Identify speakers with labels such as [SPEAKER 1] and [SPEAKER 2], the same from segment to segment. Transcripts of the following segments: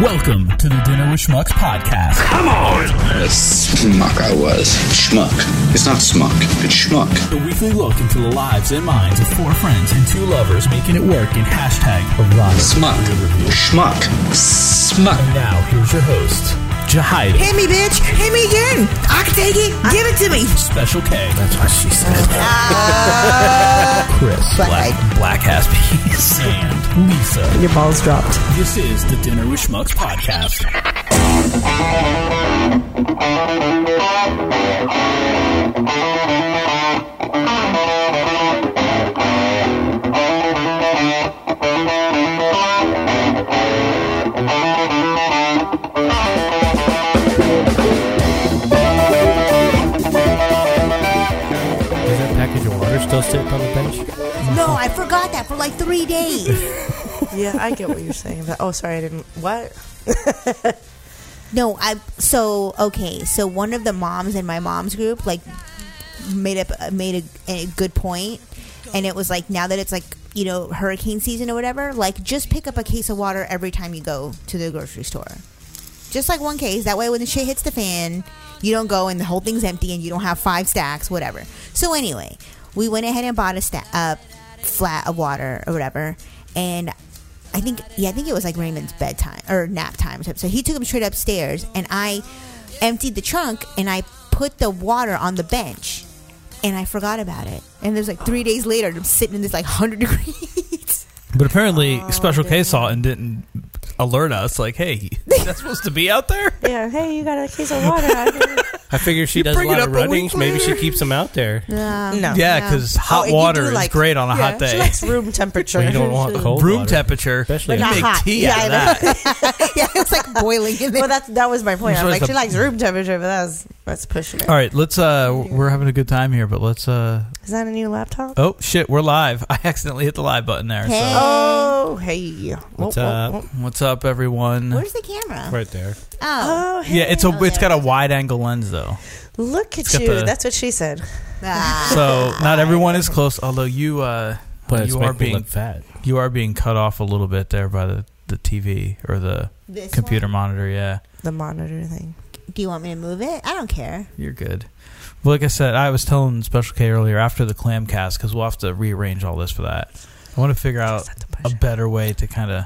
[SPEAKER 1] Welcome to the Dinner with Schmucks podcast.
[SPEAKER 2] Come on!
[SPEAKER 3] Uh, Schmuck I was. Schmuck. It's not smuck. It's schmuck.
[SPEAKER 1] The weekly look into the lives and minds of four friends and two lovers making it work in hashtag erotic
[SPEAKER 3] Smuck.
[SPEAKER 1] Peer review.
[SPEAKER 3] Schmuck. Smuck.
[SPEAKER 1] And now, here's your host, Jahida,
[SPEAKER 4] Hit me, bitch. Hit me again. I can take it. Give it to me.
[SPEAKER 1] Special K. That's what she said. Chris,
[SPEAKER 4] Black
[SPEAKER 1] Black, Black Ass Peas, and Lisa.
[SPEAKER 4] Your balls dropped.
[SPEAKER 1] This is the Dinner with Schmucks podcast.
[SPEAKER 5] Is that package of water still sitting on the bench?
[SPEAKER 4] No, I forgot that for like three days.
[SPEAKER 6] Yeah, I get what you're saying. But, oh, sorry, I didn't. What?
[SPEAKER 4] no, I. So okay, so one of the moms in my mom's group like made up made a, a good point, and it was like now that it's like you know hurricane season or whatever, like just pick up a case of water every time you go to the grocery store, just like one case. That way, when the shit hits the fan, you don't go and the whole thing's empty and you don't have five stacks, whatever. So anyway, we went ahead and bought a sta- a flat of water or whatever, and I think yeah, I think it was like Raymond's bedtime or nap time or something. So he took him straight upstairs, and I emptied the trunk and I put the water on the bench, and I forgot about it. And there's like three days later, and I'm sitting in this like hundred degrees.
[SPEAKER 7] But apparently, Special K saw it and didn't alert us. Like, hey, is that supposed to be out there?
[SPEAKER 6] Yeah, hey, you got a case of water out here.
[SPEAKER 5] I figure she
[SPEAKER 7] You
[SPEAKER 5] does a
[SPEAKER 7] bring
[SPEAKER 5] lot
[SPEAKER 7] it up
[SPEAKER 5] of
[SPEAKER 7] a
[SPEAKER 5] running.
[SPEAKER 7] week
[SPEAKER 5] Maybe she
[SPEAKER 7] later.
[SPEAKER 5] keeps them out there.
[SPEAKER 4] Um,
[SPEAKER 6] No.
[SPEAKER 7] Yeah, because
[SPEAKER 6] Oh,
[SPEAKER 7] hot
[SPEAKER 6] and you
[SPEAKER 7] water
[SPEAKER 6] do
[SPEAKER 7] is
[SPEAKER 6] like-
[SPEAKER 7] great on a
[SPEAKER 6] yeah,
[SPEAKER 7] hot
[SPEAKER 6] She
[SPEAKER 7] day.
[SPEAKER 6] likes room temperature.
[SPEAKER 5] Well, you don't want cold
[SPEAKER 7] Room
[SPEAKER 5] water.
[SPEAKER 7] temperature.
[SPEAKER 5] Especially
[SPEAKER 7] you
[SPEAKER 5] if-
[SPEAKER 4] not
[SPEAKER 7] make
[SPEAKER 4] hot.
[SPEAKER 7] tea
[SPEAKER 4] Yeah,
[SPEAKER 7] out of
[SPEAKER 4] I
[SPEAKER 7] that.
[SPEAKER 4] yeah, it was like boiling in there.
[SPEAKER 6] Well, that's that was my point.
[SPEAKER 7] She
[SPEAKER 6] I'm
[SPEAKER 7] likes
[SPEAKER 6] like, she
[SPEAKER 7] the-
[SPEAKER 6] likes room temperature, but that's that's pushing it.
[SPEAKER 7] All right, let's. uh We're having a good time here, but let's. uh
[SPEAKER 6] Is that a new laptop?
[SPEAKER 7] Oh shit, we're live. I accidentally hit the live button there.
[SPEAKER 4] Hey.
[SPEAKER 6] Oh, hey.
[SPEAKER 5] What's
[SPEAKER 6] Whoa, whoa,
[SPEAKER 5] up?
[SPEAKER 6] whoa.
[SPEAKER 7] So, what's up, everyone?
[SPEAKER 4] Where's the camera?
[SPEAKER 5] Right there.
[SPEAKER 4] Oh,
[SPEAKER 6] uh, Oh, hey.
[SPEAKER 7] Yeah, it's a. It's got a wide angle lens though,
[SPEAKER 6] Look at
[SPEAKER 7] got
[SPEAKER 6] you.
[SPEAKER 7] the-
[SPEAKER 6] That's what she said.
[SPEAKER 4] Ah.
[SPEAKER 7] so not everyone is close. Although you, uh
[SPEAKER 5] But it's
[SPEAKER 7] you are
[SPEAKER 5] making me
[SPEAKER 7] being
[SPEAKER 5] look fat.
[SPEAKER 7] you are being cut off a little bit there by the the TV or the
[SPEAKER 4] This
[SPEAKER 7] computer monitor. Yeah.
[SPEAKER 6] The monitor
[SPEAKER 4] one?
[SPEAKER 6] thing.
[SPEAKER 4] Do you want me to move it? I don't care.
[SPEAKER 7] You're good. Well, like I said, I was telling Special K earlier after the clam cast because we'll have to rearrange all this for that. I want to figure out
[SPEAKER 6] Just have to push
[SPEAKER 7] a
[SPEAKER 6] it.
[SPEAKER 7] better way to kind of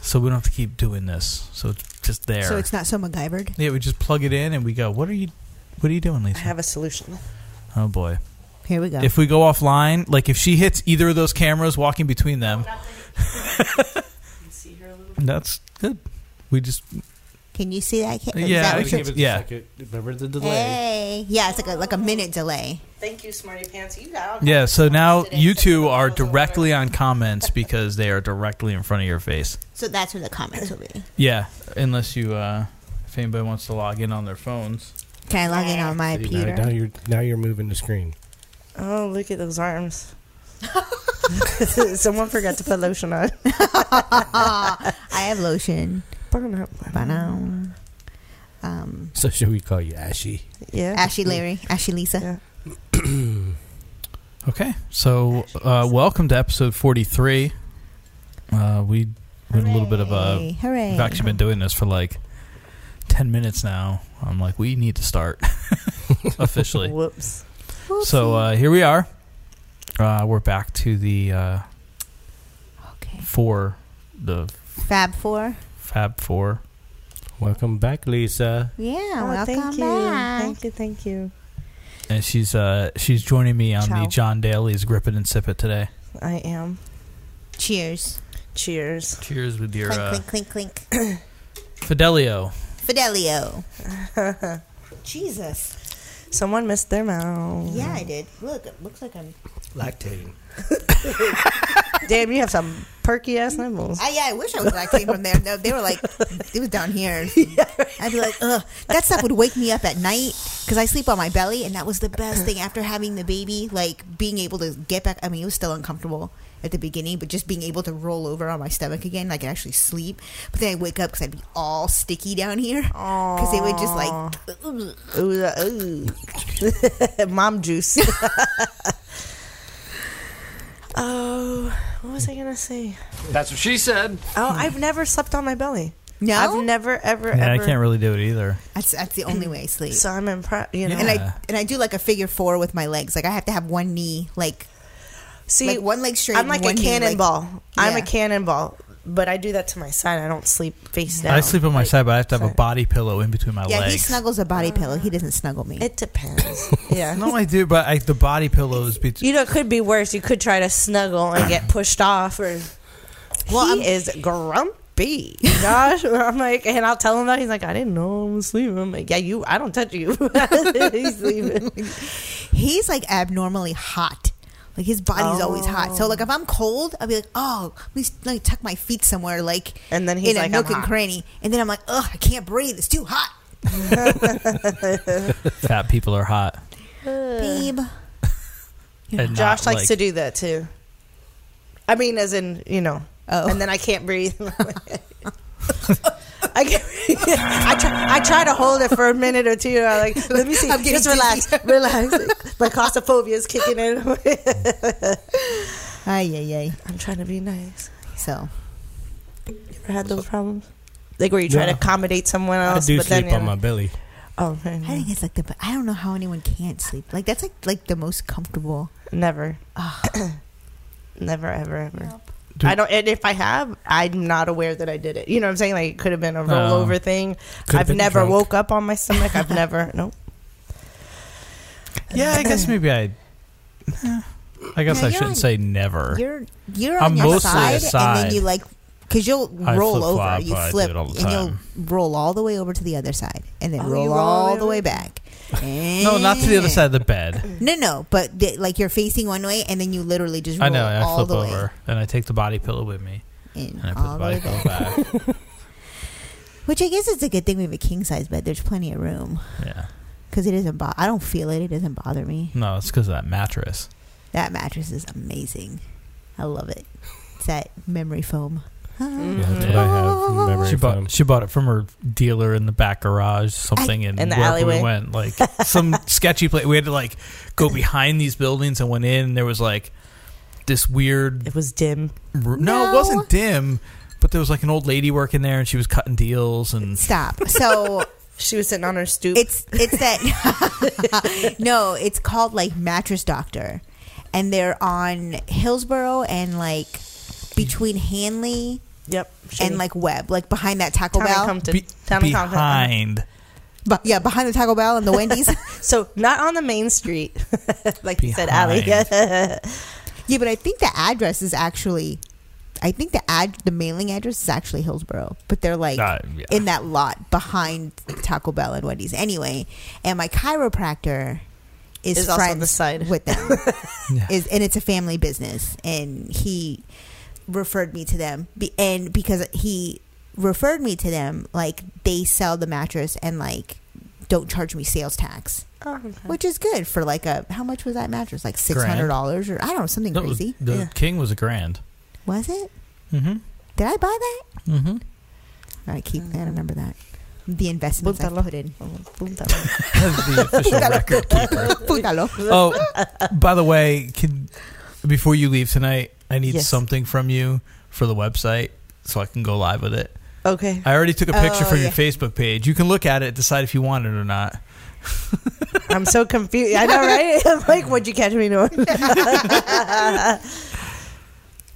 [SPEAKER 7] so we don't have to keep doing this. So it's just there.
[SPEAKER 4] So it's not so MacGyvered.
[SPEAKER 7] yeah, we just plug it in and we go. What are you? What are you doing,
[SPEAKER 6] I
[SPEAKER 7] Lisa?
[SPEAKER 6] have a solution.
[SPEAKER 7] oh boy!
[SPEAKER 4] Here we go.
[SPEAKER 7] If we go offline, like if she hits either of those cameras walking between them, that's good. We just
[SPEAKER 4] Can you see that? Ca- is
[SPEAKER 7] Yeah,
[SPEAKER 4] that
[SPEAKER 7] I
[SPEAKER 4] what
[SPEAKER 7] can
[SPEAKER 4] you're-
[SPEAKER 7] give it a Yeah.
[SPEAKER 5] Remember the
[SPEAKER 4] Eh. Hey, yeah, it's like a, like a minute delay.
[SPEAKER 6] Thank you, Smarty Pants. You got
[SPEAKER 7] yeah. So now you two are directly on comments because they are directly in front of your face.
[SPEAKER 4] So that's where the comments will be.
[SPEAKER 7] Yeah, unless you, uh, if anybody wants to log in on their phones.
[SPEAKER 4] Can I log in on my computer?
[SPEAKER 8] Now you're now you're moving the screen.
[SPEAKER 6] Oh, look at those arms. Someone forgot to put lotion on.
[SPEAKER 4] I have lotion.
[SPEAKER 6] Burn up.
[SPEAKER 4] By now. Um,
[SPEAKER 8] So should we call you Ashy?
[SPEAKER 6] Yeah.
[SPEAKER 4] Ashley Larry, Ashley Lisa.
[SPEAKER 6] Yeah.
[SPEAKER 7] Okay, so uh, welcome to episode forty-three. Uh, we went a little bit of a.
[SPEAKER 4] Hooray, hooray.
[SPEAKER 7] We've actually been doing this for like ten minutes now. I'm like, we need to start officially.
[SPEAKER 6] Whoops.
[SPEAKER 7] so uh, here we are. Uh, we're back to the uh,
[SPEAKER 4] okay.
[SPEAKER 7] four, the
[SPEAKER 4] Fab Four.
[SPEAKER 7] Fab Four.
[SPEAKER 8] Welcome back, Lisa.
[SPEAKER 4] Yeah,
[SPEAKER 6] Oh,
[SPEAKER 4] welcome
[SPEAKER 6] thank you.
[SPEAKER 4] back.
[SPEAKER 6] Thank you. Thank you.
[SPEAKER 7] And she's uh, she's joining me on
[SPEAKER 6] Ciao.
[SPEAKER 7] the John Daly's Grip It and Sip It today.
[SPEAKER 6] I am.
[SPEAKER 4] Cheers.
[SPEAKER 6] Cheers.
[SPEAKER 7] Cheers with your
[SPEAKER 4] Clink,
[SPEAKER 7] uh,
[SPEAKER 4] clink, clink, clink.
[SPEAKER 7] Fidelio.
[SPEAKER 4] Fidelio. Jesus.
[SPEAKER 6] Someone missed their mouth.
[SPEAKER 4] Yeah, I did. Look, it looks like I'm.
[SPEAKER 8] Lactating.
[SPEAKER 6] Damn, you have some perky ass nipples.
[SPEAKER 4] I, yeah, I wish I was lactating from there. No, they were like, it was down here. I'd be like, ugh. That stuff would wake me up at night because I sleep on my belly, and that was the best thing after having the baby. Like being able to get back. I mean, it was still uncomfortable at the beginning, but just being able to roll over on my stomach again, like actually sleep. But then I wake up because I'd be all sticky down here because they would just like, ugh.
[SPEAKER 6] Ooh, uh, ooh. Mom juice. oh, what was I gonna say?
[SPEAKER 9] That's what she said.
[SPEAKER 6] Oh, I've never Oh, slept on my belly.
[SPEAKER 4] No,
[SPEAKER 6] I've never ever
[SPEAKER 7] Yeah,
[SPEAKER 6] ever.
[SPEAKER 7] I can't really do it either.
[SPEAKER 4] that's that's the only way I sleep.
[SPEAKER 6] So I'm impressed. You know.
[SPEAKER 4] and
[SPEAKER 7] Yeah.
[SPEAKER 4] I and I do like a figure four with my legs. Like I have to have one knee, like
[SPEAKER 6] See,
[SPEAKER 4] like one leg straight.
[SPEAKER 6] I'm like a
[SPEAKER 4] one knee,
[SPEAKER 6] cannonball. I'm
[SPEAKER 4] Yeah.
[SPEAKER 6] a cannonball, but I do that to my side. I don't sleep face down.
[SPEAKER 7] I sleep on my side, but I have to have a
[SPEAKER 6] Sorry.
[SPEAKER 7] body pillow in between my
[SPEAKER 4] yeah,
[SPEAKER 7] legs.
[SPEAKER 4] he snuggles a body pillow. He doesn't snuggle me.
[SPEAKER 6] Uh, It depends. yeah.
[SPEAKER 7] No, I do, but I, the body pillow is between.
[SPEAKER 6] You know, it could be worse. You could try to snuggle and get pushed off, or well,
[SPEAKER 4] I'm-
[SPEAKER 6] he is grumpy. Gosh, I'm like, and I'll tell him that he's like, I didn't know I was sleeping. I'm like, yeah, you, I don't touch you. he's sleeping.
[SPEAKER 4] He's like abnormally hot. Like his body's always hot. So
[SPEAKER 6] Oh.
[SPEAKER 4] like if I'm cold, I'll be like, oh, let me like tuck my feet somewhere, like
[SPEAKER 6] And then he's
[SPEAKER 4] in
[SPEAKER 6] like,
[SPEAKER 4] a
[SPEAKER 6] I'm
[SPEAKER 4] nook and
[SPEAKER 6] hot.
[SPEAKER 4] cranny, and then I'm like, ugh, I can't breathe. It's too hot,
[SPEAKER 7] Fat people are hot.
[SPEAKER 4] babe.
[SPEAKER 7] And
[SPEAKER 6] Josh
[SPEAKER 7] not,
[SPEAKER 6] likes to do that too. I mean, as in, you know,
[SPEAKER 4] Oh.
[SPEAKER 6] and then I can't breathe. I, can't breathe. I try. I try to hold it for a minute or two. I like. Let me see.
[SPEAKER 4] I'm getting
[SPEAKER 6] Just relax.
[SPEAKER 4] dizzy.
[SPEAKER 6] relax. My claustrophobia is kicking in.
[SPEAKER 4] Ay ay
[SPEAKER 6] I'm trying to be nice.
[SPEAKER 4] ay. So
[SPEAKER 6] Ever had those problems? Like where you try
[SPEAKER 8] Yeah.
[SPEAKER 6] to accommodate someone
[SPEAKER 8] I
[SPEAKER 6] else,
[SPEAKER 8] do
[SPEAKER 6] but
[SPEAKER 8] sleep
[SPEAKER 6] then
[SPEAKER 8] on my belly.
[SPEAKER 6] oh, I
[SPEAKER 4] I
[SPEAKER 6] know.
[SPEAKER 4] think it's like the. but I don't know how anyone can't sleep. Like that's like like the most comfortable.
[SPEAKER 6] never,
[SPEAKER 4] Ah.
[SPEAKER 6] never, ever, ever.
[SPEAKER 7] Do-
[SPEAKER 6] I don't. And if I have, I'm not aware that I did it. You know what I'm saying? Like it could have been a rollover thing.
[SPEAKER 8] Could've
[SPEAKER 6] I've
[SPEAKER 8] been
[SPEAKER 6] never
[SPEAKER 8] drunk.
[SPEAKER 6] woke up on my stomach. I've never. Nope.
[SPEAKER 7] Yeah, I guess maybe I. Eh, I guess
[SPEAKER 4] Yeah,
[SPEAKER 7] I
[SPEAKER 4] you're
[SPEAKER 7] shouldn't
[SPEAKER 4] on-
[SPEAKER 7] say never.
[SPEAKER 4] You're you're
[SPEAKER 7] I'm
[SPEAKER 4] on your
[SPEAKER 7] mostly
[SPEAKER 4] side, and
[SPEAKER 7] aside.
[SPEAKER 4] then you like because you'll
[SPEAKER 7] I
[SPEAKER 4] roll over,
[SPEAKER 7] flip-flop,
[SPEAKER 4] you
[SPEAKER 7] I do
[SPEAKER 4] flip,
[SPEAKER 7] it all the
[SPEAKER 4] and you'll
[SPEAKER 7] time.
[SPEAKER 4] roll all the way over to the other side, and then
[SPEAKER 6] Oh,
[SPEAKER 4] roll,
[SPEAKER 6] you roll
[SPEAKER 4] all the
[SPEAKER 6] over?
[SPEAKER 4] way back.
[SPEAKER 1] Eh.
[SPEAKER 7] No, not to the other side of the bed.
[SPEAKER 4] No, no, but the, like you're facing one way, and then you literally just roll
[SPEAKER 7] I know. I
[SPEAKER 4] all
[SPEAKER 7] flip
[SPEAKER 4] the
[SPEAKER 7] over and I take the body pillow with me
[SPEAKER 4] way in,
[SPEAKER 7] and I put
[SPEAKER 4] all
[SPEAKER 7] the
[SPEAKER 4] the
[SPEAKER 7] body
[SPEAKER 4] way
[SPEAKER 7] pillow
[SPEAKER 4] back.
[SPEAKER 7] back.
[SPEAKER 4] Which I guess it's a good thing we have a king size bed. There's plenty of room
[SPEAKER 7] yeah.
[SPEAKER 4] because it doesn't. Bo- I don't feel it. It doesn't bother me.
[SPEAKER 7] No, it's because of that mattress.
[SPEAKER 4] That mattress is amazing. I love it. It's that memory foam.
[SPEAKER 6] Mm.
[SPEAKER 8] Yeah, that's
[SPEAKER 6] Mm-hmm.
[SPEAKER 7] Yeah.
[SPEAKER 8] what I have. Memory
[SPEAKER 7] She
[SPEAKER 8] foam.
[SPEAKER 7] bought she bought it from her dealer in the back garage, something in,
[SPEAKER 6] In the
[SPEAKER 7] wherever
[SPEAKER 6] alleyway.
[SPEAKER 7] we went, like some sketchy place. We had to like go behind these buildings and went in. and There was like this weird
[SPEAKER 6] It was dim.
[SPEAKER 7] Ru- No,
[SPEAKER 4] No.
[SPEAKER 7] it wasn't dim, but there was like an old lady working there, and she was cutting deals. And
[SPEAKER 4] Stop. So
[SPEAKER 6] She was sitting on her stoop.
[SPEAKER 4] It's it's that no, it's called like Mattress Doctor, and they're on Hillsboro and like between Hanley
[SPEAKER 6] yep. She,
[SPEAKER 4] and like Webb, like behind that Taco
[SPEAKER 6] Town and
[SPEAKER 4] Bell.
[SPEAKER 6] Compton.
[SPEAKER 7] be-
[SPEAKER 6] Town and Compton.
[SPEAKER 7] behind,
[SPEAKER 4] But yeah, behind the Taco Bell and the Wendy's.
[SPEAKER 6] So not on the main street, like you said, Allie.
[SPEAKER 7] Behind.
[SPEAKER 4] yeah, but I think the address is actually, I think the ad the mailing address is actually Hillsboro, but they're like
[SPEAKER 7] Uh, yeah.
[SPEAKER 4] in that lot behind Taco Bell and Wendy's. Anyway, and my chiropractor is,
[SPEAKER 6] Is
[SPEAKER 4] friends
[SPEAKER 6] also on the side.
[SPEAKER 4] with them.
[SPEAKER 7] Yeah.
[SPEAKER 4] Is and it's a family business, and he referred me to them, Be- and because he referred me to them, like they sell the mattress and like don't charge me sales tax.
[SPEAKER 6] Oh, okay.
[SPEAKER 4] Which is good for like a how much was that mattress like six hundred dollars or I don't know something
[SPEAKER 7] That was-
[SPEAKER 4] crazy
[SPEAKER 7] the
[SPEAKER 6] Yeah.
[SPEAKER 7] king was a grand.
[SPEAKER 4] was it
[SPEAKER 7] Mm-hmm.
[SPEAKER 4] did I buy that
[SPEAKER 7] Mm-hmm.
[SPEAKER 4] all right keep that I remember that the investments I
[SPEAKER 6] Puntalo.
[SPEAKER 4] put in
[SPEAKER 7] the official record keeper.
[SPEAKER 4] Puntalo.
[SPEAKER 7] Oh, by the way, can before you leave tonight, I need
[SPEAKER 6] Yes.
[SPEAKER 7] something from you for the website so I can go live with it.
[SPEAKER 6] okay.
[SPEAKER 7] I already took a picture
[SPEAKER 4] Oh,
[SPEAKER 7] from your
[SPEAKER 4] yeah.
[SPEAKER 7] Facebook page. You can look at it, decide if you want it or not.
[SPEAKER 6] I'm so confused. I know, right? I'm like, what'd you catch me doing?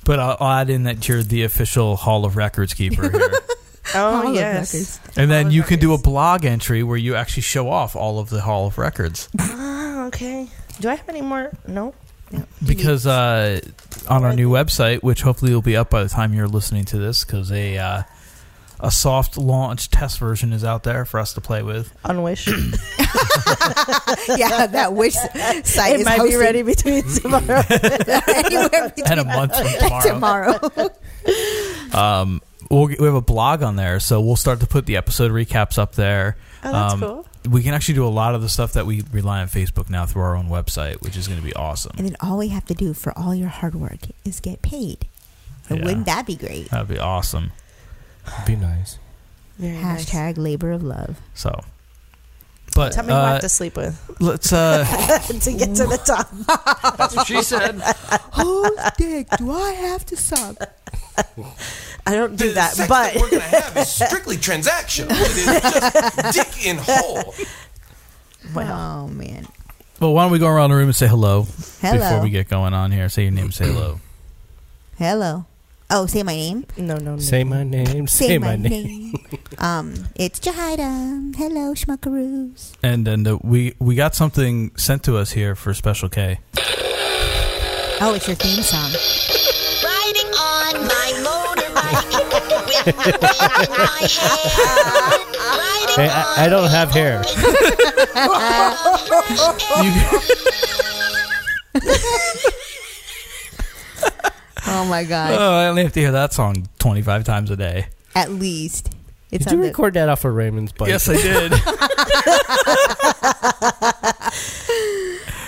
[SPEAKER 7] But I'll, I'll add in that you're the official Hall of Records keeper here.
[SPEAKER 6] Oh
[SPEAKER 4] All of
[SPEAKER 6] yes.
[SPEAKER 4] records.
[SPEAKER 7] And then
[SPEAKER 6] Hall of
[SPEAKER 7] you can do a
[SPEAKER 6] Records.
[SPEAKER 7] blog entry where you actually show off all of the Hall of Records
[SPEAKER 6] Oh, okay. Do I have any more? No.
[SPEAKER 7] because uh, on our new website, which hopefully will be up by the time you're listening to this, because a uh, a soft launch test version is out there for us to play with.
[SPEAKER 6] Unwish. it
[SPEAKER 4] yeah, that wish site is
[SPEAKER 6] might be
[SPEAKER 4] hosted
[SPEAKER 6] ready between tomorrow.
[SPEAKER 4] anywhere between
[SPEAKER 7] And a month from tomorrow,
[SPEAKER 4] tomorrow.
[SPEAKER 7] um, we'll, get- we have a blog on there, so we'll start to put the episode recaps up there.
[SPEAKER 6] Oh, that's
[SPEAKER 7] Um,
[SPEAKER 6] cool.
[SPEAKER 7] We can actually do a lot of the stuff that we rely on Facebook now through our own website, which is going to be awesome.
[SPEAKER 4] and then all we have to do for all your hard work is get paid. So
[SPEAKER 7] Yeah.
[SPEAKER 4] wouldn't that be great?
[SPEAKER 7] That'd be awesome.
[SPEAKER 8] Be nice.
[SPEAKER 6] Very nice.
[SPEAKER 4] Hashtag labor of love.
[SPEAKER 7] So, but
[SPEAKER 6] Tell me who I
[SPEAKER 7] uh,
[SPEAKER 6] have to sleep with
[SPEAKER 7] let's uh,
[SPEAKER 6] to get to the top.
[SPEAKER 4] Whose dick do I have to suck?
[SPEAKER 6] I don't do
[SPEAKER 2] the
[SPEAKER 6] that,
[SPEAKER 2] sex
[SPEAKER 6] but
[SPEAKER 2] that we're gonna have is strictly transactional. It is just dick in hole.
[SPEAKER 6] well,
[SPEAKER 4] Oh man.
[SPEAKER 7] Well, why don't we go around the room and say hello, before
[SPEAKER 4] Hello.
[SPEAKER 7] we get going on here? Say your name, say hello.
[SPEAKER 4] Hello. Oh, say my name.
[SPEAKER 6] no, no, no.
[SPEAKER 8] Say my name. Say, my, name.
[SPEAKER 4] um, it's Jahida. Hello, Schmuckaroos.
[SPEAKER 7] And then the, we we got something sent to us here for Special K.
[SPEAKER 4] Oh, it's your theme song.
[SPEAKER 9] Riding on my motorbike with the wind in my hair. Riding
[SPEAKER 8] Hey, I, I don't have hair.
[SPEAKER 4] Oh my
[SPEAKER 8] Uh.
[SPEAKER 4] god.
[SPEAKER 7] Oh, I only have to hear that song twenty five times a day.
[SPEAKER 4] At least it's
[SPEAKER 8] Did you
[SPEAKER 4] on the-
[SPEAKER 8] record that off of Raymond's bike?
[SPEAKER 7] Yes, I did.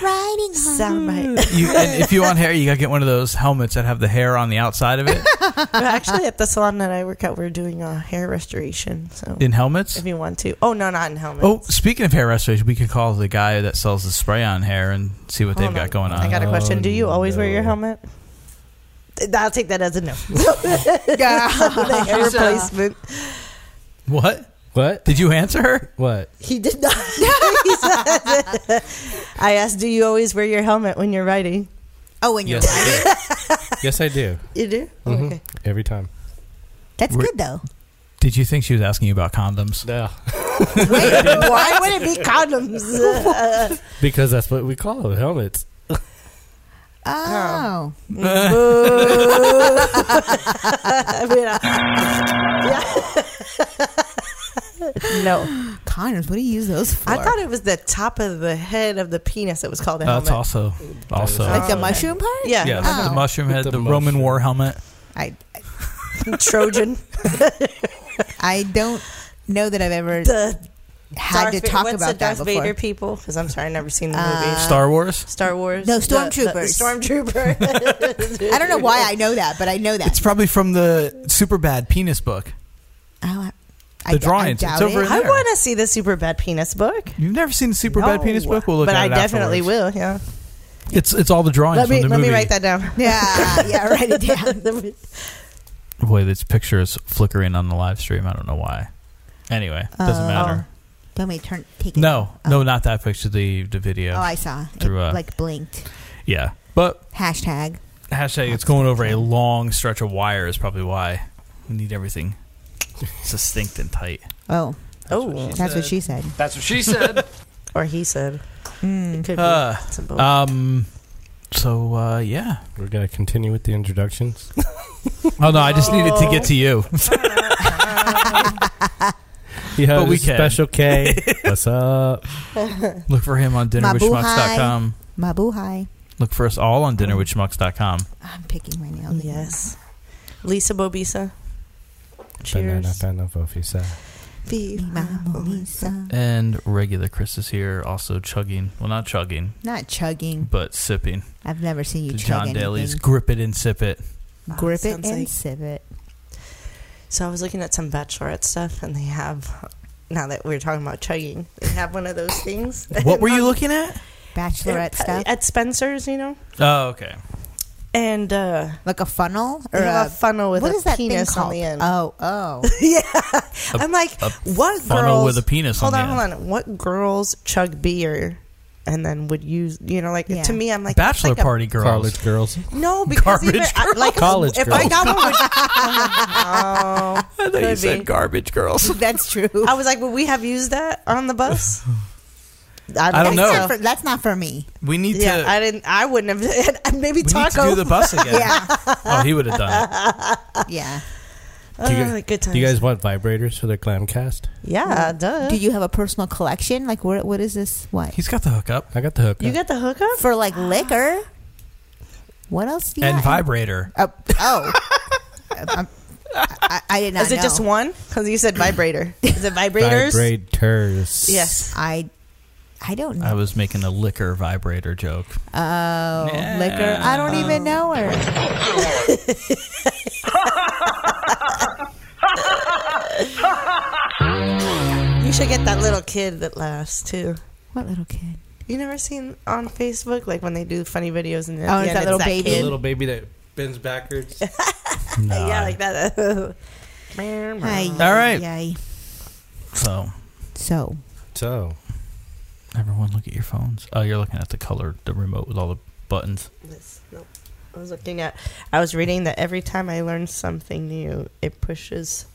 [SPEAKER 4] riding home.
[SPEAKER 6] soundbite.
[SPEAKER 7] you, and if you want hair, you gotta get one of those helmets that have the hair on the outside of it.
[SPEAKER 6] Actually, at the salon that I work at, we're doing a hair restoration. So
[SPEAKER 7] In helmets.
[SPEAKER 6] if you want to, oh no, not in helmets.
[SPEAKER 7] Oh, speaking of hair restoration, we could call the guy that sells the spray on hair and see what they've
[SPEAKER 6] Hold
[SPEAKER 7] got
[SPEAKER 6] on.
[SPEAKER 7] going
[SPEAKER 6] I
[SPEAKER 7] on. Oh,
[SPEAKER 6] got a question. Do you always wear your
[SPEAKER 8] no.
[SPEAKER 6] helmet? Th- I'll take that as a no. the hair replacement.
[SPEAKER 7] what?
[SPEAKER 8] What?
[SPEAKER 7] Did you answer her?
[SPEAKER 8] What?
[SPEAKER 6] He did not. He said- I asked, "Do you always wear your helmet when you're riding?"
[SPEAKER 4] Oh, when you're
[SPEAKER 8] Yes, I do. yes, I do.
[SPEAKER 6] You do.
[SPEAKER 8] Mhm.
[SPEAKER 6] Okay.
[SPEAKER 8] Every time.
[SPEAKER 4] That's
[SPEAKER 7] Mm-hmm. We're-
[SPEAKER 4] good though.
[SPEAKER 7] Did you think she was asking you about condoms?
[SPEAKER 8] No.
[SPEAKER 6] Why would it be condoms? Uh,
[SPEAKER 8] Because that's what we call them, helmets.
[SPEAKER 4] Oh.
[SPEAKER 6] I mean, uh, yeah. no,
[SPEAKER 4] Condoms, what do you use those for?
[SPEAKER 6] I thought it was the top of the head of the penis that was called a
[SPEAKER 7] Uh,
[SPEAKER 6] helmet.
[SPEAKER 7] That's also also
[SPEAKER 4] like the
[SPEAKER 6] Oh.
[SPEAKER 4] mushroom part?
[SPEAKER 6] Yeah,
[SPEAKER 7] yes,
[SPEAKER 4] Oh.
[SPEAKER 7] the mushroom head,
[SPEAKER 8] With the
[SPEAKER 7] the, Roman
[SPEAKER 8] mushroom.
[SPEAKER 7] war helmet.
[SPEAKER 4] I
[SPEAKER 6] Trojan.
[SPEAKER 4] I don't know that I've ever
[SPEAKER 6] The
[SPEAKER 4] had to
[SPEAKER 6] Darth Va-
[SPEAKER 4] talk
[SPEAKER 6] what's
[SPEAKER 4] about
[SPEAKER 6] the Darth
[SPEAKER 4] that before.
[SPEAKER 6] Vader people? Because I'm sorry, I never seen the movie.
[SPEAKER 4] Uh,
[SPEAKER 7] Star Wars.
[SPEAKER 6] Star Wars.
[SPEAKER 4] No,
[SPEAKER 6] The- the-
[SPEAKER 4] Stormtroopers.
[SPEAKER 6] the Stormtrooper.
[SPEAKER 4] I don't know why I know that, but I know that.
[SPEAKER 7] It's probably from the super bad penis book.
[SPEAKER 4] oh, I,
[SPEAKER 7] The
[SPEAKER 4] I, d- I
[SPEAKER 7] drawings, it's
[SPEAKER 4] doubt
[SPEAKER 7] over
[SPEAKER 4] it.
[SPEAKER 7] in-
[SPEAKER 6] I
[SPEAKER 7] there.
[SPEAKER 6] want to see the Super Bad Penis book.
[SPEAKER 7] You've never seen the super bad
[SPEAKER 6] No.
[SPEAKER 7] penis book? We'll look
[SPEAKER 6] but
[SPEAKER 7] at
[SPEAKER 6] I
[SPEAKER 7] it
[SPEAKER 6] definitely
[SPEAKER 7] afterwards.
[SPEAKER 6] will. Yeah.
[SPEAKER 7] It's it's all the drawings
[SPEAKER 6] Let me
[SPEAKER 7] from the
[SPEAKER 6] let
[SPEAKER 7] movie.
[SPEAKER 6] me write that down.
[SPEAKER 4] Yeah, yeah, write it down.
[SPEAKER 7] Boy, this picture is flickering on the live stream. I don't know why. Anyway, doesn't
[SPEAKER 4] Oh.
[SPEAKER 7] matter.
[SPEAKER 4] Don't make turn take it.
[SPEAKER 7] No,
[SPEAKER 4] Oh.
[SPEAKER 7] no, not that picture. The the video.
[SPEAKER 4] Oh, I saw. It,
[SPEAKER 7] Through, uh,
[SPEAKER 4] like blinked.
[SPEAKER 7] yeah, but
[SPEAKER 4] Hashtag.
[SPEAKER 7] hashtag it's going over a long stretch of wire is probably why we need everything succinct and tight.
[SPEAKER 4] Oh,
[SPEAKER 6] Oh,
[SPEAKER 4] that's what she said. Hmm.
[SPEAKER 10] That's what she said.
[SPEAKER 6] or he said. It could be.
[SPEAKER 7] Uh,
[SPEAKER 6] It's a both.
[SPEAKER 7] Um. So uh, yeah.
[SPEAKER 8] We're going to continue with the introductions.
[SPEAKER 7] Oh no, I just needed to get to you.
[SPEAKER 8] Yeah,
[SPEAKER 7] But we can.
[SPEAKER 8] Special K. What's up?
[SPEAKER 7] Look for him on dinnerwithschmucks.com.
[SPEAKER 4] My boo hi.
[SPEAKER 7] Look for us all on dinnerwithschmucks.com.
[SPEAKER 4] I'm picking my nails. again.
[SPEAKER 6] yes. Lisa Bobisa.
[SPEAKER 8] Banana,
[SPEAKER 6] Cheers.
[SPEAKER 8] banana, fofisa.
[SPEAKER 4] Be my Lisa.
[SPEAKER 7] And regular Chris is here, also chugging. Well, not chugging,
[SPEAKER 4] Not chugging.
[SPEAKER 7] but sipping.
[SPEAKER 4] I've never seen you
[SPEAKER 7] The
[SPEAKER 4] chug
[SPEAKER 7] John
[SPEAKER 4] anything.
[SPEAKER 7] Daly's grip it and sip it.
[SPEAKER 4] Grip it
[SPEAKER 6] Sounds
[SPEAKER 4] and
[SPEAKER 6] like-
[SPEAKER 4] sip it.
[SPEAKER 6] So I was looking at some bachelorette stuff, and they have. Now that we're talking about chugging, they have one of those things.
[SPEAKER 7] What were you looking at?
[SPEAKER 4] Bachelorette stuff.
[SPEAKER 6] at Spencer's? You know,
[SPEAKER 7] Oh, okay.
[SPEAKER 6] and uh,
[SPEAKER 4] Like a funnel or
[SPEAKER 6] they
[SPEAKER 4] a,
[SPEAKER 6] have a funnel with
[SPEAKER 4] what
[SPEAKER 6] a
[SPEAKER 4] is that
[SPEAKER 6] penis
[SPEAKER 4] thing called?
[SPEAKER 6] on the end.
[SPEAKER 4] Oh, oh.
[SPEAKER 6] yeah, I'm like,
[SPEAKER 7] a
[SPEAKER 6] what
[SPEAKER 7] funnel
[SPEAKER 6] girls
[SPEAKER 7] with a penis
[SPEAKER 6] Hold
[SPEAKER 7] on
[SPEAKER 6] on,
[SPEAKER 7] the
[SPEAKER 6] hold on. What girls chug beer and then would use? You know, like
[SPEAKER 4] Yeah.
[SPEAKER 6] to me, I'm like that's
[SPEAKER 7] Bachelor
[SPEAKER 6] like a-
[SPEAKER 7] party girls.
[SPEAKER 8] College girls.
[SPEAKER 6] No, because
[SPEAKER 7] Garbage
[SPEAKER 6] even, I,
[SPEAKER 7] girls.
[SPEAKER 6] like
[SPEAKER 8] College
[SPEAKER 6] if I
[SPEAKER 8] girls.
[SPEAKER 6] got one, would, oh, could be.
[SPEAKER 7] garbage girls.
[SPEAKER 4] That's true.
[SPEAKER 6] I was like, would we have used that on the bus?
[SPEAKER 7] I don't
[SPEAKER 4] that's
[SPEAKER 7] know.
[SPEAKER 4] Not for, that's not for me.
[SPEAKER 7] We need
[SPEAKER 6] Yeah,
[SPEAKER 7] to.
[SPEAKER 6] I didn't. I wouldn't have.
[SPEAKER 7] we
[SPEAKER 6] Maybe
[SPEAKER 7] need to
[SPEAKER 6] taco.
[SPEAKER 7] do the bus again.
[SPEAKER 4] Yeah,
[SPEAKER 7] Oh, he would have done it.
[SPEAKER 4] yeah.
[SPEAKER 6] Oh,
[SPEAKER 8] Do you guys-
[SPEAKER 6] good times.
[SPEAKER 8] Do you guys want vibrators for the Glamcast?
[SPEAKER 6] yeah, duh.
[SPEAKER 4] Do you have a personal collection? Like, what? What is this? What
[SPEAKER 7] He's got the hookup
[SPEAKER 8] I got the hook.
[SPEAKER 6] you got the hookup?
[SPEAKER 4] for? Like liquor. What else? Do you
[SPEAKER 7] and
[SPEAKER 4] have?
[SPEAKER 7] vibrator.
[SPEAKER 4] Oh, oh. I'm- I, I did not.
[SPEAKER 6] Is it
[SPEAKER 4] know.
[SPEAKER 6] just one? Because you said vibrator. Is it vibrators?
[SPEAKER 8] Vibrators.
[SPEAKER 6] Yes.
[SPEAKER 4] I, I don't
[SPEAKER 7] I
[SPEAKER 4] know.
[SPEAKER 7] was making a liquor vibrator joke.
[SPEAKER 4] Oh, liquor. I don't even know her.
[SPEAKER 6] You should get that little kid that laughs too.
[SPEAKER 4] What little kid?
[SPEAKER 6] You never seen on Facebook like when they do funny videos and at
[SPEAKER 4] Oh,
[SPEAKER 6] the
[SPEAKER 4] it's
[SPEAKER 6] end
[SPEAKER 4] that little
[SPEAKER 6] it's
[SPEAKER 4] baby.
[SPEAKER 8] little baby that bends backwards. Nah.
[SPEAKER 6] yeah, like that.
[SPEAKER 4] Ay,
[SPEAKER 7] All right.
[SPEAKER 4] ay.
[SPEAKER 7] So
[SPEAKER 4] So
[SPEAKER 8] So,
[SPEAKER 7] everyone, look at your phones. Oh, you're looking at the color, the remote with all the buttons.
[SPEAKER 6] This- nope. I was looking at. I was reading that every time I learn something new, it pushes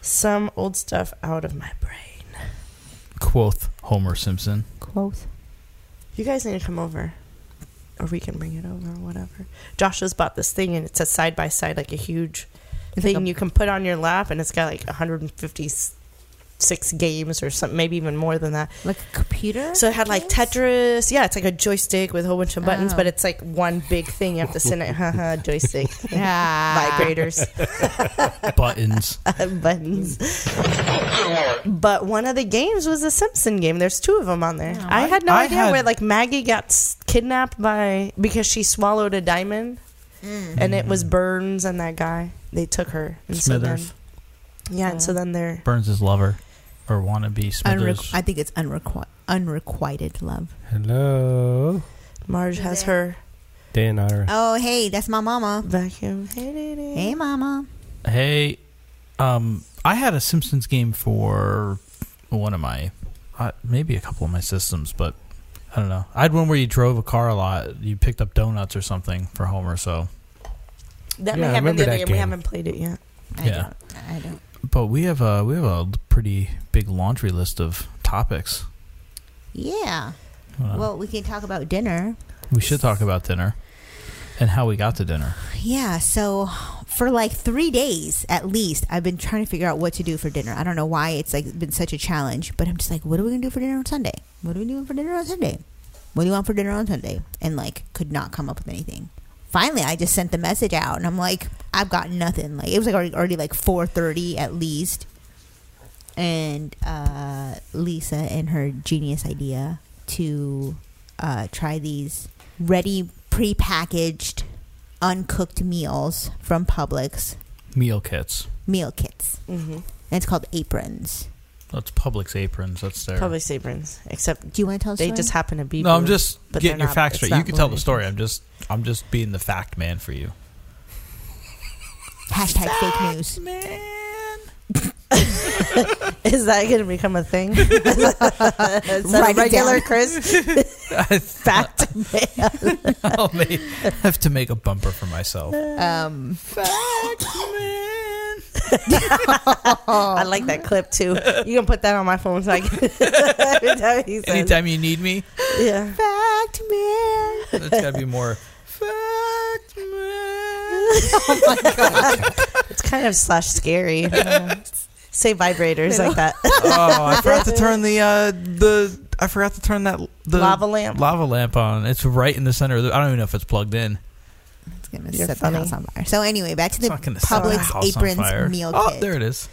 [SPEAKER 6] some old stuff out of my brain.
[SPEAKER 7] Quoth Homer Simpson.
[SPEAKER 4] close.
[SPEAKER 6] You guys need to come over, or we can bring it over, or whatever. Josh has bought this thing, and it's a side by side, like a huge thing you can put on your lap, and it's got like 156 games or something, maybe even more than that.
[SPEAKER 4] Like a computer.
[SPEAKER 6] So it had like Tetris. Yeah, it's like a joystick with a whole bunch of buttons,
[SPEAKER 4] Oh.
[SPEAKER 6] but it's like one big thing. You have to send it. Haha, joystick.
[SPEAKER 4] Ah.
[SPEAKER 6] Vibrators,
[SPEAKER 7] Buttons.
[SPEAKER 6] buttons. But one of the games was the Simpson game. There's two of them on there. I, had no
[SPEAKER 7] I
[SPEAKER 6] idea
[SPEAKER 7] had-
[SPEAKER 6] where like Maggie got s- kidnapped by because she swallowed a diamond,
[SPEAKER 4] Mm.
[SPEAKER 6] and it was Burns and that guy. They took her. And
[SPEAKER 7] Smithers.
[SPEAKER 6] So then, yeah, and so then they're
[SPEAKER 7] Burns' lover. Or wannabe Smithers.
[SPEAKER 4] Unrequ- I think it's unrequ- unrequited love.
[SPEAKER 8] hello.
[SPEAKER 6] Marge has her
[SPEAKER 8] Dan Otter.
[SPEAKER 4] Oh, hey, that's my mama.
[SPEAKER 6] vacuum. Hey, hey, hey.
[SPEAKER 4] Hey, mama.
[SPEAKER 7] Hey, um, I had a Simpsons game for one of my, uh, maybe a couple of my systems, but I don't know. I had one where you drove a car a lot. You picked up donuts or something for Homer. So,
[SPEAKER 8] Yeah, I
[SPEAKER 6] That may have been
[SPEAKER 8] remember
[SPEAKER 6] the other
[SPEAKER 8] that
[SPEAKER 6] game.
[SPEAKER 8] game.
[SPEAKER 6] We haven't played it yet.
[SPEAKER 4] I
[SPEAKER 7] Yeah.
[SPEAKER 4] Don't, I don't.
[SPEAKER 7] but we have a we have a pretty big laundry list of topics.
[SPEAKER 4] Yeah.
[SPEAKER 7] Uh,
[SPEAKER 4] Well, we can talk about dinner.
[SPEAKER 7] we should talk about dinner and how we got to dinner.
[SPEAKER 4] Yeah. So, for like three days at least, I've been trying to figure out what to do for dinner. I don't know why it's like been such a challenge, but I'm just like, what are we gonna do for dinner on Sunday? What are we doing for dinner on Sunday? What do you want for dinner on Sunday? And like, could not come up with anything. Finally, I just sent the message out, and I'm like, I've got nothing. Like, it was like already, already like 4:30 at least. And uh, Lisa and her genius idea to uh, try these ready, prepackaged, uncooked meals from Publix
[SPEAKER 7] Meal kits.
[SPEAKER 4] meal kits.
[SPEAKER 6] Mm-hmm.
[SPEAKER 4] And it's called aprons.
[SPEAKER 7] That's Publix aprons. That's their.
[SPEAKER 6] Public aprons, except
[SPEAKER 4] Do you want to tell? us?
[SPEAKER 6] they just happen to be.
[SPEAKER 7] no, I'm
[SPEAKER 6] blue.
[SPEAKER 7] just
[SPEAKER 6] but
[SPEAKER 7] getting
[SPEAKER 6] they're
[SPEAKER 7] your
[SPEAKER 6] not-
[SPEAKER 7] facts
[SPEAKER 6] it's
[SPEAKER 7] straight.
[SPEAKER 6] not
[SPEAKER 7] You can tell the
[SPEAKER 6] blue.
[SPEAKER 7] story. I'm just I'm just being the fact man for you.
[SPEAKER 4] hashtag fake news.
[SPEAKER 6] Is that going to become a thing? Is that
[SPEAKER 4] Write
[SPEAKER 6] a
[SPEAKER 4] it
[SPEAKER 6] regular
[SPEAKER 4] down.
[SPEAKER 6] Chris fact?
[SPEAKER 7] I'll make, have to make a bumper for myself.
[SPEAKER 4] Um,
[SPEAKER 6] I like that clip too. You can put that on my phone. So I can every time he says,
[SPEAKER 7] Anytime you need me,
[SPEAKER 6] yeah.
[SPEAKER 4] fact, man.
[SPEAKER 7] it's gotta be more. Fact man.
[SPEAKER 6] Oh It's kind of slash scary. Say vibrators like that.
[SPEAKER 7] Oh, I forgot to turn the uh, the I forgot to turn that the
[SPEAKER 6] Lava lamp.
[SPEAKER 7] lava lamp on. It's right in the center. Of the, I don't even know if it's plugged in.
[SPEAKER 4] It's gonna
[SPEAKER 6] You're
[SPEAKER 4] set
[SPEAKER 6] funny.
[SPEAKER 4] the house on fire. So anyway, back to
[SPEAKER 7] It's
[SPEAKER 4] the
[SPEAKER 7] not gonna set the house
[SPEAKER 4] Publix
[SPEAKER 7] on fire.
[SPEAKER 4] aprons meal
[SPEAKER 7] Oh,
[SPEAKER 4] kit.
[SPEAKER 7] there it is.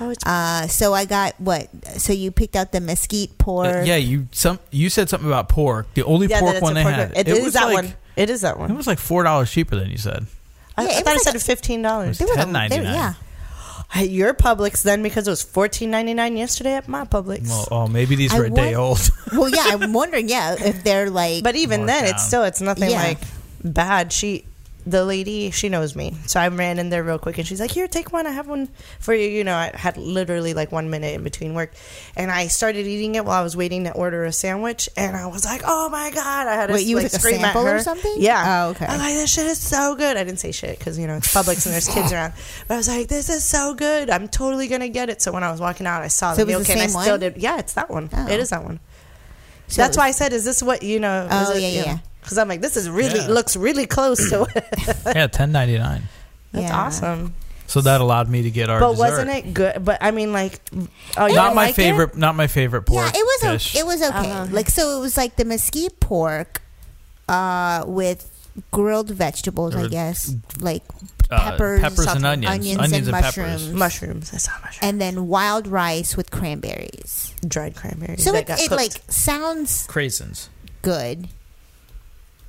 [SPEAKER 6] Oh, it's
[SPEAKER 4] Uh, so I got what? So you picked out the mesquite pork.
[SPEAKER 7] Uh, yeah, you some you said something about pork. The only pork
[SPEAKER 6] that's
[SPEAKER 7] one
[SPEAKER 6] a
[SPEAKER 7] they
[SPEAKER 6] pork-
[SPEAKER 7] had.
[SPEAKER 6] It is
[SPEAKER 7] was
[SPEAKER 6] that
[SPEAKER 7] like-
[SPEAKER 6] one. It is that
[SPEAKER 7] It
[SPEAKER 6] one.
[SPEAKER 7] was like four dollars cheaper than you said.
[SPEAKER 6] I,
[SPEAKER 4] Yeah,
[SPEAKER 6] I
[SPEAKER 4] it
[SPEAKER 6] thought I
[SPEAKER 4] was
[SPEAKER 6] said
[SPEAKER 4] like-
[SPEAKER 6] fifteen dollars.
[SPEAKER 4] There was a- there-
[SPEAKER 7] $10.99.
[SPEAKER 4] Yeah.
[SPEAKER 6] At your Publix then because it was fourteen ninety nine yesterday at my Publix.
[SPEAKER 7] Well, oh, maybe these
[SPEAKER 4] I
[SPEAKER 7] were a day
[SPEAKER 4] wa-
[SPEAKER 7] old.
[SPEAKER 4] Well, yeah. I'm wondering, yeah, if they're like.
[SPEAKER 6] But even
[SPEAKER 7] More
[SPEAKER 6] then,
[SPEAKER 7] down.
[SPEAKER 6] it's still it's nothing
[SPEAKER 4] Yeah.
[SPEAKER 6] like bad. She, the lady, she knows me, so I ran in there real quick, and she's like, "Here, take one. I have one for you." You know, I had literally like one minute in between work, and I started eating it while I was waiting to order a sandwich, and I was like, "Oh my god!" I had to
[SPEAKER 4] Wait, you
[SPEAKER 6] like,
[SPEAKER 4] took a
[SPEAKER 6] scream at
[SPEAKER 4] sample or
[SPEAKER 6] her.
[SPEAKER 4] something?
[SPEAKER 6] Yeah.
[SPEAKER 4] Oh, okay.
[SPEAKER 6] I'm like, "This shit is so good." I didn't say shit because you know it's Publix and there's kids around, but I was like, "This is so good. I'm totally gonna get it." So when I was walking out, I saw
[SPEAKER 4] So
[SPEAKER 6] the
[SPEAKER 4] it
[SPEAKER 6] meal
[SPEAKER 4] was the
[SPEAKER 6] kit, and
[SPEAKER 4] same
[SPEAKER 6] I still
[SPEAKER 4] one?
[SPEAKER 6] did. Yeah, it's that one.
[SPEAKER 4] Oh.
[SPEAKER 6] It is that one.
[SPEAKER 4] So it
[SPEAKER 6] That's
[SPEAKER 4] was-
[SPEAKER 6] why I said, "Is this what you know?"
[SPEAKER 4] Oh,
[SPEAKER 6] is
[SPEAKER 4] yeah, yeah, yeah.
[SPEAKER 6] Because I'm like, this is really
[SPEAKER 7] Yeah.
[SPEAKER 6] looks really close to.
[SPEAKER 7] yeah, ten ninety nine.
[SPEAKER 6] That's
[SPEAKER 4] Yeah.
[SPEAKER 6] awesome.
[SPEAKER 7] So that allowed me to get our.
[SPEAKER 6] but
[SPEAKER 7] dessert.
[SPEAKER 6] wasn't it good? But I mean, like, oh, you
[SPEAKER 7] Not
[SPEAKER 6] don't
[SPEAKER 7] my
[SPEAKER 6] like it? Uh-huh.
[SPEAKER 7] favorite. Not my favorite
[SPEAKER 4] Yeah,
[SPEAKER 7] pork.
[SPEAKER 4] it was
[SPEAKER 7] dish.
[SPEAKER 4] o- it was okay. Like so, it was like the mesquite pork, uh, with grilled vegetables. I
[SPEAKER 7] Or,
[SPEAKER 4] guess like
[SPEAKER 7] uh,
[SPEAKER 4] peppers,
[SPEAKER 7] peppers and
[SPEAKER 4] something-
[SPEAKER 7] onions. Onions
[SPEAKER 4] and,
[SPEAKER 7] and peppers.
[SPEAKER 4] mushrooms,
[SPEAKER 6] Mushrooms. I saw mushrooms.
[SPEAKER 4] and then wild rice with cranberries.
[SPEAKER 6] Dried cranberries.
[SPEAKER 4] So
[SPEAKER 6] that
[SPEAKER 4] it,
[SPEAKER 6] got
[SPEAKER 4] it
[SPEAKER 6] cooked.
[SPEAKER 4] like sounds
[SPEAKER 7] craisins.
[SPEAKER 4] good.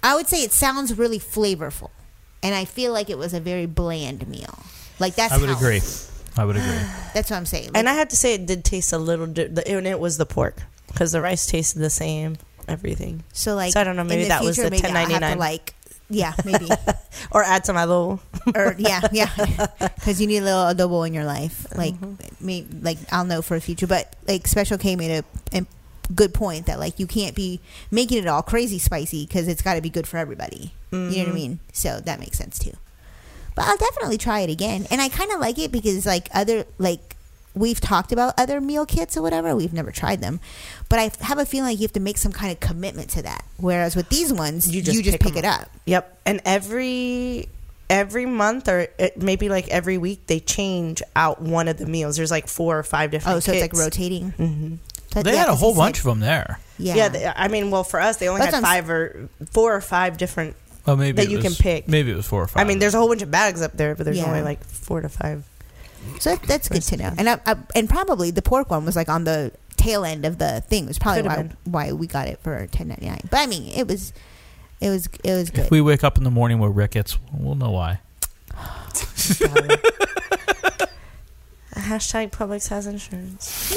[SPEAKER 4] I would say it sounds really flavorful, and I feel like it was a very bland meal. Like that's
[SPEAKER 7] I would
[SPEAKER 4] how-
[SPEAKER 7] agree. I would agree.
[SPEAKER 4] That's what I'm saying.
[SPEAKER 6] and I have to say, it did taste a little. Di- the- and it was the pork because the rice tasted the same. Everything.
[SPEAKER 4] So like,
[SPEAKER 6] So I don't know, maybe
[SPEAKER 4] in the
[SPEAKER 6] that was
[SPEAKER 4] future,
[SPEAKER 6] the
[SPEAKER 4] maybe I'll have to,
[SPEAKER 6] $10.99.
[SPEAKER 4] Like Yeah, maybe.
[SPEAKER 6] or add some adobo.
[SPEAKER 4] or yeah, yeah, because you need a little adobo in your life. Like
[SPEAKER 6] Mm-hmm.
[SPEAKER 4] me, like I'll know for the future. But like Special K made a, a good point that like you can't be making it all crazy spicy because it's got to be good for everybody. You know
[SPEAKER 6] Mm-hmm.
[SPEAKER 4] what I mean? So that makes sense too. But I'll definitely try it again, and I kind of like it because like other like we've talked about other meal kits or whatever we've never tried them but i have a feeling like you have to make some kind of commitment to that whereas with these ones you just, pick,
[SPEAKER 6] 'em
[SPEAKER 4] it up
[SPEAKER 6] Yep. And every every month or uh, maybe like every week they change out one of the meals. There's like four or five different.
[SPEAKER 4] oh so it's
[SPEAKER 6] kits.
[SPEAKER 4] like rotating mm-hmm.
[SPEAKER 7] They had a whole bunch of them there.
[SPEAKER 4] Yeah.
[SPEAKER 6] Yeah. they- I mean, well, for us they only
[SPEAKER 4] That's
[SPEAKER 6] had
[SPEAKER 4] what I'm
[SPEAKER 6] five or four or five different.
[SPEAKER 7] Well, maybe
[SPEAKER 6] That
[SPEAKER 7] it
[SPEAKER 6] you can
[SPEAKER 7] was-
[SPEAKER 6] pick.
[SPEAKER 7] Maybe it was four or
[SPEAKER 6] I
[SPEAKER 7] five.
[SPEAKER 6] mean, there's a whole bunch of bags up there, but there's
[SPEAKER 4] Yeah.
[SPEAKER 6] only like four to five.
[SPEAKER 4] so that, that's good to know. And I, I, and probably the pork one was like on the tail end of the thing. It was probably
[SPEAKER 6] Could've
[SPEAKER 4] why, why
[SPEAKER 6] been.
[SPEAKER 4] we got it for ten ninety nine. But I mean, it was it was it was good.
[SPEAKER 7] If we wake up in the morning with rickets, we'll know why.
[SPEAKER 6] Hashtag Publix has insurance.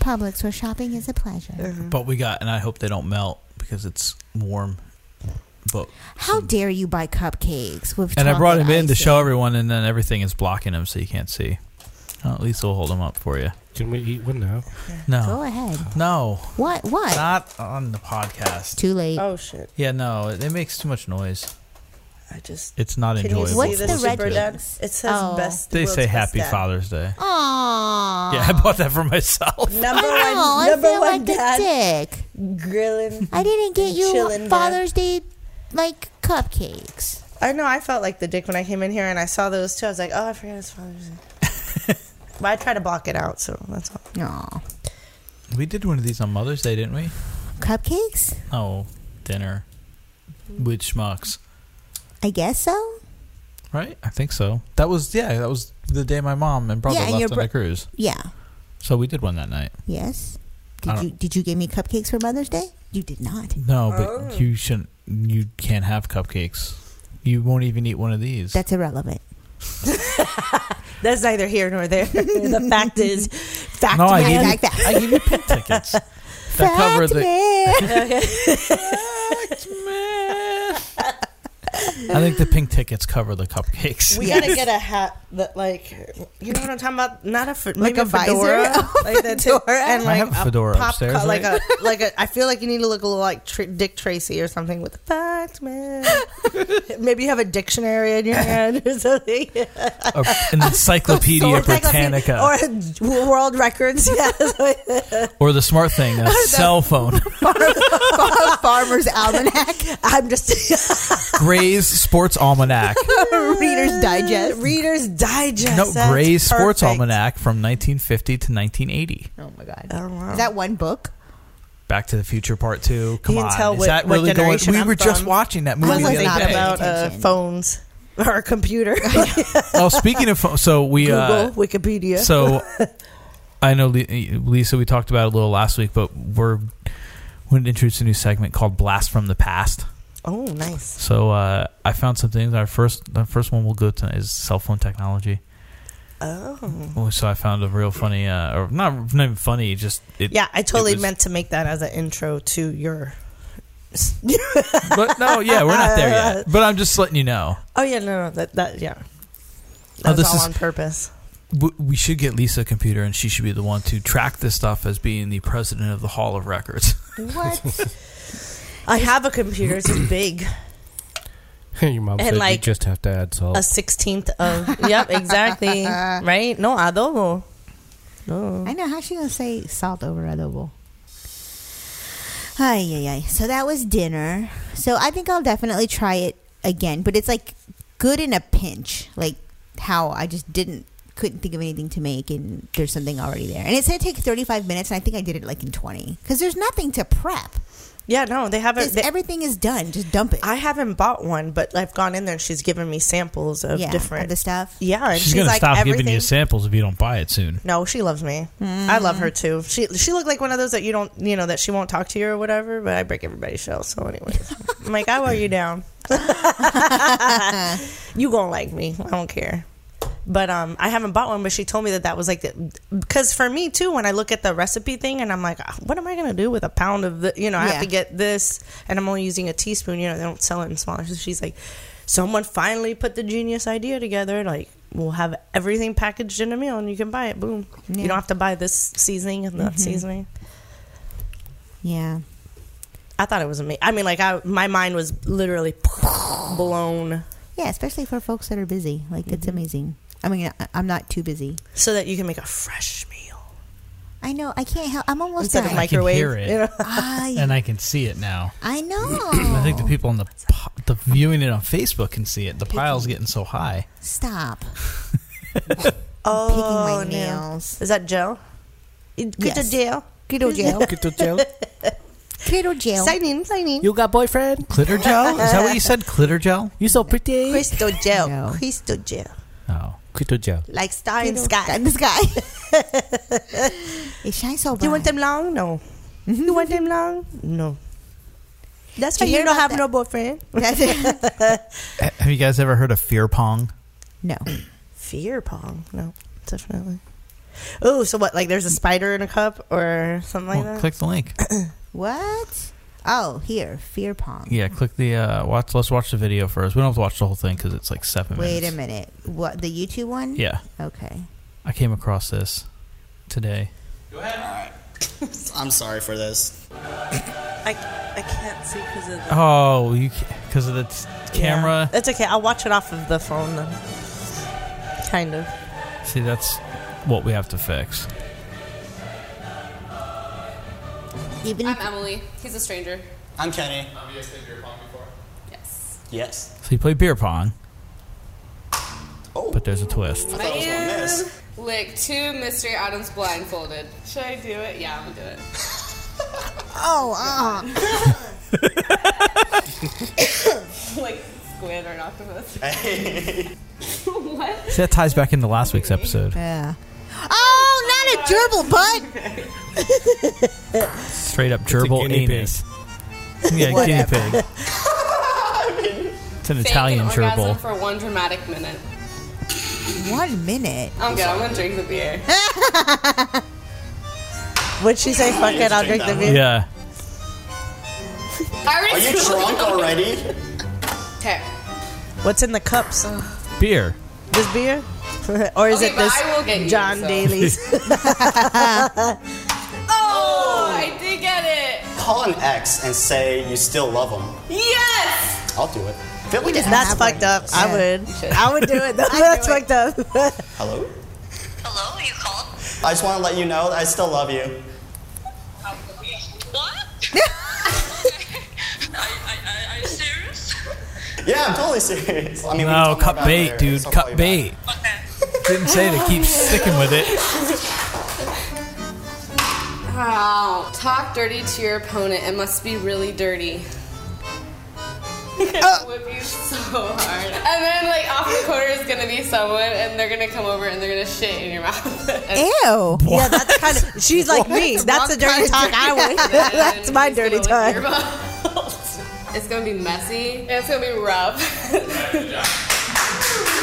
[SPEAKER 4] Publix where shopping is a pleasure.
[SPEAKER 6] Uh-huh.
[SPEAKER 7] But we got, and I hope they don't melt because it's warm. But
[SPEAKER 4] How dare you buy cupcakes with
[SPEAKER 7] and I brought him
[SPEAKER 4] chocolate
[SPEAKER 7] in to
[SPEAKER 4] icing?
[SPEAKER 7] show everyone, and then everything is blocking him, so you can't see. Well, at least we'll hold him up for you.
[SPEAKER 8] Can we eat one now?
[SPEAKER 4] Go
[SPEAKER 7] No,
[SPEAKER 4] ahead.
[SPEAKER 7] no,
[SPEAKER 4] What? What?
[SPEAKER 7] not on the podcast.
[SPEAKER 4] Too late.
[SPEAKER 6] Oh shit!
[SPEAKER 7] Yeah, no, it, it makes too much noise.
[SPEAKER 6] I just.
[SPEAKER 7] It's not
[SPEAKER 6] Can you
[SPEAKER 7] enjoyable.
[SPEAKER 6] see
[SPEAKER 4] What's
[SPEAKER 6] the
[SPEAKER 4] the
[SPEAKER 6] super
[SPEAKER 4] red
[SPEAKER 6] dad?
[SPEAKER 4] wings?
[SPEAKER 6] It says
[SPEAKER 4] Oh.
[SPEAKER 6] best.
[SPEAKER 7] They
[SPEAKER 6] world's
[SPEAKER 7] say
[SPEAKER 6] best
[SPEAKER 7] Happy
[SPEAKER 6] dad.
[SPEAKER 7] Father's Day.
[SPEAKER 4] Aww.
[SPEAKER 7] Yeah, I bought that for myself.
[SPEAKER 6] Number
[SPEAKER 4] Oh,
[SPEAKER 6] one,
[SPEAKER 4] I
[SPEAKER 6] number
[SPEAKER 4] feel
[SPEAKER 6] one
[SPEAKER 4] like
[SPEAKER 6] dad
[SPEAKER 4] a dick.
[SPEAKER 6] grilling.
[SPEAKER 4] I didn't get
[SPEAKER 6] Chillin'
[SPEAKER 4] you
[SPEAKER 6] dad.
[SPEAKER 4] Father's Day like cupcakes.
[SPEAKER 6] I know I felt like the dick when I came in here and I saw those two. I was like, oh, I forgot his father's name. but I try to block it out, so that's all.
[SPEAKER 4] Aw.
[SPEAKER 7] We did one of these on Mother's Day, didn't we?
[SPEAKER 4] Cupcakes?
[SPEAKER 7] Oh, dinner with schmucks,
[SPEAKER 4] I guess so.
[SPEAKER 7] right? I think so. That was yeah. That was the day my mom and brother
[SPEAKER 4] Yeah, and your
[SPEAKER 7] left on
[SPEAKER 4] bro-
[SPEAKER 7] the cruise.
[SPEAKER 4] Yeah.
[SPEAKER 7] So we did one that night.
[SPEAKER 4] Yes.
[SPEAKER 7] I
[SPEAKER 4] Did
[SPEAKER 7] don't-
[SPEAKER 4] you did you give me cupcakes for Mother's Day? You did not.
[SPEAKER 7] No,
[SPEAKER 6] Oh.
[SPEAKER 7] but you shouldn't. You can't have cupcakes. You won't even eat one of these.
[SPEAKER 4] That's irrelevant.
[SPEAKER 6] That's neither here nor there. the fact is, fact
[SPEAKER 7] no, I
[SPEAKER 4] Yeah,
[SPEAKER 7] gave,
[SPEAKER 4] like that.
[SPEAKER 7] you, I gave you pink tickets. That cover
[SPEAKER 4] Fact
[SPEAKER 7] the.
[SPEAKER 4] man.
[SPEAKER 7] I think the pink tickets cover the cupcakes.
[SPEAKER 6] we gotta get a hat that, like, you know what I'm talking about? Not a fe- maybe
[SPEAKER 4] a
[SPEAKER 6] a,
[SPEAKER 4] visor?
[SPEAKER 6] fedora, like that too. and
[SPEAKER 7] I
[SPEAKER 6] like
[SPEAKER 7] have a fedora
[SPEAKER 6] pop
[SPEAKER 7] upstairs,
[SPEAKER 6] co- like
[SPEAKER 7] right?
[SPEAKER 6] a like a. I feel like you need to look a little like tr- Dick Tracy or something with the fact man. maybe you have a dictionary in your hand or something.
[SPEAKER 7] Or an Encyclopedia
[SPEAKER 6] Or
[SPEAKER 7] Britannica, or,
[SPEAKER 6] encyclopedia- or world records. Yeah,
[SPEAKER 7] the smart thing, a cell phone,
[SPEAKER 4] Farmer's Almanac,
[SPEAKER 6] I'm just
[SPEAKER 7] Gray's Sports Almanac,
[SPEAKER 4] Reader's Digest.
[SPEAKER 6] Reader's Digest.
[SPEAKER 7] no
[SPEAKER 6] That's
[SPEAKER 7] Gray's Sports
[SPEAKER 6] perfect.
[SPEAKER 7] Almanac from 1950 to 1980.
[SPEAKER 4] Oh my god.
[SPEAKER 6] Oh, wow.
[SPEAKER 4] Is that one book?
[SPEAKER 7] Back to the Future Part Two. Come
[SPEAKER 6] can
[SPEAKER 7] on,
[SPEAKER 6] tell
[SPEAKER 7] is
[SPEAKER 6] what-
[SPEAKER 7] that
[SPEAKER 6] what
[SPEAKER 7] really going?
[SPEAKER 6] generation
[SPEAKER 7] We
[SPEAKER 6] I'm
[SPEAKER 7] were just
[SPEAKER 6] from.
[SPEAKER 7] watching that
[SPEAKER 4] I
[SPEAKER 7] movie
[SPEAKER 4] was
[SPEAKER 7] the
[SPEAKER 4] not
[SPEAKER 7] other
[SPEAKER 4] paying
[SPEAKER 7] day.
[SPEAKER 6] about uh,
[SPEAKER 4] attention.
[SPEAKER 6] phones or a computer.
[SPEAKER 7] oh, speaking of, pho- so we uh,
[SPEAKER 6] Google, Wikipedia.
[SPEAKER 7] So I know Li- Lisa. We talked about it a little last week, but we're going to introduce a new segment called "Blast from the Past."
[SPEAKER 6] oh, nice.
[SPEAKER 7] So uh, I found some things. Our first, the first one we'll go to is cell phone technology.
[SPEAKER 6] Oh,
[SPEAKER 7] Oh, So I found a real funny, uh, or not, not even funny, just it,
[SPEAKER 6] yeah. I totally
[SPEAKER 7] it was-
[SPEAKER 6] meant to make that as an intro to your.
[SPEAKER 7] But no, Oh, yeah, we're not there yet. But I'm just letting you know.
[SPEAKER 6] Oh yeah, no, no, that that yeah.
[SPEAKER 7] Oh,
[SPEAKER 6] That was
[SPEAKER 7] this
[SPEAKER 6] all
[SPEAKER 7] is-
[SPEAKER 6] on purpose.
[SPEAKER 7] W- We should get Lisa a computer, and she should be the one to track this stuff as being the president of the Hall of Records.
[SPEAKER 4] What?
[SPEAKER 6] I have a computer. It's just big.
[SPEAKER 8] Your mom
[SPEAKER 6] And
[SPEAKER 8] said
[SPEAKER 6] like-
[SPEAKER 8] you just have to add salt.
[SPEAKER 6] A sixteenth of. Yep, exactly. right? No adobo. No.
[SPEAKER 4] I know how she gonna say salt over adobo. Ay, ay, ay. So that was dinner. So I think I'll definitely try it again, but it's like good in a pinch. Like how I just didn't couldn't think of anything to make and there's something already there. And it said take 35 minutes and I think I did it like in 20 cuz there's nothing to prep.
[SPEAKER 6] Yeah, no, they haven't.
[SPEAKER 4] It's-
[SPEAKER 6] They,
[SPEAKER 4] everything is done. Just dump it.
[SPEAKER 6] I haven't bought one, but I've gone in there and she's given me samples of
[SPEAKER 4] yeah, of
[SPEAKER 6] different.
[SPEAKER 4] the stuff.
[SPEAKER 6] yeah, and
[SPEAKER 7] She's,
[SPEAKER 6] she's,
[SPEAKER 7] going to
[SPEAKER 6] like
[SPEAKER 7] stop
[SPEAKER 6] everything.
[SPEAKER 7] giving you samples if you don't buy it soon.
[SPEAKER 6] no, she loves me. I love her too. She she looked like one of those that you don't you know that she won't talk to you or whatever. But I break everybody's shell. So anyways, I'm like I wear you down. you gonna like me? I don't care. But um, I haven't bought one. But she told me that that was like, because for me too, when I look at the recipe thing, and I'm like, "Ah, what am I gonna do with a pound of the? You know, I
[SPEAKER 4] Yeah.
[SPEAKER 6] have to get this, and I'm only using a teaspoon. You know, they don't sell it in smaller. So she's like, someone finally put the genius idea together. Like, we'll have everything packaged in a meal, and you can buy it. Boom.
[SPEAKER 4] Yeah. Mm-hmm.
[SPEAKER 6] You don't have to buy this seasoning and that seasoning.
[SPEAKER 4] Yeah.
[SPEAKER 6] I thought it was amazing. I mean, like, I, my mind was literally blown.
[SPEAKER 4] Yeah, especially for folks that are busy. Like, it's
[SPEAKER 6] Mm-hmm.
[SPEAKER 4] amazing. I mean, I, I'm not too busy.
[SPEAKER 6] so that you can make a fresh meal
[SPEAKER 4] I know. I can't help. I'm almost
[SPEAKER 6] instead
[SPEAKER 4] done.
[SPEAKER 6] of
[SPEAKER 7] I can
[SPEAKER 6] microwave.
[SPEAKER 7] hear it.
[SPEAKER 6] you know?
[SPEAKER 4] I,
[SPEAKER 7] and I can see it now.
[SPEAKER 4] I know.
[SPEAKER 7] I think the people on the po- the viewing it on Facebook can see it. The pile's getting so high.
[SPEAKER 4] Stop picking
[SPEAKER 6] Oh,
[SPEAKER 4] my
[SPEAKER 6] no.
[SPEAKER 4] nails.
[SPEAKER 6] Is that Joe? Good to
[SPEAKER 4] Yes.
[SPEAKER 6] Joe.
[SPEAKER 4] Kiddo jail.
[SPEAKER 5] Get to jail.
[SPEAKER 4] Kiddo jail.
[SPEAKER 6] Signing, signing.
[SPEAKER 5] You got boyfriend?
[SPEAKER 7] Clitter gel? Oh, Is that what you said? Clitter gel?
[SPEAKER 5] You so pretty.
[SPEAKER 6] Crystal Joe.
[SPEAKER 4] No.
[SPEAKER 6] Crystal Joe.
[SPEAKER 7] Oh.
[SPEAKER 5] Quit to jail.
[SPEAKER 6] Like star in
[SPEAKER 4] Sky
[SPEAKER 6] sky.
[SPEAKER 4] in the sky. it shines so bright.
[SPEAKER 6] Do you want them long? No. you want them long? No. That's
[SPEAKER 4] Did
[SPEAKER 6] why
[SPEAKER 4] you hear
[SPEAKER 6] Mm-hmm. you don't
[SPEAKER 4] about
[SPEAKER 6] have
[SPEAKER 4] that?
[SPEAKER 6] no boyfriend.
[SPEAKER 4] That's it.
[SPEAKER 7] Have you guys ever heard of fear pong?
[SPEAKER 4] No.
[SPEAKER 6] Fear pong. No, definitely. Oh, so what? Like there's a spider in a cup or something like
[SPEAKER 7] Well,
[SPEAKER 6] that?
[SPEAKER 7] click the link.
[SPEAKER 4] What? Oh, here. Fear Pong.
[SPEAKER 7] Yeah, click the uh, watch. Let's watch the video first. We don't have to watch the whole thing because it's like seven
[SPEAKER 4] Wait
[SPEAKER 7] minutes.
[SPEAKER 4] a minute. What? The YouTube one?
[SPEAKER 7] Yeah,
[SPEAKER 4] Okay.
[SPEAKER 7] I came across this today.
[SPEAKER 11] I'm sorry for this.
[SPEAKER 3] I, I can't see because of the.
[SPEAKER 7] Oh, you because of the t- camera.
[SPEAKER 6] That's okay. I'll watch it off of the phone then. Kind of.
[SPEAKER 7] See, that's what we have to fix.
[SPEAKER 4] Even if-
[SPEAKER 3] I'm Emily. He's a stranger.
[SPEAKER 11] I'm Kenny.
[SPEAKER 3] Yes.
[SPEAKER 11] Yes.
[SPEAKER 7] So you play beer pong,
[SPEAKER 11] Oh,
[SPEAKER 7] but there's a twist.
[SPEAKER 11] I thought I was gonna miss.
[SPEAKER 3] Lick two mystery items blindfolded. Should I do it? Yeah, I'm gonna do it.
[SPEAKER 4] oh, uh,
[SPEAKER 3] like squid or an octopus. what?
[SPEAKER 7] See, that ties back into last week's episode.
[SPEAKER 4] yeah. Oh, not a gerbil butt.
[SPEAKER 7] Straight up gerbil
[SPEAKER 5] guinea pig.
[SPEAKER 7] anus. yeah, guinea pig. It's an Italian
[SPEAKER 3] Fake an orgasm
[SPEAKER 7] gerbil.
[SPEAKER 3] for one dramatic minute.
[SPEAKER 4] One minute.
[SPEAKER 3] I'm good. I'm gonna drink the beer.
[SPEAKER 6] Would she say, fuck it, I'll drink the beer?
[SPEAKER 7] Yeah.
[SPEAKER 3] I
[SPEAKER 11] Are
[SPEAKER 3] already
[SPEAKER 11] you drunk already?
[SPEAKER 3] Okay.
[SPEAKER 6] What's in the cups?
[SPEAKER 7] Beer.
[SPEAKER 6] This beer? or is
[SPEAKER 3] Okay,
[SPEAKER 6] it
[SPEAKER 3] but
[SPEAKER 6] this
[SPEAKER 3] I will get you,
[SPEAKER 6] John
[SPEAKER 3] so.
[SPEAKER 6] Daly's?
[SPEAKER 3] Oh, I did get it.
[SPEAKER 11] Call an ex and say you still love him.
[SPEAKER 3] Yes.
[SPEAKER 11] I'll do it. Philly.
[SPEAKER 6] That's fucked up. I would. I would do it. though. That's fucked up.
[SPEAKER 11] Hello.
[SPEAKER 12] Hello, you called?
[SPEAKER 11] I just want to let you know that I still love you.
[SPEAKER 12] Um, What? I, I, I, are you serious?
[SPEAKER 11] Yeah, I'm totally serious. I mean, we
[SPEAKER 7] No,
[SPEAKER 11] can talk more
[SPEAKER 7] cut
[SPEAKER 11] about it
[SPEAKER 7] bait,
[SPEAKER 11] later.
[SPEAKER 7] dude.
[SPEAKER 11] So I'll call
[SPEAKER 7] Cut
[SPEAKER 11] you back.
[SPEAKER 7] bait.
[SPEAKER 12] Okay.
[SPEAKER 7] Didn't say to keep sticking with it.
[SPEAKER 3] Wow. Talk dirty to your opponent. It must be really dirty. Whip you so hard. And then, like, off the corner is gonna be someone, and they're gonna come over and they're gonna shit in your mouth. And
[SPEAKER 4] Ew.
[SPEAKER 6] Yeah, that's kind of. She's like me. That's the dirty talk I would. that's my
[SPEAKER 3] It's gonna
[SPEAKER 6] dirty
[SPEAKER 3] lick
[SPEAKER 6] talk.
[SPEAKER 3] your balls. It's gonna be messy. And it's gonna be rough.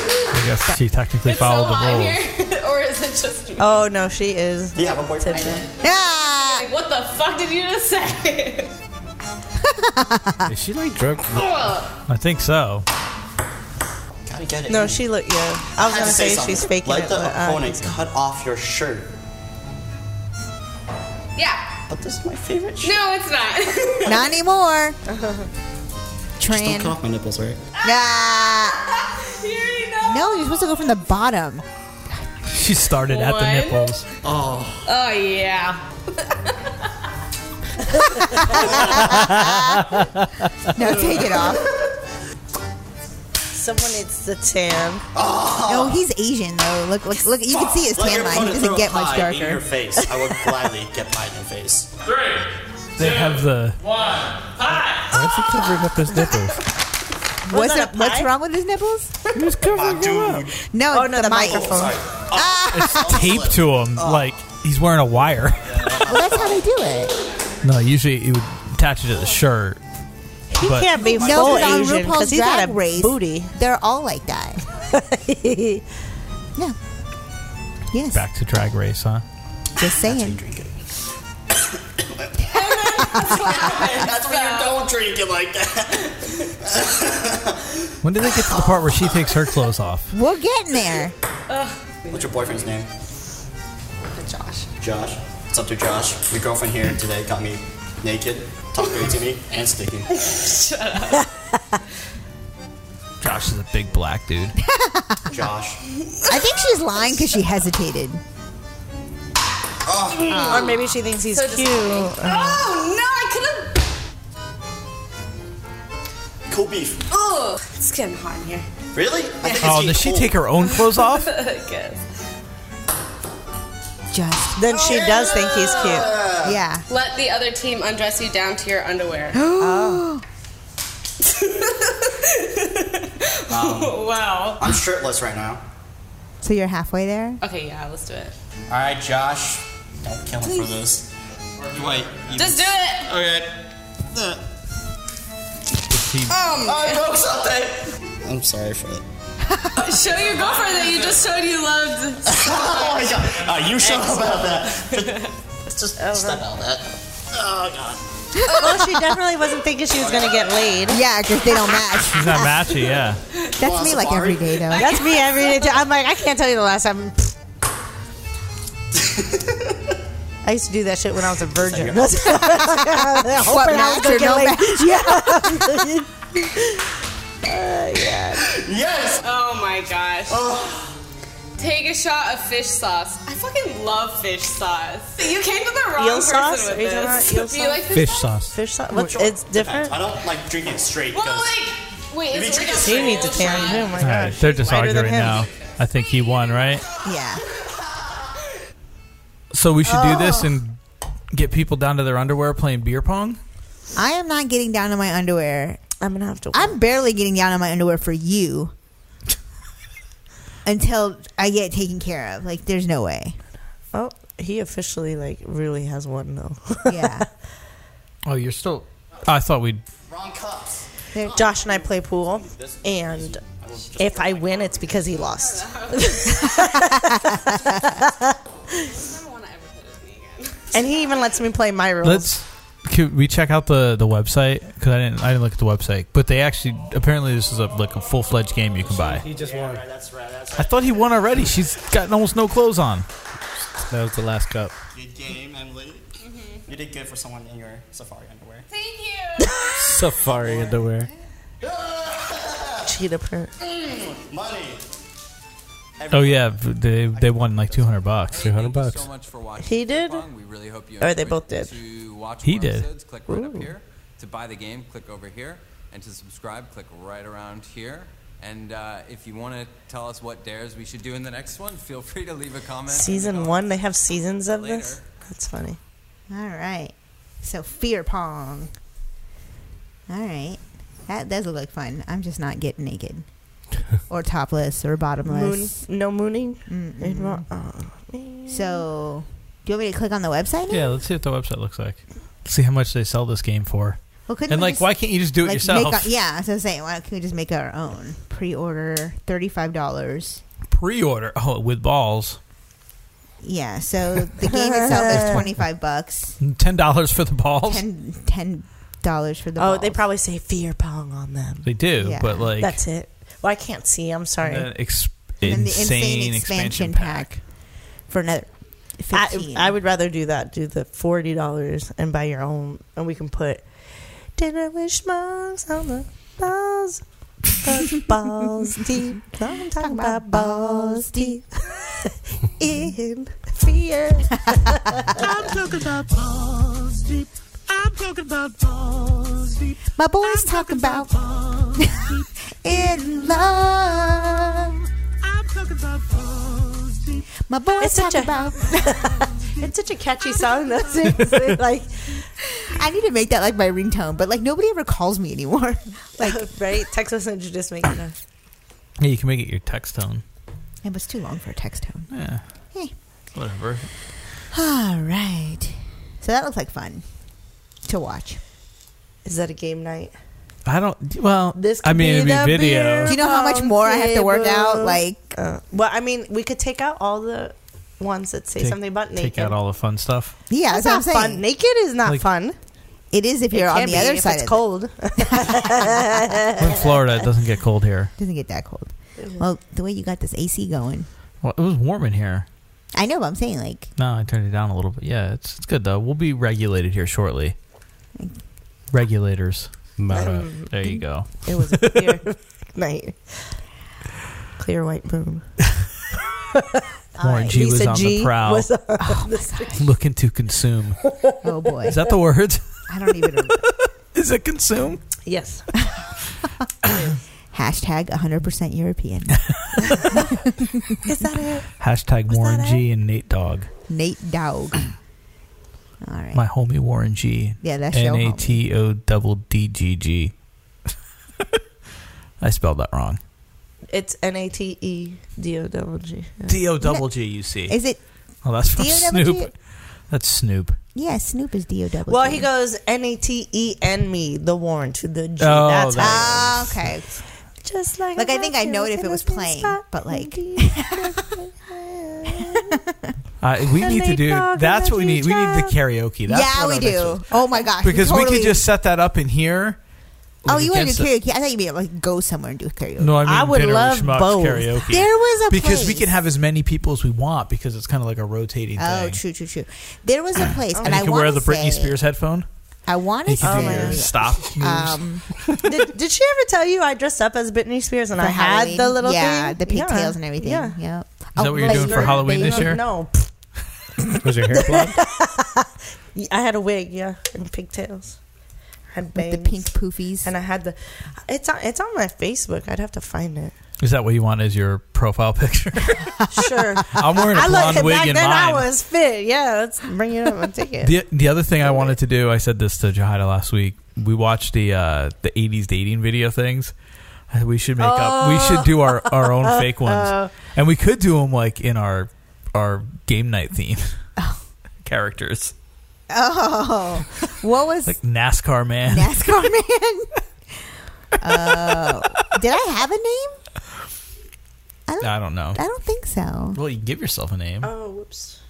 [SPEAKER 7] I guess she technically
[SPEAKER 3] It's so
[SPEAKER 7] followed
[SPEAKER 3] hot in
[SPEAKER 7] the rules.
[SPEAKER 3] here, or is it just me?
[SPEAKER 6] Oh no, she is.
[SPEAKER 11] Do you have a boyfriend?
[SPEAKER 4] Ah.
[SPEAKER 3] Like, what the fuck did you just say?
[SPEAKER 5] Is she like drunk?
[SPEAKER 7] I think so.
[SPEAKER 11] Gotta get it.
[SPEAKER 6] No,
[SPEAKER 11] in.
[SPEAKER 6] she look. Yeah, I was
[SPEAKER 11] I have
[SPEAKER 6] gonna
[SPEAKER 11] to say
[SPEAKER 6] say,
[SPEAKER 11] something.
[SPEAKER 6] she's faking
[SPEAKER 11] Let
[SPEAKER 6] it.
[SPEAKER 11] the
[SPEAKER 6] but, uh,
[SPEAKER 11] opponent cut off your shirt.
[SPEAKER 3] yeah.
[SPEAKER 11] But this is my favorite shirt.
[SPEAKER 3] No, it's not.
[SPEAKER 4] Not anymore.
[SPEAKER 11] Don't cut
[SPEAKER 4] Tran.
[SPEAKER 11] off my nipples, right?
[SPEAKER 4] Nah.
[SPEAKER 3] you already know.
[SPEAKER 4] No, you're supposed to go from the bottom.
[SPEAKER 7] She started at the
[SPEAKER 3] One.
[SPEAKER 7] nipples.
[SPEAKER 3] Oh yeah.
[SPEAKER 4] No, take it off.
[SPEAKER 6] Someone needs the tan.
[SPEAKER 4] No, he's Asian though. Look, look, look. You can see his
[SPEAKER 11] Let
[SPEAKER 4] tan
[SPEAKER 11] your
[SPEAKER 4] line. He
[SPEAKER 11] opponent
[SPEAKER 4] doesn't
[SPEAKER 11] throw
[SPEAKER 4] get
[SPEAKER 11] pie
[SPEAKER 4] much
[SPEAKER 11] In your
[SPEAKER 4] darker.
[SPEAKER 11] face. I would gladly get pie in your face.
[SPEAKER 7] They have the.
[SPEAKER 5] Why is she covering up his nipples?
[SPEAKER 4] What's
[SPEAKER 6] that
[SPEAKER 4] up-
[SPEAKER 6] a
[SPEAKER 4] What's
[SPEAKER 6] pie?
[SPEAKER 4] wrong with his nipples?
[SPEAKER 5] He's covering them up.
[SPEAKER 4] No,
[SPEAKER 6] Oh,
[SPEAKER 4] it's
[SPEAKER 6] no,
[SPEAKER 4] the,
[SPEAKER 6] the
[SPEAKER 4] microphone.
[SPEAKER 11] Sorry.
[SPEAKER 7] tape to him like he's wearing a wire.
[SPEAKER 4] Well, that's how they do it.
[SPEAKER 7] no, usually you would attach it to the shirt.
[SPEAKER 6] He
[SPEAKER 7] But-
[SPEAKER 6] can't be
[SPEAKER 4] No,
[SPEAKER 6] full
[SPEAKER 4] but on
[SPEAKER 6] Asian because
[SPEAKER 4] RuPaul's
[SPEAKER 6] he's got
[SPEAKER 4] Drag
[SPEAKER 6] a
[SPEAKER 4] Race,
[SPEAKER 6] booty.
[SPEAKER 4] they're all like that. Yeah. Yes.
[SPEAKER 7] Back to drag race, huh?
[SPEAKER 4] Just saying.
[SPEAKER 11] That's when you don't drink it like that.
[SPEAKER 7] When did they get to the part where she takes her clothes off?
[SPEAKER 4] We're getting there.
[SPEAKER 11] What's your boyfriend's name?
[SPEAKER 3] Josh.
[SPEAKER 11] Josh. What's up to Josh? Your girlfriend here today got me naked, talking to me, and sticking.
[SPEAKER 3] Shut up.
[SPEAKER 7] Josh is a big black dude.
[SPEAKER 11] Josh.
[SPEAKER 4] I think she's lying because she hesitated.
[SPEAKER 6] Or maybe she thinks he's
[SPEAKER 3] So
[SPEAKER 6] cute.
[SPEAKER 3] disgusting. Oh no! I could have
[SPEAKER 11] Cool beef.
[SPEAKER 3] Ugh, it's getting hot in here.
[SPEAKER 11] Really? I think it's
[SPEAKER 7] Oh,
[SPEAKER 11] getting
[SPEAKER 7] does she
[SPEAKER 11] cold.
[SPEAKER 7] take her own clothes off?
[SPEAKER 3] I guess.
[SPEAKER 4] Just
[SPEAKER 6] then she
[SPEAKER 3] Oh,
[SPEAKER 6] does think he's cute.
[SPEAKER 4] Yeah.
[SPEAKER 3] Let the other team undress you down to your underwear.
[SPEAKER 6] oh.
[SPEAKER 11] Um,
[SPEAKER 3] wow.
[SPEAKER 11] I'm shirtless right now.
[SPEAKER 4] So you're halfway there.
[SPEAKER 3] Okay,
[SPEAKER 11] uh,
[SPEAKER 3] yeah, let's do it.
[SPEAKER 11] All right, Josh. Don't kill me for this. Wait. you-
[SPEAKER 3] Just do it.
[SPEAKER 11] Okay.
[SPEAKER 3] Um,
[SPEAKER 11] I broke something. I'm sorry for it.
[SPEAKER 3] show your girlfriend that you just showed you loved.
[SPEAKER 11] oh my god. Uh, you shut up about that. Let's just stop about that. Oh god.
[SPEAKER 6] well, she definitely wasn't thinking she was gonna get laid.
[SPEAKER 4] Yeah, because they don't match.
[SPEAKER 7] She's not matchy, yeah.
[SPEAKER 4] That's me like every day though.
[SPEAKER 6] That's me every day. too. I'm like, I can't tell you the last time. I used to do that shit when I was a virgin.
[SPEAKER 4] What,
[SPEAKER 6] Hoping I was
[SPEAKER 4] match or
[SPEAKER 6] gonna
[SPEAKER 4] no
[SPEAKER 6] get laid.
[SPEAKER 4] match?
[SPEAKER 6] Yeah.
[SPEAKER 11] Yes. Oh.
[SPEAKER 3] Oh my gosh. Take a shot of fish sauce. I fucking love fish sauce. You came to the wrong
[SPEAKER 6] Eel
[SPEAKER 3] person
[SPEAKER 6] sauce?
[SPEAKER 3] with
[SPEAKER 6] Are you talking
[SPEAKER 3] this.
[SPEAKER 6] about eel
[SPEAKER 3] Do you
[SPEAKER 6] sauce?
[SPEAKER 3] like fish?
[SPEAKER 7] Fish sauce.
[SPEAKER 6] Fish sauce. What's, it's different.
[SPEAKER 11] I don't like drinking it straight
[SPEAKER 3] Well,
[SPEAKER 11] because
[SPEAKER 3] like, wait,
[SPEAKER 11] If you
[SPEAKER 3] is it
[SPEAKER 11] drink
[SPEAKER 3] like
[SPEAKER 11] it
[SPEAKER 3] a
[SPEAKER 11] straight,
[SPEAKER 6] He
[SPEAKER 3] full
[SPEAKER 6] needs a tan.
[SPEAKER 3] shot?
[SPEAKER 6] Oh my
[SPEAKER 7] All right,
[SPEAKER 6] gosh.
[SPEAKER 7] they're just
[SPEAKER 6] Lighter than
[SPEAKER 7] arguing
[SPEAKER 6] him.
[SPEAKER 7] now. I think he won, right?
[SPEAKER 4] Yeah.
[SPEAKER 7] So we should do this and get people down to their underwear playing beer pong.
[SPEAKER 4] I am not getting down on my underwear.
[SPEAKER 6] I'm gonna have to.
[SPEAKER 4] I'm barely getting down on my underwear for you. Until I get taken care of. Like, there's no way.
[SPEAKER 6] oh, he officially like really has one though.
[SPEAKER 4] Yeah.
[SPEAKER 7] Oh, you're still. I thought we'd.
[SPEAKER 11] wrong cups.
[SPEAKER 6] Josh and I play pool, and if I win, it's because he lost. and he even lets me play my rules.
[SPEAKER 7] Let's. Could we check out the the website? Because I didn't I didn't look at the website, but they actually apparently this is a like a full fledged game you can buy.
[SPEAKER 5] He just won.
[SPEAKER 11] Right, that's right. That's
[SPEAKER 7] I thought he won already. She's got almost no clothes on.
[SPEAKER 5] That was the last cup.
[SPEAKER 11] Good game, Emily.
[SPEAKER 3] Mm-hmm.
[SPEAKER 11] You did good for someone in your safari underwear.
[SPEAKER 3] Thank you.
[SPEAKER 5] Safari underwear.
[SPEAKER 6] cheetah print.
[SPEAKER 11] Money.
[SPEAKER 7] Oh yeah, they they won like two hundred bucks.
[SPEAKER 5] Two hundred bucks.
[SPEAKER 13] much for watching.
[SPEAKER 6] He did?
[SPEAKER 13] Fun. We really hope you
[SPEAKER 6] Or they
[SPEAKER 13] enjoyed
[SPEAKER 6] both
[SPEAKER 13] it.
[SPEAKER 6] did.
[SPEAKER 13] To watch
[SPEAKER 7] He
[SPEAKER 13] more
[SPEAKER 7] did.
[SPEAKER 13] episodes, click right up
[SPEAKER 6] Ooh.
[SPEAKER 13] here. To buy the game, click over here. And to subscribe, click right around here. And uh, if you want to tell us what dares we should do in the next one, feel free to leave a comment. in the
[SPEAKER 6] Season
[SPEAKER 13] comments.
[SPEAKER 6] one, they have seasons of this. That's funny.
[SPEAKER 4] All right. So, Fear Pong. All right. That does look fun. I'm just not getting naked. or topless or
[SPEAKER 6] Moon,
[SPEAKER 4] bottomless.
[SPEAKER 6] no mooning.
[SPEAKER 4] Mm-mm.
[SPEAKER 6] Invo- oh,
[SPEAKER 4] So, do you want me to click on the website? now?
[SPEAKER 7] Yeah, let's see what the website looks like. See how much they sell this game for.
[SPEAKER 4] Well, couldn't
[SPEAKER 7] And
[SPEAKER 4] we
[SPEAKER 7] like,
[SPEAKER 4] just-
[SPEAKER 7] why can't you just do it
[SPEAKER 4] like,
[SPEAKER 7] yourself?
[SPEAKER 4] Make our, yeah, so saying, why can't we just make our own? Pre-order thirty-five dollars.
[SPEAKER 7] Pre-order. Oh, with balls.
[SPEAKER 4] Yeah, so the game itself is twenty-five bucks.
[SPEAKER 7] Ten dollars for the balls.
[SPEAKER 4] Ten ten dollars for the.
[SPEAKER 6] Oh, they
[SPEAKER 4] balls.
[SPEAKER 6] probably say fear pong on them.
[SPEAKER 7] They do,
[SPEAKER 4] Yeah.
[SPEAKER 7] but like
[SPEAKER 6] That's it. Well, I can't see. I'm sorry.
[SPEAKER 7] an ex-
[SPEAKER 4] And the
[SPEAKER 7] insane, expansion, pack.
[SPEAKER 4] for another
[SPEAKER 6] I,
[SPEAKER 4] fifteen.
[SPEAKER 6] I would rather do that. Do the forty dollars and buy your own, and we can put dinner with schmucks on the balls, the balls deep. I'm talking about balls deep in fear.
[SPEAKER 14] I'm talking about balls deep. I'm talking about balls deep.
[SPEAKER 4] My boys talking about
[SPEAKER 14] Balls deep.
[SPEAKER 4] in love.
[SPEAKER 14] I'm talking about balls deep.
[SPEAKER 4] My boys
[SPEAKER 6] It's such
[SPEAKER 4] talking
[SPEAKER 6] a-
[SPEAKER 4] about.
[SPEAKER 6] It's such a catchy song, though. seriously, like,
[SPEAKER 4] I need to make that like my ringtone, but like nobody ever calls me anymore.
[SPEAKER 6] like right? Text message just make it. a-
[SPEAKER 7] Yeah, you can make it your text tone.
[SPEAKER 4] It was too long for a text tone.
[SPEAKER 7] Yeah.
[SPEAKER 4] Hey.
[SPEAKER 7] Whatever.
[SPEAKER 4] All right. So that looks like fun to watch.
[SPEAKER 6] Is that a game night?
[SPEAKER 7] I don't. Well, this. I mean, it'd be video.
[SPEAKER 4] Do you know how much more I have to work out? Like,
[SPEAKER 7] Uh.
[SPEAKER 6] well, I mean, we could take out all the ones that say
[SPEAKER 7] Take-
[SPEAKER 6] something about naked.
[SPEAKER 7] Take out all the fun stuff.
[SPEAKER 4] yeah, that's,
[SPEAKER 6] That's
[SPEAKER 4] what I'm
[SPEAKER 6] not
[SPEAKER 4] saying.
[SPEAKER 6] fun. Naked is not fun.
[SPEAKER 4] It is if you're on
[SPEAKER 6] can
[SPEAKER 4] the
[SPEAKER 6] be
[SPEAKER 4] other
[SPEAKER 6] if
[SPEAKER 4] side.
[SPEAKER 6] It's
[SPEAKER 4] of
[SPEAKER 6] cold.
[SPEAKER 7] We're in Florida. It doesn't get cold here.
[SPEAKER 4] Doesn't get that cold. Well, the way you got this AC going,
[SPEAKER 7] Well, it was warm in here.
[SPEAKER 4] I know. But I'm saying like
[SPEAKER 7] No, I turned it down a little bit. Yeah, it's it's good though. We'll be regulated here shortly. Regulators. There you go.
[SPEAKER 6] It was a clear night. Clear white moon.
[SPEAKER 7] Warren
[SPEAKER 6] Alright.
[SPEAKER 7] G was
[SPEAKER 6] Lisa
[SPEAKER 7] on
[SPEAKER 6] G
[SPEAKER 7] the prowl,
[SPEAKER 6] was on
[SPEAKER 7] Oh
[SPEAKER 6] the
[SPEAKER 7] my
[SPEAKER 6] street.
[SPEAKER 7] God. looking to consume.
[SPEAKER 4] Oh boy.
[SPEAKER 7] Is that the word?
[SPEAKER 4] I don't even.
[SPEAKER 7] Is it consume?
[SPEAKER 6] Yes.
[SPEAKER 4] Hashtag 100% European.
[SPEAKER 6] Is that it?
[SPEAKER 7] Hashtag Warren G and Nate Dog.
[SPEAKER 4] Nate Dowg. All right.
[SPEAKER 7] My homie Warren G.
[SPEAKER 4] Yeah, that's your
[SPEAKER 7] N
[SPEAKER 4] homie.
[SPEAKER 7] A T O double D G G. I spelled that wrong.
[SPEAKER 6] It's N A T E D O double G.
[SPEAKER 7] D O double G. You see?
[SPEAKER 6] Is it
[SPEAKER 7] Oh, that's from
[SPEAKER 6] D-O-double-G?
[SPEAKER 7] Snoop. That's Snoop.
[SPEAKER 4] Yeah, Snoop is D O double.
[SPEAKER 6] Well, he goes N A T E N me the Warren to the G.
[SPEAKER 7] Oh,
[SPEAKER 6] That's
[SPEAKER 7] that-
[SPEAKER 6] how.
[SPEAKER 4] Ah, okay.
[SPEAKER 6] Just like
[SPEAKER 4] like I think I
[SPEAKER 6] you
[SPEAKER 4] know it if
[SPEAKER 6] in
[SPEAKER 4] it
[SPEAKER 6] a
[SPEAKER 4] was
[SPEAKER 6] new
[SPEAKER 4] playing,
[SPEAKER 6] spot.
[SPEAKER 4] but like
[SPEAKER 7] Uh, we
[SPEAKER 4] And
[SPEAKER 7] need to
[SPEAKER 4] Nate
[SPEAKER 7] do.
[SPEAKER 4] Dogg
[SPEAKER 7] That's what we need. We need the
[SPEAKER 4] Job.
[SPEAKER 7] karaoke. That's
[SPEAKER 4] yeah,
[SPEAKER 7] what
[SPEAKER 4] we
[SPEAKER 7] our next one-
[SPEAKER 4] do. Oh my gosh,
[SPEAKER 7] Because we
[SPEAKER 4] totally-
[SPEAKER 7] could just set that up in here.
[SPEAKER 4] Oh, you want to do
[SPEAKER 7] karaoke?
[SPEAKER 4] karaoke? I thought you meant like go somewhere and do karaoke.
[SPEAKER 7] No, I mean dinner with schmucks karaoke.
[SPEAKER 4] There was a
[SPEAKER 7] because we
[SPEAKER 4] place-
[SPEAKER 7] can have as many people as we want because it's kind of like a rotating
[SPEAKER 4] Oh,
[SPEAKER 7] thing.
[SPEAKER 4] true, true, true. There was a place, and,
[SPEAKER 7] and you
[SPEAKER 4] I
[SPEAKER 7] can wear
[SPEAKER 4] want
[SPEAKER 7] the
[SPEAKER 4] to
[SPEAKER 7] Britney
[SPEAKER 4] say,
[SPEAKER 7] Spears headphone.
[SPEAKER 4] I want to
[SPEAKER 7] You can do
[SPEAKER 4] say,
[SPEAKER 7] your stop moves.
[SPEAKER 4] um,
[SPEAKER 6] did, did she ever tell you I dressed up as Britney Spears and
[SPEAKER 4] For
[SPEAKER 6] I had
[SPEAKER 4] Halloween?
[SPEAKER 6] the little
[SPEAKER 4] Yeah,
[SPEAKER 6] thing?
[SPEAKER 4] the pigtails and everything.
[SPEAKER 6] Yeah.
[SPEAKER 4] yeah. Is
[SPEAKER 7] that
[SPEAKER 6] Oh,
[SPEAKER 7] what you're doing for Halloween this year?
[SPEAKER 6] No,
[SPEAKER 5] Was your hair blonde?
[SPEAKER 6] I had a wig, yeah, and pigtails. I had
[SPEAKER 4] With the
[SPEAKER 6] bangs.
[SPEAKER 4] pink poofies,
[SPEAKER 6] and I had the. It's on, it's on my Facebook. I'd have to find it.
[SPEAKER 7] Is that what you want as your profile picture?
[SPEAKER 6] Sure.
[SPEAKER 7] I'm wearing a
[SPEAKER 6] I
[SPEAKER 7] blonde
[SPEAKER 6] look
[SPEAKER 7] wig
[SPEAKER 6] back
[SPEAKER 7] in
[SPEAKER 6] then. I
[SPEAKER 7] mine.
[SPEAKER 6] was fit. Yeah, let's bring it up and take it.
[SPEAKER 7] The, the other thing I wanted to do, I said this to Jahida last week. We watched the uh, the '80s dating video things. Uh, We should make up.
[SPEAKER 4] Oh.
[SPEAKER 7] We should do our, our own fake ones,
[SPEAKER 6] Oh.
[SPEAKER 7] and we could do them like in our our game night theme characters,
[SPEAKER 4] Oh, what was
[SPEAKER 7] like NASCAR man.
[SPEAKER 4] NASCAR man? uh, did I have a name?
[SPEAKER 7] I don't know.
[SPEAKER 4] I don't think so.
[SPEAKER 7] Well, you give yourself a name.
[SPEAKER 6] Oh, whoops.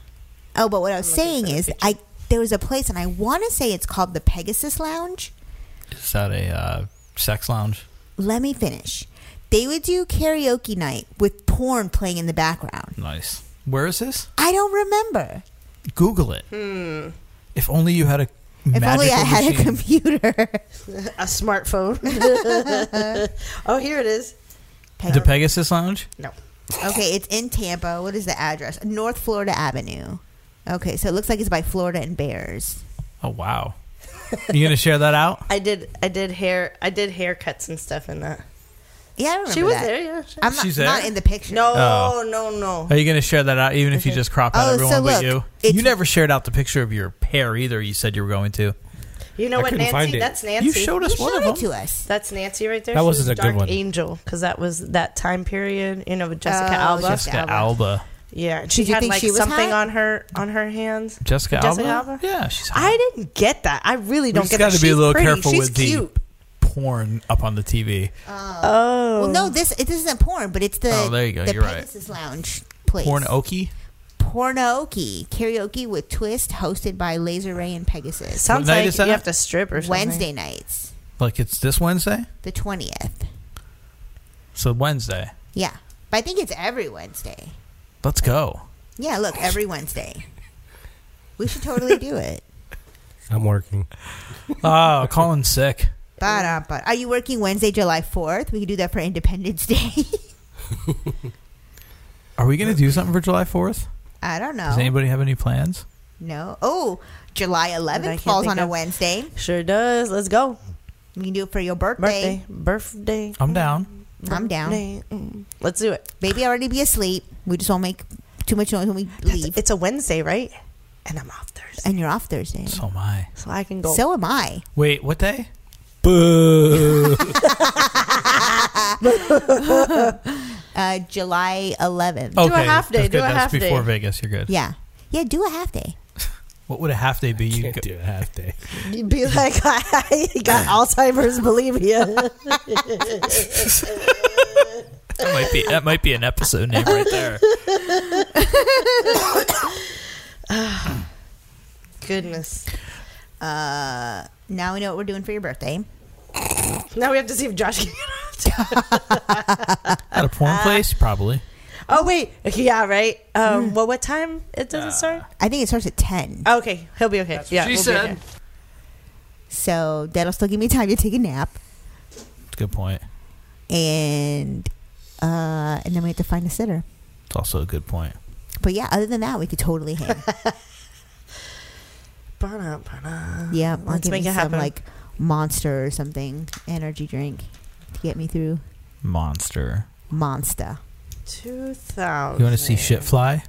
[SPEAKER 4] Oh, but what I was saying is, I there was a place, and I want to say it's called the Pegasus Lounge.
[SPEAKER 7] Is that a uh, sex lounge?
[SPEAKER 4] Let me finish. They would do karaoke night with porn playing in the background.
[SPEAKER 7] Nice. Where is this?
[SPEAKER 4] I don't remember.
[SPEAKER 7] Google it.
[SPEAKER 6] Hmm.
[SPEAKER 7] If only you had a
[SPEAKER 4] If
[SPEAKER 7] magical
[SPEAKER 4] only I had
[SPEAKER 7] machine.
[SPEAKER 4] a computer.
[SPEAKER 6] A smartphone. oh, here it is.
[SPEAKER 7] the Pegasus Lounge.
[SPEAKER 6] No.
[SPEAKER 4] Okay, it's in Tampa. What is the address? North Florida Avenue. Okay, so it looks like it's by Florida and Bears.
[SPEAKER 7] Oh wow. you gonna share that out?
[SPEAKER 6] I did. I did hair. I did haircuts and stuff in that.
[SPEAKER 4] Yeah, I remember
[SPEAKER 6] She was
[SPEAKER 4] that.
[SPEAKER 6] there. Yeah, she-
[SPEAKER 4] I'm not,
[SPEAKER 7] She's
[SPEAKER 4] not
[SPEAKER 7] there?
[SPEAKER 4] in the picture.
[SPEAKER 6] No,
[SPEAKER 7] Oh.
[SPEAKER 6] no, no.
[SPEAKER 7] Are you going to share that out, even if you just crop out
[SPEAKER 6] Oh,
[SPEAKER 7] everyone
[SPEAKER 6] so
[SPEAKER 7] but
[SPEAKER 6] look,
[SPEAKER 7] you? You never shared out the picture of your pair either. You said you were going to.
[SPEAKER 6] You know
[SPEAKER 7] I
[SPEAKER 6] what,
[SPEAKER 7] couldn't
[SPEAKER 6] Nancy?
[SPEAKER 7] find it.
[SPEAKER 6] That's
[SPEAKER 7] You
[SPEAKER 6] Nancy.
[SPEAKER 7] showed us You one of showed it them. to
[SPEAKER 4] us.
[SPEAKER 6] That's Nancy right there.
[SPEAKER 7] That
[SPEAKER 6] She
[SPEAKER 7] wasn't a good
[SPEAKER 6] Dark
[SPEAKER 7] one.
[SPEAKER 6] Angel, because that was that time period. You know, with Jessica
[SPEAKER 7] Oh,
[SPEAKER 6] Alba.
[SPEAKER 7] Jessica Jessica Alba. Alba.
[SPEAKER 6] Yeah, and
[SPEAKER 7] Did
[SPEAKER 6] she
[SPEAKER 7] you
[SPEAKER 6] had
[SPEAKER 7] think
[SPEAKER 6] like
[SPEAKER 7] she was
[SPEAKER 6] something
[SPEAKER 7] hot?
[SPEAKER 6] on her on her hands.
[SPEAKER 7] Jessica
[SPEAKER 6] Jessica
[SPEAKER 7] Alba?
[SPEAKER 6] Alba.
[SPEAKER 7] Yeah, she's.
[SPEAKER 6] I didn't get that. I really don't
[SPEAKER 7] just
[SPEAKER 6] get that.
[SPEAKER 7] gotta be a
[SPEAKER 6] She's
[SPEAKER 7] little
[SPEAKER 6] pretty.
[SPEAKER 7] careful
[SPEAKER 6] She's
[SPEAKER 7] with
[SPEAKER 6] cute.
[SPEAKER 7] the porn up on the TV.
[SPEAKER 6] Oh.
[SPEAKER 4] Well, no, this it isn't porn, but it's the
[SPEAKER 7] Oh, there you go.
[SPEAKER 4] the
[SPEAKER 7] You're right.
[SPEAKER 4] Pegasus Lounge place.
[SPEAKER 7] Porn Oki.
[SPEAKER 4] Pornoki karaoke with twist hosted by Laser Ray and Pegasus.
[SPEAKER 7] Sounds What night like is that you at? have
[SPEAKER 6] to strip or
[SPEAKER 7] something.
[SPEAKER 4] Wednesday nights,
[SPEAKER 7] Like it's this Wednesday,
[SPEAKER 4] the twentieth.
[SPEAKER 7] so Wednesday.
[SPEAKER 4] Yeah, but I think it's every Wednesday.
[SPEAKER 7] Let's go.
[SPEAKER 4] Yeah, look, every Wednesday. We should totally do it.
[SPEAKER 5] I'm working.
[SPEAKER 7] Oh, Colin's sick.
[SPEAKER 4] Ba-dum, ba- Are you working Wednesday, July fourth? We could do that for Independence Day.
[SPEAKER 7] Are we going to do something for July Fourth?
[SPEAKER 4] I don't know.
[SPEAKER 7] Does anybody have any plans?
[SPEAKER 4] No. Oh, July
[SPEAKER 6] That I
[SPEAKER 4] eleventh
[SPEAKER 6] can't
[SPEAKER 4] falls on
[SPEAKER 6] think
[SPEAKER 4] a
[SPEAKER 6] of.
[SPEAKER 4] Wednesday.
[SPEAKER 6] Sure does. Let's go.
[SPEAKER 4] We can do it for your birthday.
[SPEAKER 6] Birthday. Birthday.
[SPEAKER 7] I'm down.
[SPEAKER 4] I'm down.
[SPEAKER 6] Birthday. Mm. Let's do it.
[SPEAKER 4] Baby already be asleep. We just won't make too much noise when we leave.
[SPEAKER 6] It's a Wednesday, right? And I'm off Thursday.
[SPEAKER 4] And you're off Thursday.
[SPEAKER 7] So am I.
[SPEAKER 6] So I can go.
[SPEAKER 4] So am I.
[SPEAKER 7] Wait, what day? Boo.
[SPEAKER 4] Uh, July 11th.
[SPEAKER 7] okay, that's good. That's before Vegas. You're good.
[SPEAKER 4] Yeah. Yeah, do a half day.
[SPEAKER 7] What would a half day be? You can't
[SPEAKER 5] do a half day.
[SPEAKER 6] You'd be like, I got Alzheimer's bulimia.
[SPEAKER 7] That might be that might be an episode name right there.
[SPEAKER 6] Goodness.
[SPEAKER 4] Uh, now we know what we're doing for your birthday.
[SPEAKER 6] now we have to see if Josh can
[SPEAKER 7] At a
[SPEAKER 4] Uh,
[SPEAKER 7] porn place, probably.
[SPEAKER 6] Oh wait, yeah, right.
[SPEAKER 7] Hmm.
[SPEAKER 6] Um, well, what time it does it start?
[SPEAKER 4] I think it starts at ten.
[SPEAKER 6] Oh, okay, he'll be okay. yeah,
[SPEAKER 4] she
[SPEAKER 6] we'll be
[SPEAKER 4] said.
[SPEAKER 6] okay.
[SPEAKER 4] So that'll still give me time to take a nap,
[SPEAKER 7] Good point.
[SPEAKER 4] and uh, and then we have to find a sitter.
[SPEAKER 7] It's also a good point.
[SPEAKER 4] But yeah, other than that, we could totally hang.
[SPEAKER 6] Ba-da, ba-da.
[SPEAKER 4] yeah, I'll
[SPEAKER 6] let's
[SPEAKER 4] give
[SPEAKER 6] make
[SPEAKER 4] me
[SPEAKER 6] it
[SPEAKER 4] some
[SPEAKER 6] happen.
[SPEAKER 4] like monster or something energy drink to get me through
[SPEAKER 7] Monster.
[SPEAKER 4] monster.
[SPEAKER 6] two thousand.
[SPEAKER 7] You
[SPEAKER 4] Oh,
[SPEAKER 7] want to see shit fly?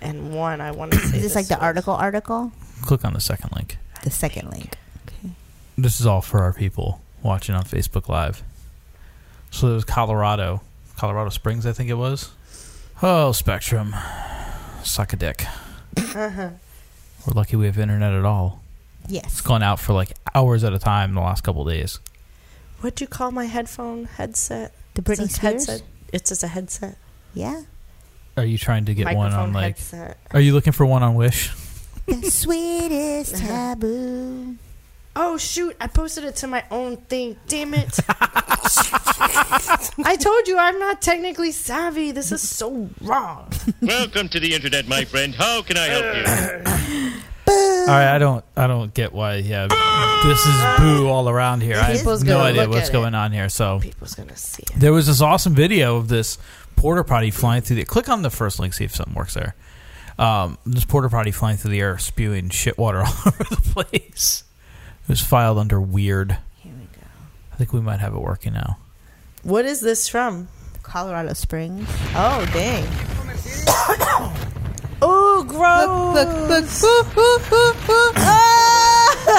[SPEAKER 6] And one, I want to say
[SPEAKER 4] Is this like the article article?
[SPEAKER 7] Click on the second link.
[SPEAKER 4] The second link. Okay.
[SPEAKER 7] This is all for our people watching on Facebook Live. So there's Colorado, Colorado Springs, I think it was. Oh, Spectrum, suck a dick.
[SPEAKER 6] Uh-huh.
[SPEAKER 7] We're lucky we have internet at all. It's
[SPEAKER 4] Yes.
[SPEAKER 7] gone out for like hours at a time the last couple of days.
[SPEAKER 6] What do you call my headphone headset?
[SPEAKER 4] The
[SPEAKER 6] Britney
[SPEAKER 4] Spears?
[SPEAKER 6] headset. It's just a headset.
[SPEAKER 4] Yeah.
[SPEAKER 7] Are you trying to get one on
[SPEAKER 6] Microphone
[SPEAKER 7] like?
[SPEAKER 6] headset.
[SPEAKER 7] Are you looking for one on Wish?
[SPEAKER 4] The sweetest taboo.
[SPEAKER 6] Oh shoot! I posted it to my own thing. Damn it! I told you I'm not technically savvy. This is so wrong.
[SPEAKER 15] Welcome to the internet, my friend. How can I help
[SPEAKER 7] All right, I don't, I don't get why. Yeah, this is boo all around here. I
[SPEAKER 6] People's
[SPEAKER 7] have no
[SPEAKER 6] gonna
[SPEAKER 7] idea
[SPEAKER 6] look
[SPEAKER 7] what's
[SPEAKER 6] at it.
[SPEAKER 7] going on here. So
[SPEAKER 6] People's gonna see it.
[SPEAKER 7] there was this awesome video of this porter potty flying through the. Click on the first link, see if something works there. Um, this porter potty flying through the air, spewing shit water all over the place. It was filed under weird. Here we go. I think we might have it working now.
[SPEAKER 6] What is this from?
[SPEAKER 4] Colorado Springs.
[SPEAKER 6] Oh dang! oh gross!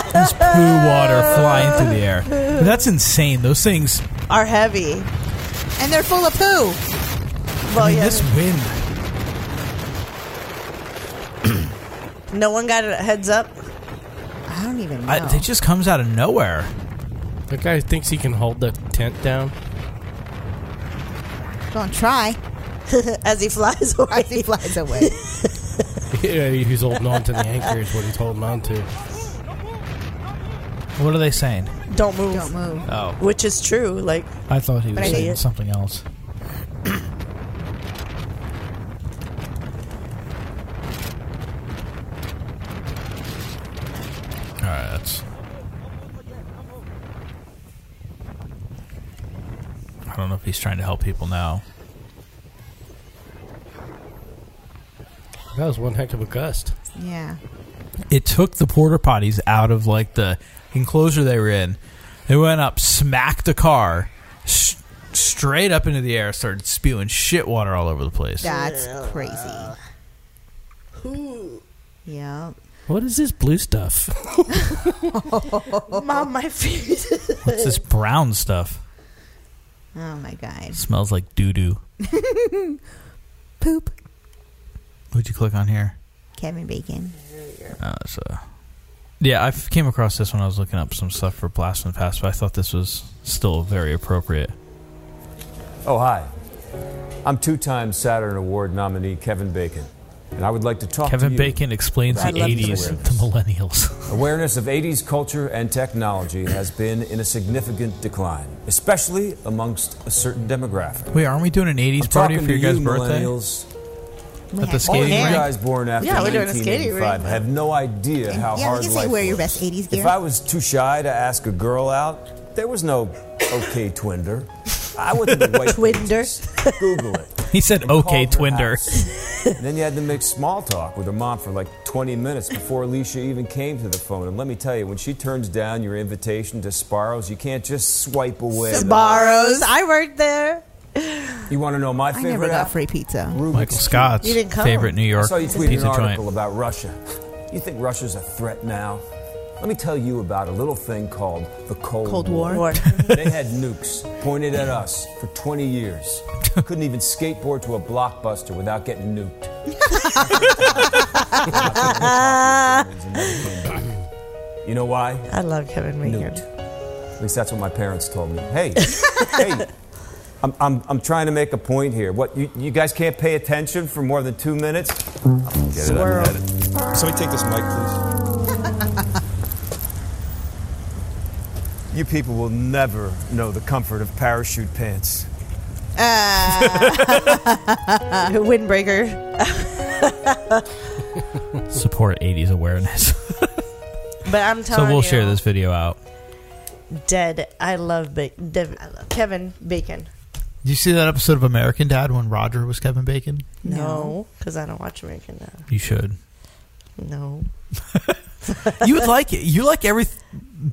[SPEAKER 6] Ah!
[SPEAKER 7] This poo water flying through the air. That's insane. Those things.
[SPEAKER 6] Are heavy.
[SPEAKER 4] And they're full of poo.
[SPEAKER 7] I mean, this wind.
[SPEAKER 6] No one got a heads up.
[SPEAKER 4] I don't even know.
[SPEAKER 7] I, It just comes out of nowhere.
[SPEAKER 5] That guy thinks he can hold the tent down.
[SPEAKER 4] Don't try.
[SPEAKER 6] As he flies away.
[SPEAKER 4] As he flies away.
[SPEAKER 5] yeah, he's holding on to the anchor is what he's holding on to.
[SPEAKER 7] What are they saying?
[SPEAKER 6] Don't move.
[SPEAKER 4] Don't move.
[SPEAKER 7] Oh.
[SPEAKER 6] Which is true. Like
[SPEAKER 7] I thought he
[SPEAKER 6] But
[SPEAKER 7] was
[SPEAKER 6] I
[SPEAKER 7] saying
[SPEAKER 6] did.
[SPEAKER 7] something else. All right, that's. I don't know if he's trying to help people now.
[SPEAKER 5] That was one heck of a gust.
[SPEAKER 4] Yeah.
[SPEAKER 7] It took the porter potties out of like the enclosure they were in. They went up, smacked the car, s straight up into the air, started spewing shit water all over the place.
[SPEAKER 4] That's crazy. Yeah.
[SPEAKER 5] What is this blue stuff?
[SPEAKER 6] mom, my feet.
[SPEAKER 7] What's this brown stuff?
[SPEAKER 4] Oh my god.
[SPEAKER 7] smells like doo doo.
[SPEAKER 4] Poop.
[SPEAKER 7] What'd you click on here?
[SPEAKER 4] Kevin Bacon.
[SPEAKER 7] Uh, so, yeah, I f- came across this when I was looking up some stuff for Blast from the Past, but I thought this was still very appropriate.
[SPEAKER 16] Oh, hi. I'm two time Saturn Award nominee Kevin Bacon, and I would like to talk
[SPEAKER 7] Kevin
[SPEAKER 16] to you.
[SPEAKER 7] Bacon explains the
[SPEAKER 16] I'd love to
[SPEAKER 7] 80s,
[SPEAKER 16] listen.
[SPEAKER 7] the millennials.
[SPEAKER 16] Awareness of 80s culture and technology has been in a significant decline, especially amongst a certain demographic.
[SPEAKER 7] Wait, aren't we doing an 80s
[SPEAKER 16] I'm
[SPEAKER 7] party
[SPEAKER 16] talking
[SPEAKER 7] for
[SPEAKER 16] to
[SPEAKER 7] your guys'
[SPEAKER 16] you,
[SPEAKER 7] birthday?
[SPEAKER 16] millennials.
[SPEAKER 7] At the
[SPEAKER 16] All of
[SPEAKER 7] skating
[SPEAKER 16] you
[SPEAKER 7] rink?
[SPEAKER 16] guys born after
[SPEAKER 6] Yeah, we're doing a skating
[SPEAKER 16] 1985
[SPEAKER 6] rink.
[SPEAKER 16] have no idea how
[SPEAKER 4] yeah,
[SPEAKER 16] hard
[SPEAKER 4] we can
[SPEAKER 16] life
[SPEAKER 4] say wear your
[SPEAKER 16] was.
[SPEAKER 4] best 80s gear.
[SPEAKER 16] If I was too shy to ask a girl out, there was no okay Twinder. I went to the white Twinder. Google it.
[SPEAKER 7] He said, okay, Twinder.
[SPEAKER 16] And then you had to make small talk with her mom for like 20 minutes before Alicia even came to the phone. And let me tell you, when she turns down your invitation to Sparrows, you can't just swipe away. the-
[SPEAKER 6] Sbarro's. I worked there.
[SPEAKER 16] You want to know my
[SPEAKER 4] I
[SPEAKER 16] favorite?
[SPEAKER 4] never got
[SPEAKER 16] app?
[SPEAKER 4] free pizza.
[SPEAKER 16] Rubik's
[SPEAKER 7] uh, Michael Scott's
[SPEAKER 6] You didn't come.
[SPEAKER 7] favorite New
[SPEAKER 16] I
[SPEAKER 7] York
[SPEAKER 16] saw you tweeted
[SPEAKER 7] pizza
[SPEAKER 16] an
[SPEAKER 7] joint.
[SPEAKER 16] article about Russia. You think Russia's a threat now? Let me tell you about a little thing called the Cold,
[SPEAKER 4] Cold War.
[SPEAKER 6] War.
[SPEAKER 16] they had nukes pointed at us for 20 years. Couldn't even skateboard to a blockbuster without getting nuked. You know why?
[SPEAKER 6] I love Kevin Maynard.
[SPEAKER 16] At least that's what my parents told me. Hey, hey, I'm, I'm, I'm trying to make a point here. What, you, you guys can't pay attention for more than two minutes? Get it, I
[SPEAKER 8] Squirrel.
[SPEAKER 16] get it. Somebody take this mic, please. You people will never know the comfort of parachute pants.
[SPEAKER 6] Uh, Windbreaker.
[SPEAKER 7] Support 80s awareness.
[SPEAKER 6] But I'm
[SPEAKER 7] so
[SPEAKER 6] telling
[SPEAKER 7] we'll
[SPEAKER 6] you,
[SPEAKER 7] share this video out.
[SPEAKER 6] dead. I love, ba- Dev- Kevin Bacon.
[SPEAKER 17] you see that episode of American Dad when Roger was Kevin Bacon?
[SPEAKER 6] No, because I don't watch American Dad.
[SPEAKER 7] You should.
[SPEAKER 6] No.
[SPEAKER 7] You would like it. You like everything.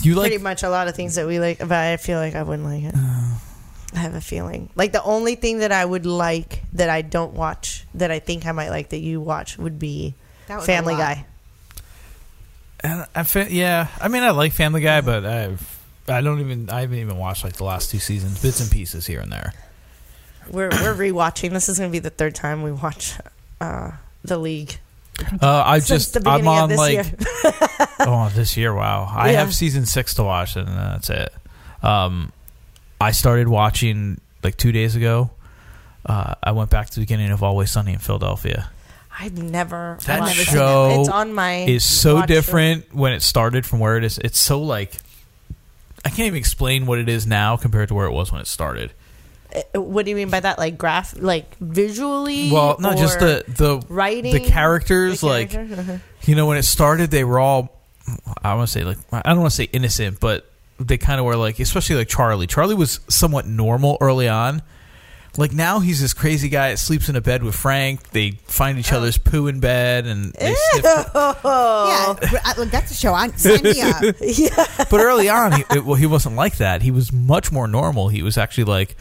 [SPEAKER 7] You like
[SPEAKER 6] pretty much a lot of things that we like, but I feel like I wouldn't like it. I have a feeling. Like the only thing that I would like that I don't watch that I think I might like that you watch would be
[SPEAKER 4] That was a
[SPEAKER 6] Family
[SPEAKER 4] lot.
[SPEAKER 6] Guy.
[SPEAKER 7] And I fe- yeah, I mean, I like Family Guy, but I've I don't even I haven't even watched like the last two seasons, bits and pieces here and there.
[SPEAKER 6] We're we're rewatching. This is going to be the third time we watch uh, the League.
[SPEAKER 7] Uh, I
[SPEAKER 6] Since
[SPEAKER 7] just
[SPEAKER 6] the
[SPEAKER 7] I'm
[SPEAKER 6] beginning of
[SPEAKER 7] on
[SPEAKER 6] this
[SPEAKER 7] like
[SPEAKER 6] year.
[SPEAKER 7] oh this year wow I
[SPEAKER 6] Yeah.
[SPEAKER 7] have season six to watch and that's it. Um, I started watching like two days ago. Uh, I went back to the beginning of Always Sunny in Philadelphia.
[SPEAKER 6] I've never
[SPEAKER 7] That
[SPEAKER 6] watched it.
[SPEAKER 7] show
[SPEAKER 6] It's on my
[SPEAKER 7] is so
[SPEAKER 6] watch
[SPEAKER 7] different when it started from where it is. It's so like I can't even explain what it is now compared to where it was when it started.
[SPEAKER 6] list. Uh, What do you mean by that? Like graph, like visually?
[SPEAKER 7] Well, not just the
[SPEAKER 6] or
[SPEAKER 7] the
[SPEAKER 6] writing,
[SPEAKER 7] the characters.
[SPEAKER 6] The
[SPEAKER 7] like
[SPEAKER 6] characters? Uh-huh.
[SPEAKER 7] you know, when it started, they were all I want to say like I don't want to say innocent, but they kind of were like, especially like Charlie. Charlie was somewhat normal early on. Like now, he's this crazy guy that sleeps in a bed with Frank. They find
[SPEAKER 4] Oh.
[SPEAKER 7] each other's poo in bed, and they sniff
[SPEAKER 4] Yeah, I- look, that's a show. I sign me up.
[SPEAKER 7] but early on, he, it, well, he wasn't like that. He was much more normal. He was actually like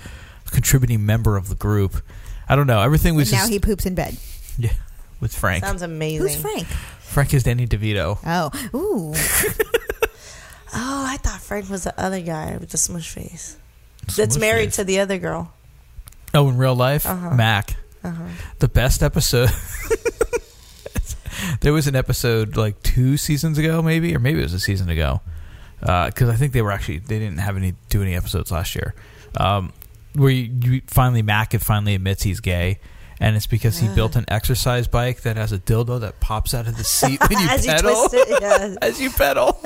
[SPEAKER 7] a contributing member of the group. I don't know. Everything was
[SPEAKER 4] And now
[SPEAKER 7] just
[SPEAKER 4] he Oh, poops in bed.
[SPEAKER 7] yeah, with Frank.
[SPEAKER 6] Sounds amazing.
[SPEAKER 4] Who's Frank?
[SPEAKER 7] Frank is Danny DeVito.
[SPEAKER 4] Oh, ooh.
[SPEAKER 6] Oh, I thought Frank was the other guy with the smush face.
[SPEAKER 7] Smush
[SPEAKER 6] That's married
[SPEAKER 7] face.
[SPEAKER 6] to the other girl.
[SPEAKER 7] Oh, in real life,
[SPEAKER 6] Uh-huh.
[SPEAKER 7] Mac.
[SPEAKER 6] Uh-huh.
[SPEAKER 7] The best episode. there was an episode like two seasons ago, maybe, or maybe it was a season ago, because I think they were actually they didn't have any do any episodes last year, um, where you, you finally Mac it finally admits he's gay. And it's because he built an exercise bike that has a dildo that pops out of the seat when you
[SPEAKER 6] As you
[SPEAKER 7] pedal.
[SPEAKER 6] twist it, yeah.
[SPEAKER 7] As you pedal.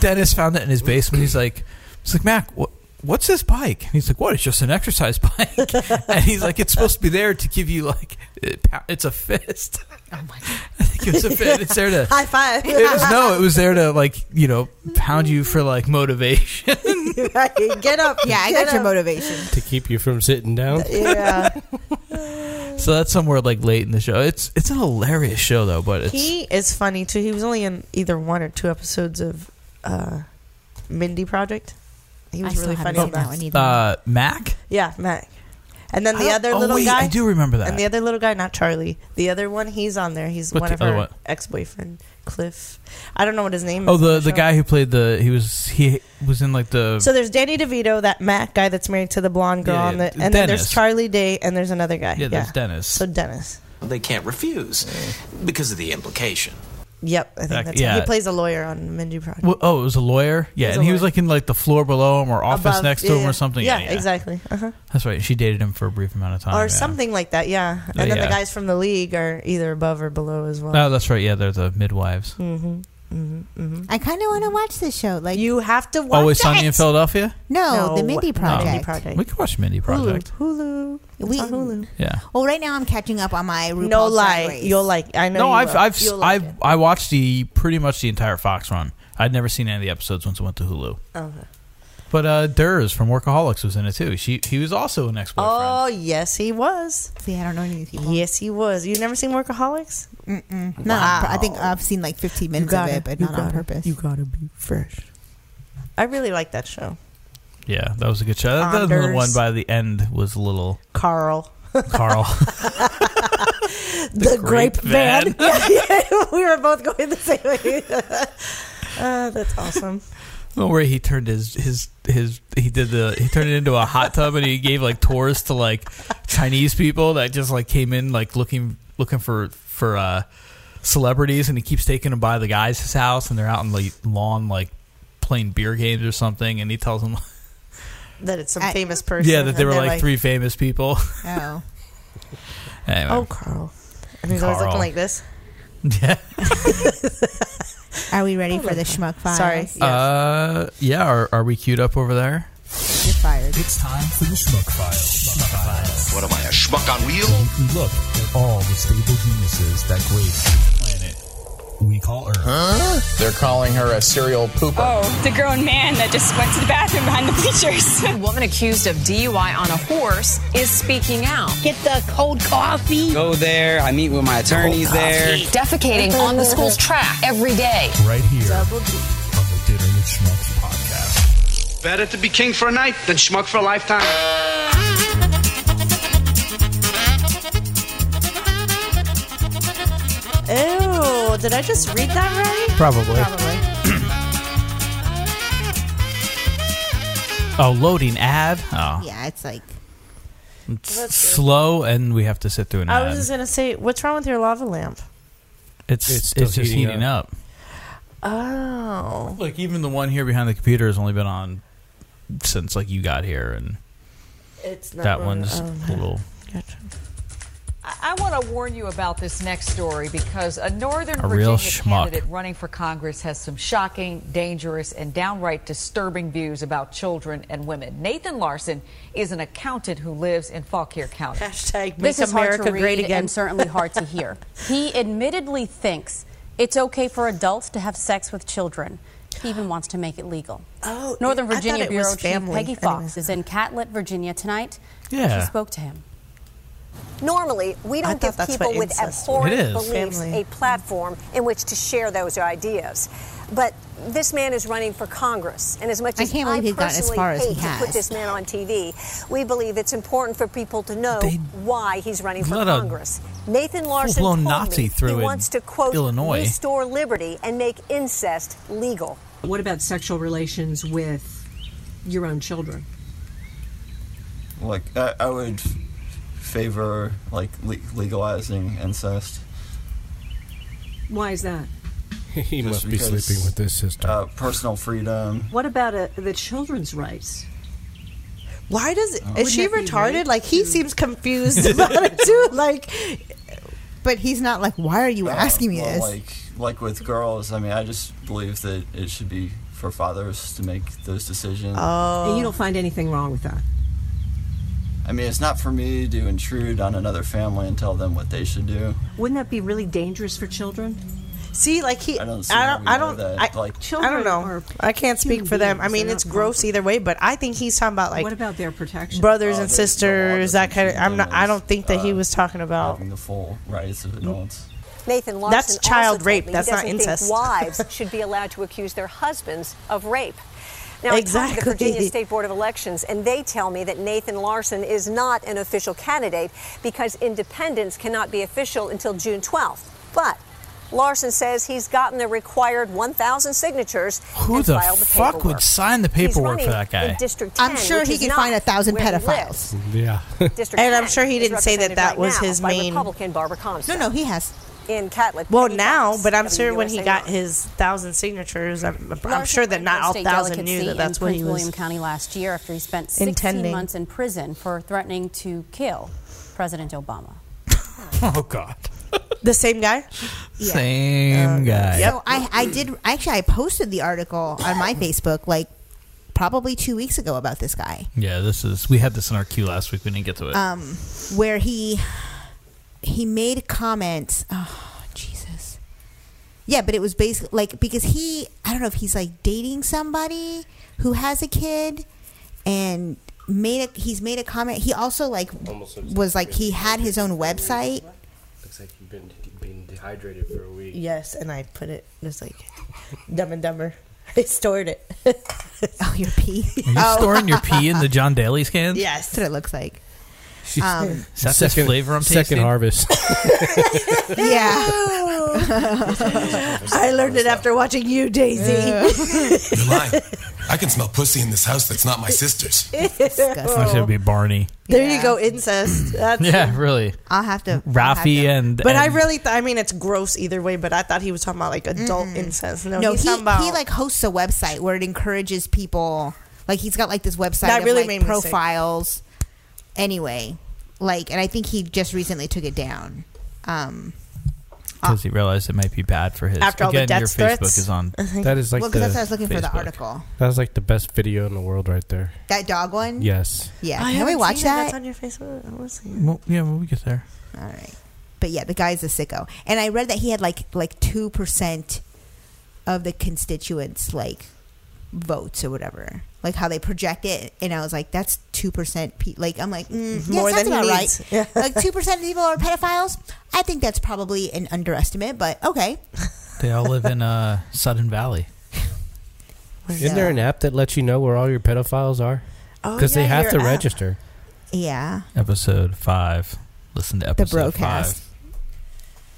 [SPEAKER 7] Dennis found it in his basement. He's like, he's like, Mac, what, what's this bike? And he's like, what? It's just an exercise bike. and he's like, it's supposed to be there to give you like, it, pow- it's a fist. Oh my god! I think it was a fist. It's there to
[SPEAKER 6] High five.
[SPEAKER 7] It was, no, it was there to like you know pound you for like motivation
[SPEAKER 6] Right, Get up.
[SPEAKER 4] Yeah, I
[SPEAKER 6] get
[SPEAKER 4] got your
[SPEAKER 6] up.
[SPEAKER 4] motivation.
[SPEAKER 5] to keep you from sitting down.
[SPEAKER 6] Yeah.
[SPEAKER 7] So that's somewhere like late in the show. It's it's a hilarious show though, but it's
[SPEAKER 6] he is funny too. He was only in either one or two episodes of uh, Mindy Project. He was
[SPEAKER 4] I still
[SPEAKER 6] really
[SPEAKER 4] haven't
[SPEAKER 6] funny
[SPEAKER 4] seen
[SPEAKER 6] in
[SPEAKER 4] that one either.
[SPEAKER 7] uh, Mac.
[SPEAKER 6] Yeah, Mac. And then
[SPEAKER 7] I
[SPEAKER 6] the
[SPEAKER 7] don't-
[SPEAKER 6] other
[SPEAKER 7] oh,
[SPEAKER 6] little
[SPEAKER 7] wait,
[SPEAKER 6] guy.
[SPEAKER 7] I do remember that.
[SPEAKER 6] And the other little guy, not Charlie. The other one, he's on there. He's
[SPEAKER 7] What's
[SPEAKER 6] one
[SPEAKER 7] the
[SPEAKER 6] of
[SPEAKER 7] other
[SPEAKER 6] her
[SPEAKER 7] one?
[SPEAKER 6] ex boyfriend, Cliff. I don't know what his name
[SPEAKER 7] Oh,
[SPEAKER 6] is.
[SPEAKER 7] the
[SPEAKER 6] on
[SPEAKER 7] the
[SPEAKER 6] show.
[SPEAKER 7] guy who played the he was he was in like the
[SPEAKER 6] So there's Danny DeVito, that Matt guy that's married to the blonde girl,
[SPEAKER 7] Yeah,
[SPEAKER 6] and, the, and
[SPEAKER 7] Dennis.
[SPEAKER 6] then there's Charlie Day, and there's another guy.
[SPEAKER 7] Yeah, there's Dennis.
[SPEAKER 6] So Dennis.
[SPEAKER 10] They can't refuse because of the implication.
[SPEAKER 6] Yep, I think
[SPEAKER 7] That-
[SPEAKER 6] that's
[SPEAKER 7] yeah.
[SPEAKER 6] He plays a lawyer on Mindy Project.
[SPEAKER 7] Well, oh, it was a lawyer. Yeah,
[SPEAKER 6] was
[SPEAKER 7] and
[SPEAKER 6] a
[SPEAKER 7] he was like in like the floor below him or office
[SPEAKER 6] Above-
[SPEAKER 7] next to
[SPEAKER 6] yeah,
[SPEAKER 7] him
[SPEAKER 6] yeah.
[SPEAKER 7] or something.
[SPEAKER 6] Yeah, exactly. Uh-huh.
[SPEAKER 7] That's right. She dated him for a brief amount of time.
[SPEAKER 6] or
[SPEAKER 7] yeah.
[SPEAKER 6] something like that, yeah. And
[SPEAKER 7] Oh,
[SPEAKER 6] then
[SPEAKER 7] yeah.
[SPEAKER 6] the guys from the league are either above or below as well.
[SPEAKER 7] Oh, that's right. Yeah, they're the midwives.
[SPEAKER 6] hmm hmm hmm
[SPEAKER 4] I kind of want to watch this show. Like
[SPEAKER 6] you have to watch
[SPEAKER 7] Always Sunny in Philadelphia.
[SPEAKER 4] No, the Mindy Project.
[SPEAKER 6] Mindy Project.
[SPEAKER 7] We could watch Mindy Project.
[SPEAKER 6] Hulu. It's
[SPEAKER 4] We-
[SPEAKER 6] on Hulu.
[SPEAKER 7] Yeah.
[SPEAKER 4] Well, right now I'm catching up on my RuPaul's
[SPEAKER 6] No
[SPEAKER 4] Drag
[SPEAKER 6] lie,
[SPEAKER 4] Race.
[SPEAKER 6] you'll like. I know.
[SPEAKER 7] No,
[SPEAKER 6] you
[SPEAKER 7] I've
[SPEAKER 6] will.
[SPEAKER 7] I've
[SPEAKER 6] You'll like
[SPEAKER 7] I've I watched the pretty much the entire Fox run. I'd never seen any of the episodes once I went to Hulu.
[SPEAKER 6] it. Oh, Okay.
[SPEAKER 7] But uh Durs from Workaholics was in it too. She he was also an ex boyfriend.
[SPEAKER 6] Oh yes, he was.
[SPEAKER 4] See, I don't know any people.
[SPEAKER 6] Yes, he was. You never seen Workaholics?
[SPEAKER 4] Mm-mm. No, I think I've seen like 15 minutes of
[SPEAKER 6] gotta-
[SPEAKER 4] it, but
[SPEAKER 6] you
[SPEAKER 4] not on
[SPEAKER 6] gotta-
[SPEAKER 4] purpose.
[SPEAKER 6] You gotta be fresh. I really like that show.
[SPEAKER 7] Yeah, that was a good show. That- That, the
[SPEAKER 6] Oh. Anders.
[SPEAKER 7] one by the end was a little
[SPEAKER 6] Carl.
[SPEAKER 7] Carl.
[SPEAKER 6] the,
[SPEAKER 7] grape
[SPEAKER 6] grape, van.
[SPEAKER 7] van.
[SPEAKER 6] yeah, yeah, we were both going the same way. uh, that's awesome.
[SPEAKER 7] Oh, where he turned his his his he did the he turned it into a hot tub and he gave like tours to like Chinese people that just like came in like looking looking for for uh, celebrities, and he keeps taking them by the guy's house, and they're out on the lawn like playing beer games or something, and he tells them,
[SPEAKER 6] that it's some famous person.
[SPEAKER 7] yeah, that they
[SPEAKER 6] and
[SPEAKER 7] were
[SPEAKER 6] they're
[SPEAKER 7] like, three famous people.
[SPEAKER 4] Oh.
[SPEAKER 7] Anyway.
[SPEAKER 6] Oh, Carl. And he's always
[SPEAKER 7] Carl.
[SPEAKER 6] looking like this.
[SPEAKER 7] Yeah.
[SPEAKER 4] Are we ready for the schmuck files?
[SPEAKER 6] Sorry.
[SPEAKER 7] Uh, yeah. Are, are we queued up over there?
[SPEAKER 4] You're fired.
[SPEAKER 1] It's time for the Schmuck Files.
[SPEAKER 3] What am I, a schmuck on wheels?
[SPEAKER 1] Look at all the stable geniuses that grace the planet we call Earth. Huh?
[SPEAKER 18] They're calling her a serial pooper.
[SPEAKER 19] Oh, the grown man that just went to the bathroom behind the bleachers. A woman accused of DUI on a horse is speaking out. Get the cold coffee.
[SPEAKER 13] Go there. I meet with my attorneys there.
[SPEAKER 19] Defecating on the school's track every day.
[SPEAKER 1] Right here on the Dinner with Schmucks podcast.
[SPEAKER 13] Better to be king for a night than schmuck for a lifetime.
[SPEAKER 6] Ew, did I just read that right?
[SPEAKER 7] Probably. Oh, loading ad. Oh,
[SPEAKER 4] Yeah, it's like.
[SPEAKER 7] it's slow, and we have to sit through an
[SPEAKER 6] I
[SPEAKER 7] ad.
[SPEAKER 6] was just going to say, what's wrong with your lava lamp?
[SPEAKER 7] it's
[SPEAKER 5] It's
[SPEAKER 7] it's,
[SPEAKER 5] still
[SPEAKER 7] just
[SPEAKER 5] heating
[SPEAKER 7] heating, up.
[SPEAKER 6] Oh.
[SPEAKER 7] Look, even the one here behind the computer has only been on since like you got here, and
[SPEAKER 6] It's oh,
[SPEAKER 7] that one's a little.
[SPEAKER 20] I want to warn you about this next story because a Northern
[SPEAKER 7] A
[SPEAKER 20] Virginia
[SPEAKER 7] real schmuck.
[SPEAKER 20] candidate running for Congress has some shocking, dangerous, and downright disturbing views about children and women. Nathan Larson is an accountant who lives in Fauquier County.
[SPEAKER 6] Hashtag
[SPEAKER 21] This is hard to read and certainly hard to hear. he admittedly thinks it's okay for adults to have sex with children. He even wants to make it legal.
[SPEAKER 6] Oh,
[SPEAKER 21] Northern
[SPEAKER 6] I thought
[SPEAKER 21] Virginia
[SPEAKER 6] it
[SPEAKER 21] Bureau
[SPEAKER 6] was
[SPEAKER 21] Chief
[SPEAKER 6] family.
[SPEAKER 21] Peggy Fox
[SPEAKER 6] Anyways.
[SPEAKER 21] is in Catlett, Virginia tonight.
[SPEAKER 7] Yeah.
[SPEAKER 21] She spoke to him.
[SPEAKER 22] Normally, we
[SPEAKER 21] I
[SPEAKER 22] don't
[SPEAKER 21] thought
[SPEAKER 22] give
[SPEAKER 21] that's
[SPEAKER 22] people
[SPEAKER 21] what
[SPEAKER 22] with
[SPEAKER 21] incest was.
[SPEAKER 7] It
[SPEAKER 22] abhorrent
[SPEAKER 7] is.
[SPEAKER 22] beliefs
[SPEAKER 21] Family.
[SPEAKER 22] a platform in which to share those ideas. But this man is running for Congress, and as much
[SPEAKER 4] I
[SPEAKER 22] as
[SPEAKER 4] can't
[SPEAKER 22] I
[SPEAKER 4] believe he's gotten as
[SPEAKER 22] personally
[SPEAKER 4] far as he
[SPEAKER 22] hate to put
[SPEAKER 4] has.
[SPEAKER 22] this man on TV, we believe it's important for people to know why he's running for
[SPEAKER 7] let a
[SPEAKER 22] Congress. Nathan Larson
[SPEAKER 7] full-blown
[SPEAKER 22] told
[SPEAKER 7] Nazi
[SPEAKER 22] me
[SPEAKER 7] through
[SPEAKER 22] he
[SPEAKER 7] in
[SPEAKER 22] wants to quote
[SPEAKER 7] Illinois.
[SPEAKER 22] restore liberty and make incest legal.
[SPEAKER 23] What about sexual relations with your own children?
[SPEAKER 11] Like, I, I would favor like le- legalizing incest.
[SPEAKER 23] Why is that?
[SPEAKER 5] he
[SPEAKER 11] just
[SPEAKER 5] must be
[SPEAKER 11] because,
[SPEAKER 5] sleeping with this sister.
[SPEAKER 11] Uh, personal freedom.
[SPEAKER 23] What about uh the children's rights?
[SPEAKER 6] Why does
[SPEAKER 23] Oh.
[SPEAKER 6] is she
[SPEAKER 23] Wouldn't that be
[SPEAKER 6] retarded?
[SPEAKER 23] right
[SPEAKER 6] Like he seems confused about it too. Like,
[SPEAKER 4] but he's not like, why are you
[SPEAKER 11] uh,
[SPEAKER 4] asking me
[SPEAKER 11] well,
[SPEAKER 4] this?
[SPEAKER 11] Like, like with girls, I mean, I just believe that it should be for fathers to make those decisions.
[SPEAKER 6] oh.
[SPEAKER 23] And you don't find anything wrong with that.
[SPEAKER 11] I mean, it's not for me to intrude on another family and tell them what they should do.
[SPEAKER 23] Wouldn't that be really dangerous for children?
[SPEAKER 6] See, like he,
[SPEAKER 11] I don't see
[SPEAKER 6] I
[SPEAKER 11] how
[SPEAKER 6] don't,
[SPEAKER 11] we
[SPEAKER 6] I
[SPEAKER 11] know
[SPEAKER 6] don't, I,
[SPEAKER 11] that, like-
[SPEAKER 6] I don't know. I can't speak for them. I mean, it's gross either way. But I think he's talking about like
[SPEAKER 23] what about their protection?
[SPEAKER 7] Oh,
[SPEAKER 6] brothers and sisters, that kind of. I'm not. I don't think that he
[SPEAKER 7] uh,
[SPEAKER 6] was talking about.
[SPEAKER 7] um,
[SPEAKER 11] Having the full rights of adults.
[SPEAKER 22] Nathan Larson
[SPEAKER 6] That's child
[SPEAKER 22] also told
[SPEAKER 6] rape.
[SPEAKER 22] me
[SPEAKER 6] That's
[SPEAKER 22] he
[SPEAKER 6] not
[SPEAKER 22] doesn't
[SPEAKER 6] incest.
[SPEAKER 22] Think wives should be allowed to accuse their husbands of rape. Now, I talked to
[SPEAKER 6] Exactly.
[SPEAKER 22] the Virginia State Board of Elections, and they tell me that Nathan Larson is not an official candidate because independents cannot be official until June 12th. But Larson says he's gotten the required 1,000 signatures
[SPEAKER 7] Who
[SPEAKER 22] and
[SPEAKER 7] the
[SPEAKER 22] filed the
[SPEAKER 7] fuck
[SPEAKER 22] paperwork.
[SPEAKER 7] would sign the
[SPEAKER 22] He's
[SPEAKER 7] paperwork
[SPEAKER 22] running
[SPEAKER 7] for that guy?
[SPEAKER 22] in District 10,
[SPEAKER 4] I'm sure
[SPEAKER 22] which
[SPEAKER 4] he
[SPEAKER 22] is
[SPEAKER 4] can
[SPEAKER 22] not
[SPEAKER 4] find a thousand
[SPEAKER 22] where he
[SPEAKER 4] pedophiles.
[SPEAKER 5] yeah.
[SPEAKER 22] lives. District
[SPEAKER 6] And I'm
[SPEAKER 22] 10
[SPEAKER 6] sure he
[SPEAKER 22] is
[SPEAKER 6] didn't say that
[SPEAKER 22] represented
[SPEAKER 6] that
[SPEAKER 22] right
[SPEAKER 6] was
[SPEAKER 22] now
[SPEAKER 6] his
[SPEAKER 22] by
[SPEAKER 6] main-
[SPEAKER 22] Republican Barbara Comstock.
[SPEAKER 4] No, no, he has.
[SPEAKER 22] In Catlett.
[SPEAKER 6] Well,
[SPEAKER 22] Penny
[SPEAKER 6] now,
[SPEAKER 22] Fox,
[SPEAKER 6] but I'm sure when he
[SPEAKER 22] WUSA
[SPEAKER 6] got his thousand signatures, I'm, I'm
[SPEAKER 21] Larson
[SPEAKER 6] sure that not
[SPEAKER 21] ran for
[SPEAKER 6] all
[SPEAKER 21] state
[SPEAKER 6] thousand knew
[SPEAKER 21] delicacy
[SPEAKER 6] that
[SPEAKER 21] in
[SPEAKER 6] that's what he
[SPEAKER 21] Prince William
[SPEAKER 6] was.
[SPEAKER 21] County last year after he spent 16
[SPEAKER 6] intending.
[SPEAKER 21] months in prison for threatening to kill President Obama.
[SPEAKER 7] Oh God.
[SPEAKER 6] The same guy.
[SPEAKER 7] Same guy.
[SPEAKER 4] So I, I did actually I posted the article on my Facebook like probably two weeks ago about this guy,
[SPEAKER 7] Yeah, this is. We had this in our queue last week. We didn't get to
[SPEAKER 6] Uh,
[SPEAKER 7] it.
[SPEAKER 4] um, where he he made comments. Oh Jesus, yeah, but it was basically like because he I don't know if he's like dating somebody who has a kid and made a he's made a comment. He also like
[SPEAKER 24] Almost looks
[SPEAKER 4] was
[SPEAKER 24] like
[SPEAKER 4] like he had his own website.
[SPEAKER 24] Looks like you've been been dehydrated for a week.
[SPEAKER 6] Yes, and I put it it was like Dumb and Dumber. I stored it.
[SPEAKER 4] oh, your pee.
[SPEAKER 7] Are you storing your pee in the John Daly's cans?
[SPEAKER 6] Yes,
[SPEAKER 4] that's what it looks like. Um,
[SPEAKER 7] Is that this flavor I'm
[SPEAKER 5] second
[SPEAKER 7] tasting?
[SPEAKER 5] harvest.
[SPEAKER 4] yeah.
[SPEAKER 6] I learned it after watching you, Daisy.
[SPEAKER 2] You're lying. I can smell pussy in this house that's not my sister's.
[SPEAKER 7] I should be Barney.
[SPEAKER 6] There you go, incest. That's
[SPEAKER 7] Yeah, really.
[SPEAKER 4] I'll have to.
[SPEAKER 7] Rafi and
[SPEAKER 6] But I
[SPEAKER 7] and-
[SPEAKER 6] really, th- I mean, it's gross either way. But I thought he was talking about like adult incest. No,
[SPEAKER 4] No,
[SPEAKER 6] he's
[SPEAKER 4] he,
[SPEAKER 6] talking about
[SPEAKER 4] he like hosts a website where it encourages people. Like he's got like this website
[SPEAKER 6] That
[SPEAKER 4] of,
[SPEAKER 6] really
[SPEAKER 4] like,
[SPEAKER 6] made me sick.
[SPEAKER 4] profiles. Anyway, like, and I think he just recently took it down. Um,
[SPEAKER 7] because he realized it might be bad for his.
[SPEAKER 4] After all the
[SPEAKER 7] Again, your
[SPEAKER 4] death
[SPEAKER 7] Facebook
[SPEAKER 4] threats?
[SPEAKER 7] is on.
[SPEAKER 5] That is like
[SPEAKER 4] Well, 'cause
[SPEAKER 5] the
[SPEAKER 4] that's what I was looking for, the
[SPEAKER 5] Facebook.
[SPEAKER 4] article.
[SPEAKER 5] That was like the best video in the world, right there.
[SPEAKER 4] that dog one.
[SPEAKER 5] Yes.
[SPEAKER 4] Yeah.
[SPEAKER 6] I
[SPEAKER 4] Can we
[SPEAKER 6] haven't
[SPEAKER 4] watch
[SPEAKER 6] seen it.
[SPEAKER 4] that?
[SPEAKER 6] That's on your Facebook. I wanna see it.
[SPEAKER 7] Well, yeah, when we get there.
[SPEAKER 4] All right. But yeah, the guy's a sicko. And I read that he had like like two percent of the constituents like votes or whatever. Like how they project it, and I was like, "That's two percent." Pe-. Like I'm like, mm, yeah,
[SPEAKER 6] Mm-hmm. More
[SPEAKER 4] sounds
[SPEAKER 6] than
[SPEAKER 4] about
[SPEAKER 6] he
[SPEAKER 4] right.
[SPEAKER 6] needs. Yeah.
[SPEAKER 4] Like two percent of people are pedophiles. I think that's probably an underestimate, but okay.
[SPEAKER 7] They all live in uh, Sudden Valley.
[SPEAKER 5] Isn't there an app that lets you know where all your pedophiles are?
[SPEAKER 4] Oh,
[SPEAKER 5] Because
[SPEAKER 4] yeah,
[SPEAKER 5] they have
[SPEAKER 4] your
[SPEAKER 5] to
[SPEAKER 4] app.
[SPEAKER 5] register.
[SPEAKER 4] Yeah.
[SPEAKER 7] Episode five. Listen to episode
[SPEAKER 4] Brocast.
[SPEAKER 7] five.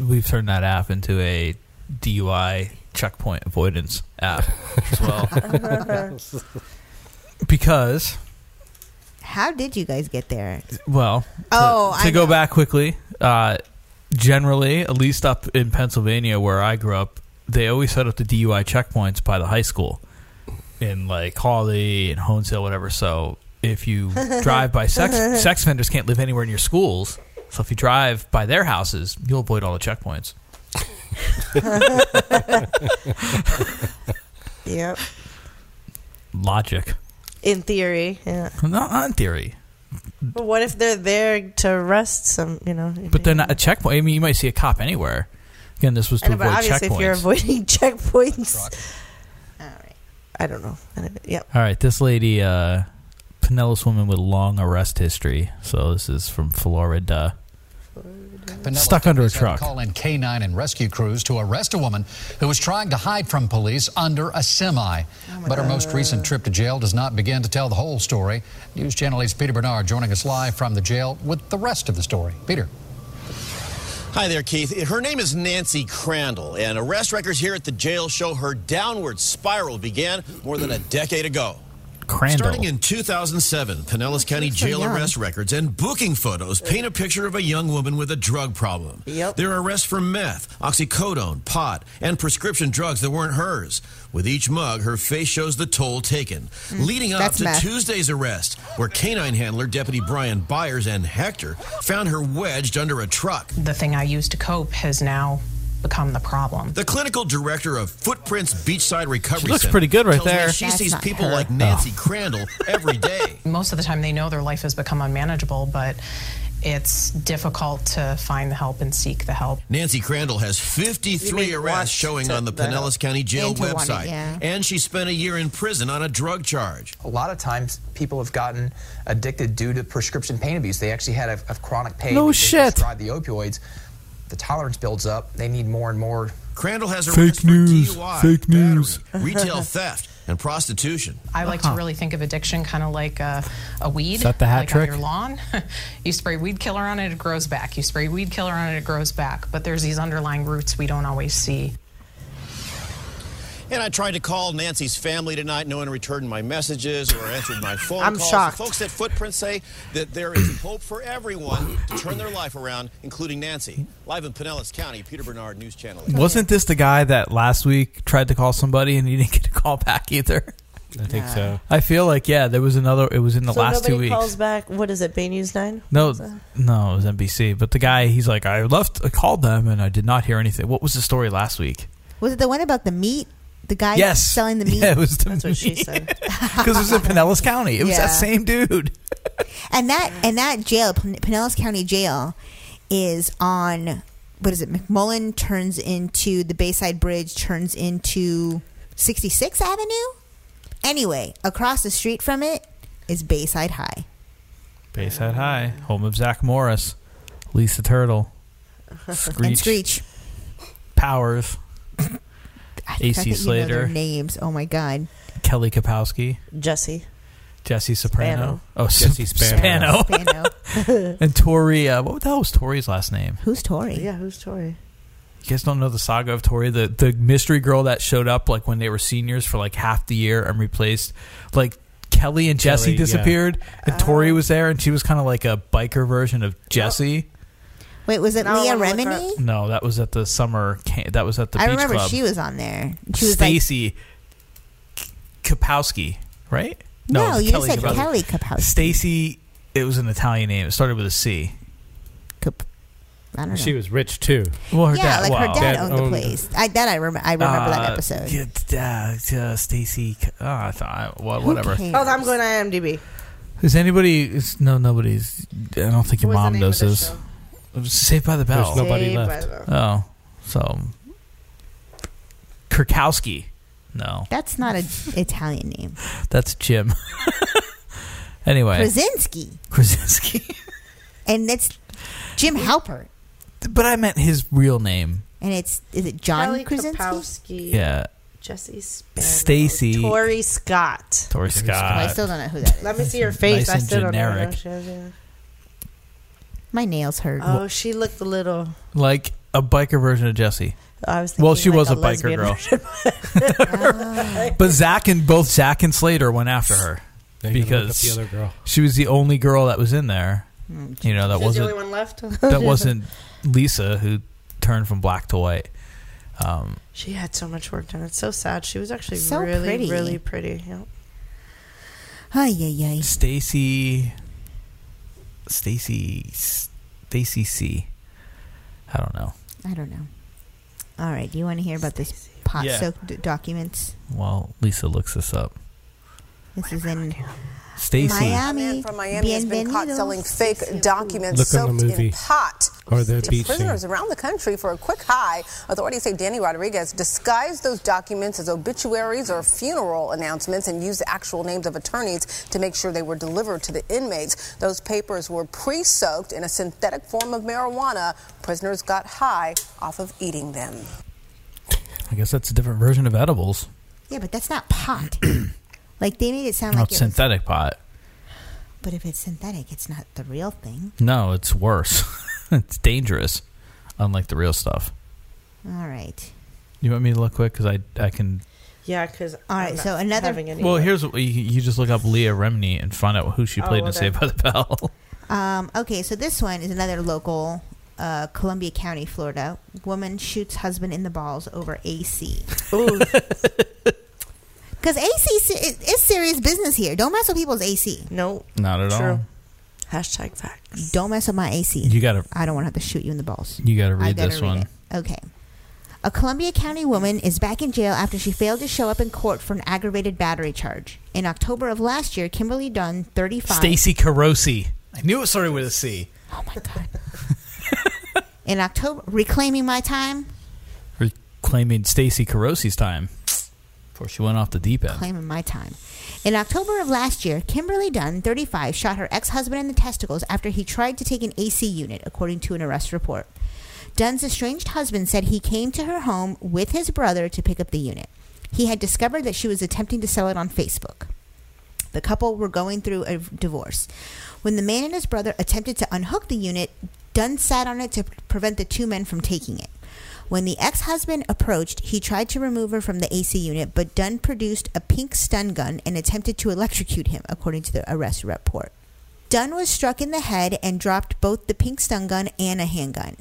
[SPEAKER 7] We've turned that app into a DUI checkpoint avoidance app as well. because
[SPEAKER 4] How did you guys get there?
[SPEAKER 7] Well, to,
[SPEAKER 4] Oh,
[SPEAKER 7] to
[SPEAKER 4] I
[SPEAKER 7] go
[SPEAKER 4] know.
[SPEAKER 7] back quickly, uh, generally, at least up in Pennsylvania where I grew up, they always set up the DUI checkpoints by the high school in like Hawley and Honesdale, whatever. So if you drive by sex, sex offenders can't live anywhere in your schools. So if you drive by their houses, you'll avoid all the checkpoints.
[SPEAKER 6] Yep.
[SPEAKER 7] Logic,
[SPEAKER 6] In theory, yeah.
[SPEAKER 7] not on theory.
[SPEAKER 6] But what if they're there to arrest some? You know.
[SPEAKER 7] But they're not a checkpoint. I mean, you might see a cop anywhere. Again, this was to
[SPEAKER 6] And, but
[SPEAKER 7] avoid
[SPEAKER 6] obviously,
[SPEAKER 7] checkpoints.
[SPEAKER 6] if you're avoiding checkpoints, I don't know. Anyway, Yep.
[SPEAKER 7] All right, this lady, uh, Pinellas woman with long arrest history. So this is from Florida.
[SPEAKER 9] Pinellas
[SPEAKER 7] Stuck under a
[SPEAKER 9] deputies had to
[SPEAKER 7] truck.
[SPEAKER 9] Call in K9 and rescue crews to arrest a woman who was trying to hide from police under a semi.
[SPEAKER 6] Oh,
[SPEAKER 9] but her most recent trip to jail does not begin to tell the whole story. News Channel 8's Peter Bernard joining us live from the jail with the rest of the story. Peter.
[SPEAKER 25] Hi there, Keith. Her name is Nancy Crandall, and arrest records here at the jail show her downward spiral began more than a decade ago.
[SPEAKER 7] Crandall.
[SPEAKER 25] Starting in 2007, Pinellas County jail
[SPEAKER 26] young.
[SPEAKER 25] arrest records and booking photos paint a picture of a young woman with a drug problem. There are arrests for meth, oxycodone, pot, and prescription drugs that weren't hers. With each mug, her face shows the toll taken, leading up
[SPEAKER 4] Mm. that's
[SPEAKER 25] to
[SPEAKER 4] meth.
[SPEAKER 25] Tuesday's arrest, where canine handler Deputy Brian Byers and Hector found her wedged under a truck.
[SPEAKER 27] The thing I used to cope has now become the problem.
[SPEAKER 25] The clinical director of Footprints Beachside Recovery
[SPEAKER 27] She looks
[SPEAKER 25] Center
[SPEAKER 27] pretty good right
[SPEAKER 25] tells me
[SPEAKER 27] there.
[SPEAKER 25] She
[SPEAKER 27] That's
[SPEAKER 25] sees
[SPEAKER 27] not
[SPEAKER 25] people
[SPEAKER 27] her.
[SPEAKER 25] like
[SPEAKER 27] Oh.
[SPEAKER 25] Nancy Crandall every day.
[SPEAKER 27] Most of the time, they know their life has become unmanageable, but it's difficult to find the help and seek the help.
[SPEAKER 25] Nancy Crandall has 53 arrests showing on the Pinellas County Jail
[SPEAKER 27] Into one,
[SPEAKER 25] website,
[SPEAKER 27] yeah.
[SPEAKER 25] and she spent a year in prison on a drug charge.
[SPEAKER 28] A lot of times, people have gotten addicted due to prescription pain abuse. They actually had a, a chronic pain.
[SPEAKER 25] No
[SPEAKER 28] because they
[SPEAKER 25] shit.
[SPEAKER 28] prescribed the opioids. The tolerance builds up. They need more and more.
[SPEAKER 25] Crandall has
[SPEAKER 28] Fake
[SPEAKER 25] arrests
[SPEAKER 28] news.
[SPEAKER 25] for DUI,
[SPEAKER 28] Fake
[SPEAKER 25] battery,
[SPEAKER 28] news.
[SPEAKER 25] retail theft, and prostitution.
[SPEAKER 27] I like to really think of addiction kind of like a, a weed.
[SPEAKER 25] Is that Uh-huh. the hat
[SPEAKER 27] like
[SPEAKER 25] trick?
[SPEAKER 27] On your lawn. you spray weed killer on it, it grows back. You spray weed killer on it, it grows back. But there's these underlying roots we don't always see.
[SPEAKER 25] And I tried to call Nancy's family tonight. No one returned my messages or answered my phone
[SPEAKER 6] I'm
[SPEAKER 25] calls.
[SPEAKER 6] shocked.
[SPEAKER 25] The folks at Footprint say that there is hope for everyone to turn their life around, including Nancy. Live in Pinellas County, Peter Bernard, News Channel.
[SPEAKER 7] Wasn't this the guy that last week tried to call somebody and he didn't get a call back either?
[SPEAKER 5] I think so.
[SPEAKER 7] I feel like yeah, there was another. It was in the
[SPEAKER 6] so
[SPEAKER 7] last
[SPEAKER 6] nobody
[SPEAKER 7] two weeks.
[SPEAKER 6] calls back. What is it? Bay News Nine.
[SPEAKER 7] no, no, it was NBC. But the guy, he's like, I left, I called them, and I did not hear anything. What was the story last week?
[SPEAKER 4] Was it the one about the meat? The guy
[SPEAKER 7] Yes.
[SPEAKER 4] selling the meat.
[SPEAKER 7] Yeah, it was the That's what she meat.
[SPEAKER 6] said.
[SPEAKER 7] Because it was in Pinellas County. It was
[SPEAKER 4] Yeah.
[SPEAKER 7] that same dude.
[SPEAKER 4] And that and that jail, Pin- Pinellas County Jail, is on what is it? McMullen turns into the Bayside Bridge, turns into 66th Avenue. Anyway, across the street from it is Bayside High.
[SPEAKER 7] Bayside High, home of Zach Morris, Lisa Turtle, Screech,
[SPEAKER 4] And Screech.
[SPEAKER 7] Powers,
[SPEAKER 4] I
[SPEAKER 7] AC
[SPEAKER 4] think you know their
[SPEAKER 7] Slater,
[SPEAKER 4] names. Oh my god,
[SPEAKER 7] Kelly Kapowski,
[SPEAKER 6] Jesse.
[SPEAKER 7] Jesse Soprano.
[SPEAKER 4] Spano.
[SPEAKER 7] Oh,
[SPEAKER 5] Jesse
[SPEAKER 7] S-
[SPEAKER 5] Spano.
[SPEAKER 7] Spano. and Tori. Uh, what the hell was Tori's last name?
[SPEAKER 4] Who's Tori?
[SPEAKER 6] Yeah, who's Tori?
[SPEAKER 7] you guys don't know the saga of Tori, the the mystery girl that showed up like when they were seniors for like half the year and replaced like Kelly and Jesse
[SPEAKER 5] Kelly, yeah.
[SPEAKER 7] disappeared and
[SPEAKER 4] Oh.
[SPEAKER 7] Tori was there and she was kind of like a biker version of Jesse.
[SPEAKER 4] Wait, was it
[SPEAKER 6] No, I
[SPEAKER 4] Leah
[SPEAKER 6] wanna look her
[SPEAKER 4] Remini?
[SPEAKER 7] No, that was at the summer camp. That was at the
[SPEAKER 4] I
[SPEAKER 7] beach
[SPEAKER 4] remember
[SPEAKER 7] club.
[SPEAKER 4] she was on there. She was like,
[SPEAKER 7] Stacy Kapowski, right?
[SPEAKER 4] no,
[SPEAKER 7] it was
[SPEAKER 4] you just said
[SPEAKER 7] Kapowski.
[SPEAKER 4] Kelly Kapowski.
[SPEAKER 7] Stacy. It was an Italian name. It started with a C.
[SPEAKER 4] I don't know.
[SPEAKER 5] She was rich too.
[SPEAKER 7] Well, her
[SPEAKER 4] yeah,
[SPEAKER 7] dad,
[SPEAKER 4] like
[SPEAKER 7] wow.
[SPEAKER 4] her dad, owned, the place. I, that I, rem- I remember that
[SPEAKER 7] Uh,
[SPEAKER 4] episode.
[SPEAKER 7] Yeah, d- uh, uh, Stacy. Uh, I thought, I- well, whatever.
[SPEAKER 6] Oh, I'm going to IMDb.
[SPEAKER 7] Is anybody? Is, no, nobody's. I don't think your
[SPEAKER 6] What was the
[SPEAKER 7] mom
[SPEAKER 6] name
[SPEAKER 7] knows
[SPEAKER 6] of the
[SPEAKER 7] this. It was Saved by the Bell.
[SPEAKER 5] There's nobody Saved by left. the
[SPEAKER 7] Oh, so Kirkowski. No,
[SPEAKER 4] That's not an Italian name.
[SPEAKER 7] that's Jim. anyway,
[SPEAKER 4] Krasinski.
[SPEAKER 7] Krasinski.
[SPEAKER 4] And it's Jim Halpert.
[SPEAKER 7] But I meant his real name.
[SPEAKER 4] And it's, is it John
[SPEAKER 6] Kelly
[SPEAKER 4] Krasinski?
[SPEAKER 6] Kapowski.
[SPEAKER 7] Yeah,
[SPEAKER 6] Jesse Sparrow.
[SPEAKER 7] Stacy.
[SPEAKER 6] Tori Scott.
[SPEAKER 7] Tori Scott.
[SPEAKER 4] I still don't know who that is.
[SPEAKER 6] Let me see her face.
[SPEAKER 7] Nice
[SPEAKER 6] I
[SPEAKER 7] and
[SPEAKER 6] still
[SPEAKER 7] generic.
[SPEAKER 6] don't know. who she is,
[SPEAKER 4] My nails hurt.
[SPEAKER 6] yeah. Oh, she looked a little.
[SPEAKER 7] like a biker version of Jesse.
[SPEAKER 6] I was
[SPEAKER 7] well,
[SPEAKER 6] thinking
[SPEAKER 7] she
[SPEAKER 6] like
[SPEAKER 7] was
[SPEAKER 6] a
[SPEAKER 7] a biker
[SPEAKER 6] lesbian
[SPEAKER 7] girl. But Zach and both Zach and Slater went after her
[SPEAKER 5] They're gonna look up
[SPEAKER 7] because
[SPEAKER 5] the other girl.
[SPEAKER 7] she was the only girl that was in there.
[SPEAKER 6] Mm.
[SPEAKER 7] You know that
[SPEAKER 6] She was the
[SPEAKER 7] wasn't
[SPEAKER 6] only one left?
[SPEAKER 7] that wasn't Lisa who turned from black to white. Um,
[SPEAKER 6] She had so much work done. It's so sad. She was actually
[SPEAKER 4] So
[SPEAKER 6] really,
[SPEAKER 4] pretty.
[SPEAKER 6] really pretty. Yeah.
[SPEAKER 4] Ay, ay, ay.
[SPEAKER 7] Stacy, Stacy, Stacy C. I don't know.
[SPEAKER 4] I don't know. All right. Do you want to hear about this pot
[SPEAKER 7] Yeah.
[SPEAKER 4] soaked d- documents?
[SPEAKER 7] Well, Lisa looks this up.
[SPEAKER 4] This is in
[SPEAKER 7] Stacy.
[SPEAKER 22] A man from Miami has been caught
[SPEAKER 4] Bienvenidos.
[SPEAKER 22] selling fake documents
[SPEAKER 7] Look on
[SPEAKER 22] soaked
[SPEAKER 7] the
[SPEAKER 22] in
[SPEAKER 7] movie.
[SPEAKER 22] pot
[SPEAKER 5] Or the
[SPEAKER 22] to
[SPEAKER 5] beach
[SPEAKER 22] prisoners around the country for a quick high. Authorities say Danny Rodriguez disguised those documents as obituaries or funeral announcements and used the actual names of attorneys to make sure they were delivered to the inmates. Those papers were pre-soaked in a synthetic form of marijuana. Prisoners got high off of eating them.
[SPEAKER 7] I guess that's a different version of edibles.
[SPEAKER 4] Yeah, but that's not pot. like they made it sound
[SPEAKER 7] No,
[SPEAKER 4] like
[SPEAKER 7] it's
[SPEAKER 4] it was,
[SPEAKER 7] synthetic pot.
[SPEAKER 4] but if it's synthetic, it's not the real thing.
[SPEAKER 7] No, it's worse. it's dangerous, unlike the real stuff.
[SPEAKER 4] All right.
[SPEAKER 7] You want me to look quick because I I can.
[SPEAKER 6] Yeah, because
[SPEAKER 4] All right, so another-
[SPEAKER 6] any
[SPEAKER 7] Well, Oh, here's what you, you just look up Leah Remini and find out who she
[SPEAKER 4] Oh,
[SPEAKER 7] played
[SPEAKER 4] well,
[SPEAKER 7] in Saved by
[SPEAKER 4] then.
[SPEAKER 7] the Bell.
[SPEAKER 4] Um, okay, so this one is another local, uh, Columbia County, Florida. Woman shoots husband in the balls over AC. Because AC se- is is serious business here. Don't mess with people's AC.
[SPEAKER 6] No.
[SPEAKER 7] Not at all.
[SPEAKER 6] Hashtag facts.
[SPEAKER 4] Don't mess with my AC.
[SPEAKER 7] You gotta-
[SPEAKER 4] I don't want to have to shoot you in the balls.
[SPEAKER 7] You gotta
[SPEAKER 4] I
[SPEAKER 7] read
[SPEAKER 4] gotta
[SPEAKER 7] this
[SPEAKER 4] read
[SPEAKER 7] one.
[SPEAKER 4] it. Okay. A Columbia County woman is back in jail after she failed to show up in court for an aggravated battery charge. In October of last year, Kimberly Dunn, 35.
[SPEAKER 7] Stacy Carosi. I knew it started with a C.
[SPEAKER 4] Oh In October, reclaiming my time,
[SPEAKER 7] Claiming Stacy Carosi's time before she went off the deep end.
[SPEAKER 4] claiming my time. In October of last year, Kimberly Dunn, 35, shot her ex husband in the testicles after he tried to take an AC unit, according to an arrest report. Dunn's estranged husband said he came to her home with his brother to pick up the unit. He had discovered that she was attempting to sell it on Facebook. The couple were going through a divorce. When the man and his brother attempted to unhook the unit, Dunn sat on it to prevent the two men from taking it. When the ex husband approached, he tried to remove her from the AC unit, but Dunn produced a pink stun gun and attempted to electrocute him, according to the arrest report. Dunn was struck in the head and dropped both the pink stun gun and a handgun.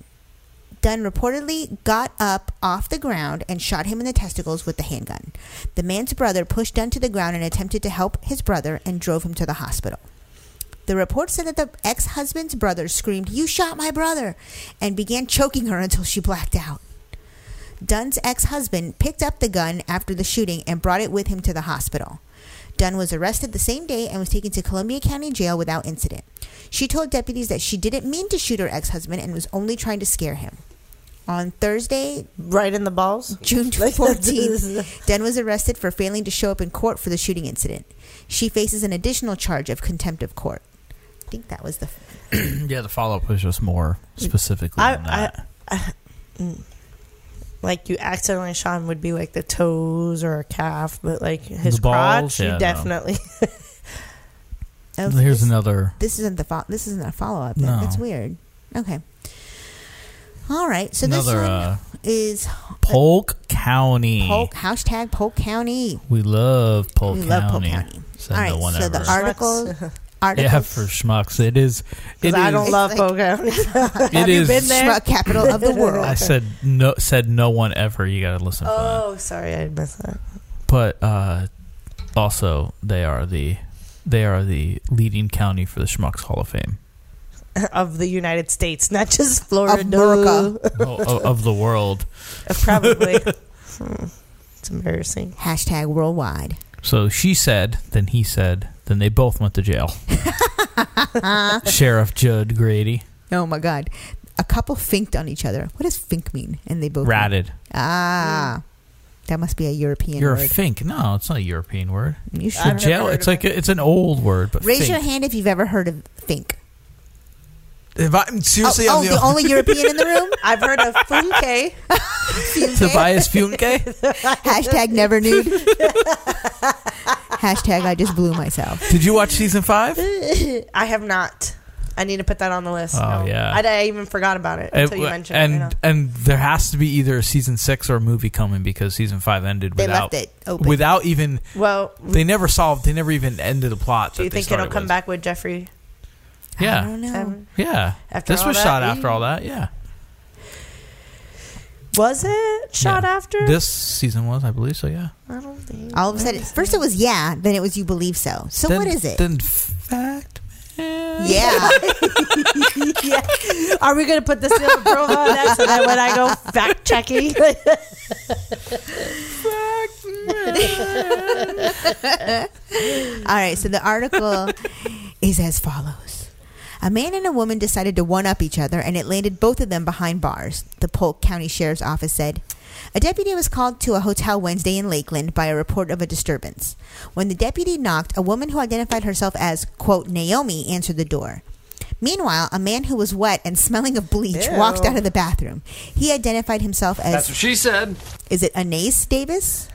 [SPEAKER 4] Dunn reportedly got up off the ground and shot him in the testicles with the handgun. The man's brother pushed Dunn to the ground and attempted to help his brother and drove him to the hospital. The report said that the ex husband's brother screamed, You shot my brother! and began choking her until she blacked out. Dunn's ex husband picked up the gun after the shooting and brought it with him to the hospital. Dunn was arrested the same day and was taken to Columbia County Jail without incident. She told deputies that she didn't mean to shoot her ex husband and was only trying to scare him. On Thursday,
[SPEAKER 6] right in the balls,
[SPEAKER 4] June 14th, Dunn was arrested for failing to show up in court for the shooting incident. She faces an additional charge of contempt of court. I think that was the
[SPEAKER 7] yeah, the follow up was just more specifically
[SPEAKER 6] I,
[SPEAKER 7] on that.
[SPEAKER 6] I, I, mm. like you accidentally shot him would be like the toes or a calf, but like his
[SPEAKER 7] The balls?
[SPEAKER 6] crotch,
[SPEAKER 7] Yeah,
[SPEAKER 6] you
[SPEAKER 7] no.
[SPEAKER 6] definitely.
[SPEAKER 4] Oh,
[SPEAKER 7] Here's
[SPEAKER 4] this-
[SPEAKER 7] another.
[SPEAKER 4] This isn't the fo- this isn't a follow up.
[SPEAKER 7] No.
[SPEAKER 4] That's weird. Okay. All right. So
[SPEAKER 7] Another,
[SPEAKER 4] this one
[SPEAKER 7] uh,
[SPEAKER 4] is
[SPEAKER 7] Polk County.
[SPEAKER 4] Polk hashtag Polk County.
[SPEAKER 7] We love Polk
[SPEAKER 4] We
[SPEAKER 7] County.
[SPEAKER 4] love Polk County.
[SPEAKER 7] Send
[SPEAKER 4] All
[SPEAKER 7] the
[SPEAKER 4] right.
[SPEAKER 7] one
[SPEAKER 4] so
[SPEAKER 7] ever.
[SPEAKER 4] the articles. articles
[SPEAKER 7] Yeah, for schmucks, it is. It
[SPEAKER 6] I
[SPEAKER 7] is-
[SPEAKER 6] don't love Polk County. Have
[SPEAKER 7] is-
[SPEAKER 6] you been there?
[SPEAKER 4] Schmuck capital of the world.
[SPEAKER 7] I said no. Said no one ever. You got to listen. for that.
[SPEAKER 6] Oh, sorry, I missed that.
[SPEAKER 7] But uh, also, they are the they are the leading county for the Schmucks Hall of Fame
[SPEAKER 6] of the United States, not just Florida.
[SPEAKER 7] o- o- Oh, of the world.
[SPEAKER 6] Probably. Hmm. it's embarrassing.
[SPEAKER 4] Hashtag worldwide.
[SPEAKER 7] So she said. Then he said. Then they both went to jail. Sheriff Judd Grady
[SPEAKER 4] Oh my God. A couple finked on each other. What does fink mean? And they both
[SPEAKER 7] ratted.
[SPEAKER 4] Ah, that must be a European
[SPEAKER 7] You're a
[SPEAKER 4] word.
[SPEAKER 7] fink. No, it's not a European word.
[SPEAKER 4] You
[SPEAKER 7] It's
[SPEAKER 4] should. I've never
[SPEAKER 7] jail.
[SPEAKER 4] heard
[SPEAKER 7] It's like a, it's an old word, but
[SPEAKER 4] Raise
[SPEAKER 7] fink.
[SPEAKER 4] your hand if you've ever heard of fink.
[SPEAKER 7] If I, seriously,
[SPEAKER 4] oh,
[SPEAKER 7] I'm
[SPEAKER 4] oh, the only European in the room.
[SPEAKER 6] I've heard of funke.
[SPEAKER 7] Tobias Funke.
[SPEAKER 4] Hashtag never nude. Hashtag I just blew myself.
[SPEAKER 7] Did you watch season five?
[SPEAKER 6] I have not. I need to put that on the list.
[SPEAKER 7] Oh,
[SPEAKER 6] No.
[SPEAKER 7] yeah.
[SPEAKER 6] I, I even forgot about it until you mentioned
[SPEAKER 7] and
[SPEAKER 6] it. I know.
[SPEAKER 7] and there has to be either a season six or a movie coming because season five ended
[SPEAKER 6] They
[SPEAKER 7] without
[SPEAKER 6] left it open.
[SPEAKER 7] without even
[SPEAKER 6] Well,
[SPEAKER 7] they never solved they never even ended the plot.
[SPEAKER 6] do you
[SPEAKER 7] that they
[SPEAKER 6] think it'll
[SPEAKER 7] started
[SPEAKER 6] come
[SPEAKER 7] with.
[SPEAKER 6] back with Jeffrey?
[SPEAKER 7] Yeah,
[SPEAKER 6] Um,
[SPEAKER 7] yeah.
[SPEAKER 6] After
[SPEAKER 7] this
[SPEAKER 6] all
[SPEAKER 7] was
[SPEAKER 6] that,
[SPEAKER 7] shot
[SPEAKER 6] yeah.
[SPEAKER 7] after all that. Yeah,
[SPEAKER 6] Was it shot after?
[SPEAKER 7] this season was, I believe so. Yeah.
[SPEAKER 6] I don't think.
[SPEAKER 4] All of a sudden, first it was yeah, then it was you believe so. So
[SPEAKER 7] Then-
[SPEAKER 4] what is it?
[SPEAKER 7] Then fact.
[SPEAKER 4] Yeah.
[SPEAKER 6] yeah. Are we going to put the seal of approval on that so that when I go fact checking?
[SPEAKER 4] All right, so the article is as follows. A man and a woman decided to one up each other, and it landed both of them behind bars, the Polk County Sheriff's Office said. A deputy was called to a hotel Wednesday in Lakeland by a report of a disturbance. When the deputy knocked, a woman who identified herself as, quote, Naomi answered the door. Meanwhile, a man who was wet and smelling of bleach
[SPEAKER 24] Ew.
[SPEAKER 4] walked out of the bathroom. He identified himself as.
[SPEAKER 24] That's what she said.
[SPEAKER 4] Is it Anais Davis?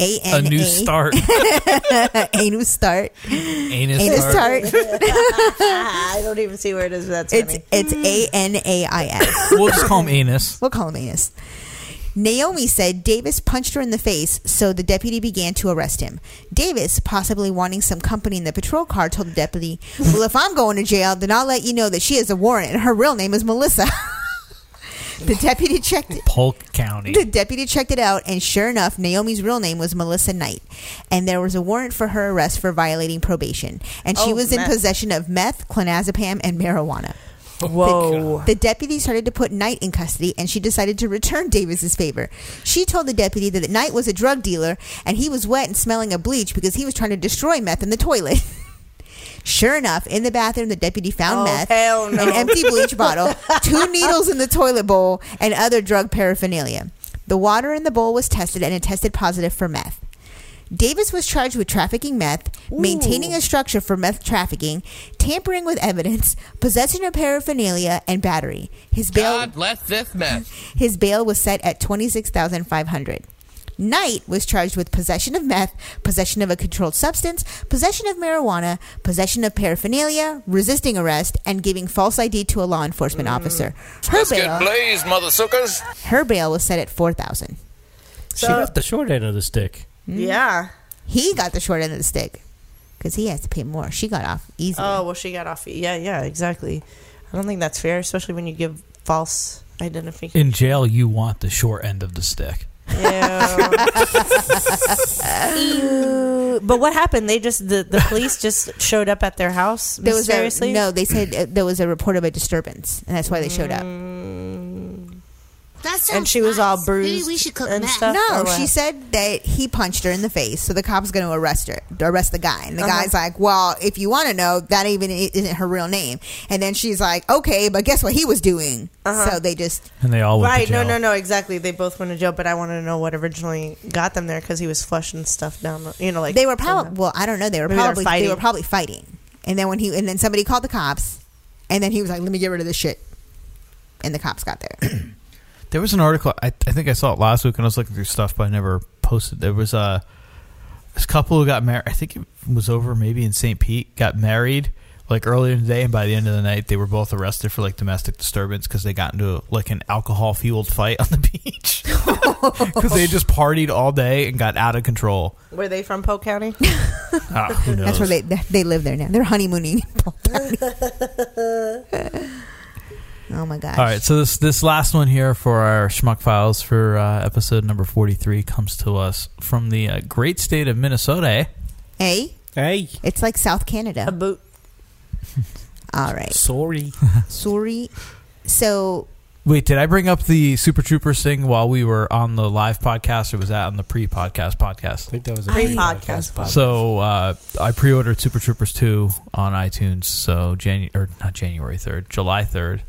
[SPEAKER 4] A
[SPEAKER 24] A
[SPEAKER 4] N
[SPEAKER 24] new start.
[SPEAKER 4] a new start.
[SPEAKER 7] Anus,
[SPEAKER 4] start.
[SPEAKER 6] I don't even see where it is. but That's
[SPEAKER 4] It's
[SPEAKER 6] funny.
[SPEAKER 4] it's A N A I S.
[SPEAKER 7] We'll just call him anus.
[SPEAKER 4] We'll call him Anus. Naomi said Davis punched her in the face, so the deputy began to arrest him. Davis, possibly wanting some company in the patrol car, told the deputy, "Well, if I'm going to jail, then I'll let you know that she has a warrant and her real name is Melissa." the deputy checked it.
[SPEAKER 7] Polk County.
[SPEAKER 4] The deputy checked it out, and sure enough, Naomi's real name was Melissa Knight, and there was a warrant for her arrest for violating probation, and she
[SPEAKER 6] Oh,
[SPEAKER 4] was in
[SPEAKER 6] meth.
[SPEAKER 4] possession of meth, clonazepam, and marijuana.
[SPEAKER 6] Whoa.
[SPEAKER 4] The, the deputy started to put Knight in custody, and she decided to return Davis's favor. She told the deputy that Knight was a drug dealer, and he was wet and smelling of bleach because he was trying to destroy meth in the toilet. Sure enough, in the bathroom, the deputy found
[SPEAKER 6] Oh,
[SPEAKER 4] meth,
[SPEAKER 6] hell no.
[SPEAKER 4] an empty bleach bottle, two needles in the toilet bowl, and other drug paraphernalia. The water in the bowl was tested, and it tested positive for meth. Davis was charged with trafficking meth, maintaining a structure for meth trafficking, tampering with evidence, possession of paraphernalia, and battery. His bail
[SPEAKER 8] bless this mess.
[SPEAKER 4] his bail was set at twenty six thousand five hundred. Knight was charged with possession of meth, possession of a controlled substance, possession of marijuana, possession of paraphernalia, resisting arrest, and giving false ID to a law enforcement officer. Her bail,
[SPEAKER 8] blazed, mother suckers.
[SPEAKER 4] her bail was set at four thousand. Hmm?
[SPEAKER 5] she got the short end of the stick.
[SPEAKER 6] Yeah.
[SPEAKER 4] He got the short end of the stick because he has to pay more. She got off easy.
[SPEAKER 6] Oh, well, she got off. Yeah, yeah, exactly. I don't think that's fair, especially when you give false identification.
[SPEAKER 7] In jail, you want the short end of the stick.
[SPEAKER 6] Ew. Oh. but what happened? They just the, the police just showed up at their house
[SPEAKER 4] there was
[SPEAKER 6] mysteriously.
[SPEAKER 4] a, no. They said uh, there was a report of a disturbance, and that's why they showed up.
[SPEAKER 6] and she was all bruised and stuff.
[SPEAKER 4] No,
[SPEAKER 6] or what?
[SPEAKER 4] she said that he punched her in the face, so the cop's going to arrest her, arrest the guy. And the
[SPEAKER 6] Uh-huh.
[SPEAKER 4] guy's like, "Well, if you want to know, that even i- isn't her real name." And then she's like, "Okay, but guess what he was doing?"
[SPEAKER 6] Uh-huh.
[SPEAKER 4] So they just
[SPEAKER 7] And they all went
[SPEAKER 6] right.
[SPEAKER 7] to jail.
[SPEAKER 6] No, no, no. Exactly. They both went to jail, but I want to know what originally got them there because he was flushing stuff down. the- You know, like
[SPEAKER 4] they were probably well, I don't know, they were
[SPEAKER 6] Maybe they were
[SPEAKER 4] probably they
[SPEAKER 6] fighting.
[SPEAKER 4] were probably fighting. And then when he and then somebody called the cops, and then he was like, "Let me get rid of this shit," and the cops got there.
[SPEAKER 7] There was an article I, I think I saw it last week when I was looking through stuff, but I never posted. There was a this couple who got married. I think it was over maybe in St. Pete. Got married, Like earlier today, and by the end of the night, they were both arrested for like domestic disturbance because they got into like an alcohol fueled fight on the beach because they just partied all day and got out of control.
[SPEAKER 6] Were they from Polk County?
[SPEAKER 7] Ah, who knows?
[SPEAKER 4] That's where they they live there now. They're honeymooning. oh my gosh!
[SPEAKER 7] All right, so this this last one here for our schmuck files for uh, episode number forty three comes to us from the uh, great state of Minnesota. eh?
[SPEAKER 4] Hey,
[SPEAKER 7] Hey,
[SPEAKER 4] it's like South Canada. A
[SPEAKER 6] boot.
[SPEAKER 4] All right.
[SPEAKER 5] Sorry.
[SPEAKER 4] Sorry. So
[SPEAKER 7] Wait, did I bring up the Super Troopers thing while we were on the live podcast, or was that on the pre-podcast podcast? I think that was
[SPEAKER 6] a Pre-podcast. pre-podcast podcast.
[SPEAKER 7] So uh, I pre-ordered Super Troopers two on iTunes. So January or not January third, July third,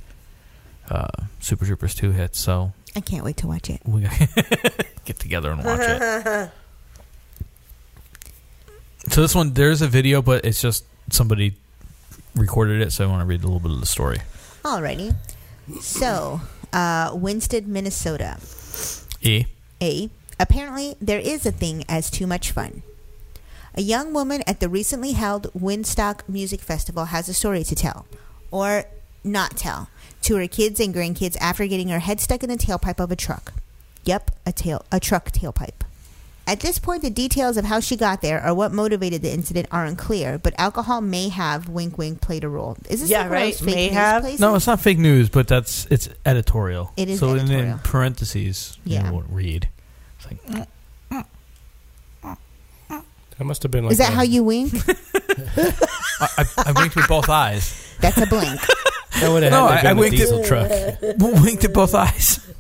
[SPEAKER 7] uh, Super Troopers two hits. So
[SPEAKER 4] I can't wait to watch it.
[SPEAKER 7] we got get together and watch it. So this one, there's a video, but it's just somebody recorded it. So I want to read a little bit of the story.
[SPEAKER 4] Alrighty. So, uh, Winston, Minnesota.
[SPEAKER 7] E.
[SPEAKER 4] A. Apparently, there is a thing as too much fun. A young woman at the recently held Winstock Music Festival has a story to tell, or not tell, to her kids and grandkids after getting her head stuck in the tailpipe of a truck. Yep, a tail, a truck tailpipe. At this point, the details of how she got there or what motivated the incident are unclear, but alcohol may have, wink, wink, played a role. Is this
[SPEAKER 6] Yeah,
[SPEAKER 4] like one of
[SPEAKER 6] right,
[SPEAKER 4] those fake
[SPEAKER 6] may
[SPEAKER 4] news
[SPEAKER 6] have.
[SPEAKER 4] places?
[SPEAKER 7] No, it's not fake news, but that's it's editorial.
[SPEAKER 4] It is
[SPEAKER 7] so in- in,
[SPEAKER 4] editorial.
[SPEAKER 7] parentheses.
[SPEAKER 4] Yeah.
[SPEAKER 7] you won't read. It's like
[SPEAKER 5] That must have been like.
[SPEAKER 4] Is that how you wink?
[SPEAKER 7] I, I, I winked with both eyes.
[SPEAKER 4] That's a blink.
[SPEAKER 5] That would have
[SPEAKER 7] No, I- I
[SPEAKER 5] had to have been a
[SPEAKER 7] winked it-
[SPEAKER 5] diesel truck.
[SPEAKER 7] winked at both eyes.
[SPEAKER 4] Uh,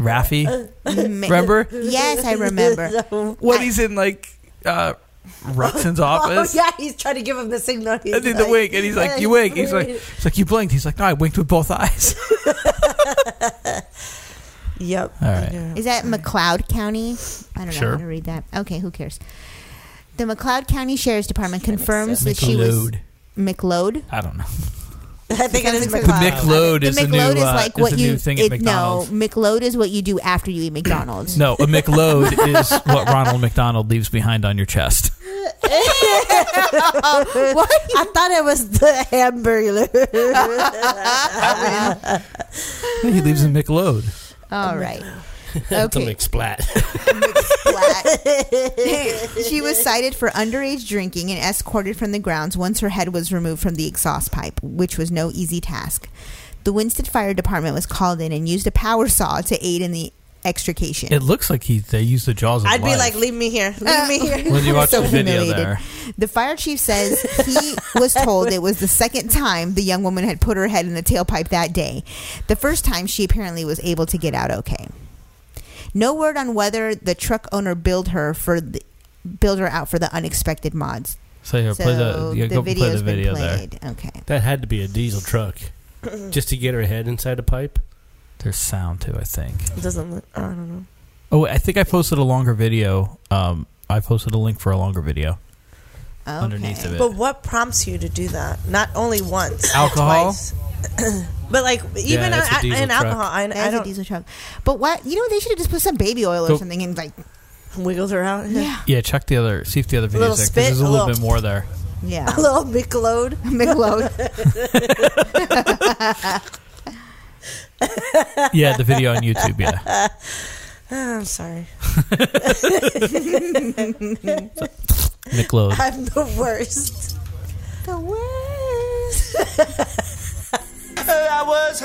[SPEAKER 7] Raffy, remember
[SPEAKER 4] Yes, I
[SPEAKER 6] Oh,
[SPEAKER 4] remember.
[SPEAKER 7] when he's in like uh, Ruxin's office?
[SPEAKER 6] Oh, yeah, he's trying to give him the signal. He's
[SPEAKER 7] I did the
[SPEAKER 6] like-
[SPEAKER 7] wink, and he's like, "You wink." He's like, "It's like you blinked." He's like, "No, I winked with both eyes."
[SPEAKER 6] Yep.
[SPEAKER 7] All right.
[SPEAKER 4] Is that McLeod County? I don't know
[SPEAKER 7] Sure.
[SPEAKER 4] how to read that. Okay, who cares? The McLeod County Sheriff's Department confirms that
[SPEAKER 7] sense.
[SPEAKER 4] she was
[SPEAKER 7] McLeod.
[SPEAKER 4] McLeod.
[SPEAKER 7] I don't know.
[SPEAKER 4] I think it is
[SPEAKER 7] McLeod. The McLeod is the new,
[SPEAKER 4] McLeod
[SPEAKER 7] uh,
[SPEAKER 4] like
[SPEAKER 7] is
[SPEAKER 4] what
[SPEAKER 7] the
[SPEAKER 4] you
[SPEAKER 7] new thing at
[SPEAKER 4] it- no
[SPEAKER 7] McDonald's.
[SPEAKER 4] McLeod is what you do after you eat McDonald's.
[SPEAKER 7] No, a McLeod is what Ronald McDonald leaves behind on your chest.
[SPEAKER 4] Oh,
[SPEAKER 6] what? I thought it was the hamburger.
[SPEAKER 7] He leaves a McLeod.
[SPEAKER 4] All right.
[SPEAKER 5] That's a
[SPEAKER 4] Okay.
[SPEAKER 5] McSplat.
[SPEAKER 4] she was cited for underage drinking and escorted from the grounds once her head was removed from the exhaust pipe, which was no easy task. The Winston Fire Department was called in and used a power saw to aid in the extrication.
[SPEAKER 7] It looks like he they use the jaws of
[SPEAKER 6] I'd be
[SPEAKER 7] life.
[SPEAKER 6] like, leave me here. Leave me here.
[SPEAKER 7] When you watch
[SPEAKER 4] Uh, so
[SPEAKER 7] the video
[SPEAKER 4] humiliated.
[SPEAKER 7] there.
[SPEAKER 4] The fire chief says he was told it was the second time the young woman had put her head in the tailpipe that day. The first time she apparently was able to get out okay. No word on whether the truck owner billed her for the, billed her out for the unexpected mods.
[SPEAKER 5] So, yeah, play the- yeah, go play the
[SPEAKER 4] video's been
[SPEAKER 5] video there.
[SPEAKER 4] played. Okay.
[SPEAKER 5] That had to be a diesel truck, just to get her head inside a pipe.
[SPEAKER 7] There's sound too, I think.
[SPEAKER 6] It doesn't look. I don't know.
[SPEAKER 7] Oh, wait, I think I posted a longer video. Um, I posted a link for a longer video underneath of it.
[SPEAKER 6] But what prompts you to do that? Not only once, but
[SPEAKER 7] Alcohol?
[SPEAKER 6] twice. but like even
[SPEAKER 7] that's a
[SPEAKER 6] I- I-
[SPEAKER 7] diesel
[SPEAKER 6] in
[SPEAKER 7] truck.
[SPEAKER 6] alcohol, Uh-huh, I,
[SPEAKER 4] That
[SPEAKER 6] I
[SPEAKER 4] is a
[SPEAKER 6] don't
[SPEAKER 4] diesel truck. But what you know, they should have just put some baby oil
[SPEAKER 7] Go-
[SPEAKER 4] or something and like
[SPEAKER 6] wiggles her out.
[SPEAKER 4] Yeah,
[SPEAKER 7] yeah, check the other. See if the other
[SPEAKER 6] little
[SPEAKER 7] videos. there, 'cause
[SPEAKER 6] spit,
[SPEAKER 7] There's a
[SPEAKER 6] a
[SPEAKER 7] little
[SPEAKER 6] little-
[SPEAKER 7] bit more there.
[SPEAKER 4] yeah.
[SPEAKER 6] a little McLeod.
[SPEAKER 4] McLeod.
[SPEAKER 7] Yeah, the video on YouTube. Yeah.
[SPEAKER 6] Oh, I'm sorry.
[SPEAKER 7] McLeod.
[SPEAKER 6] I'm the worst. The worst. I was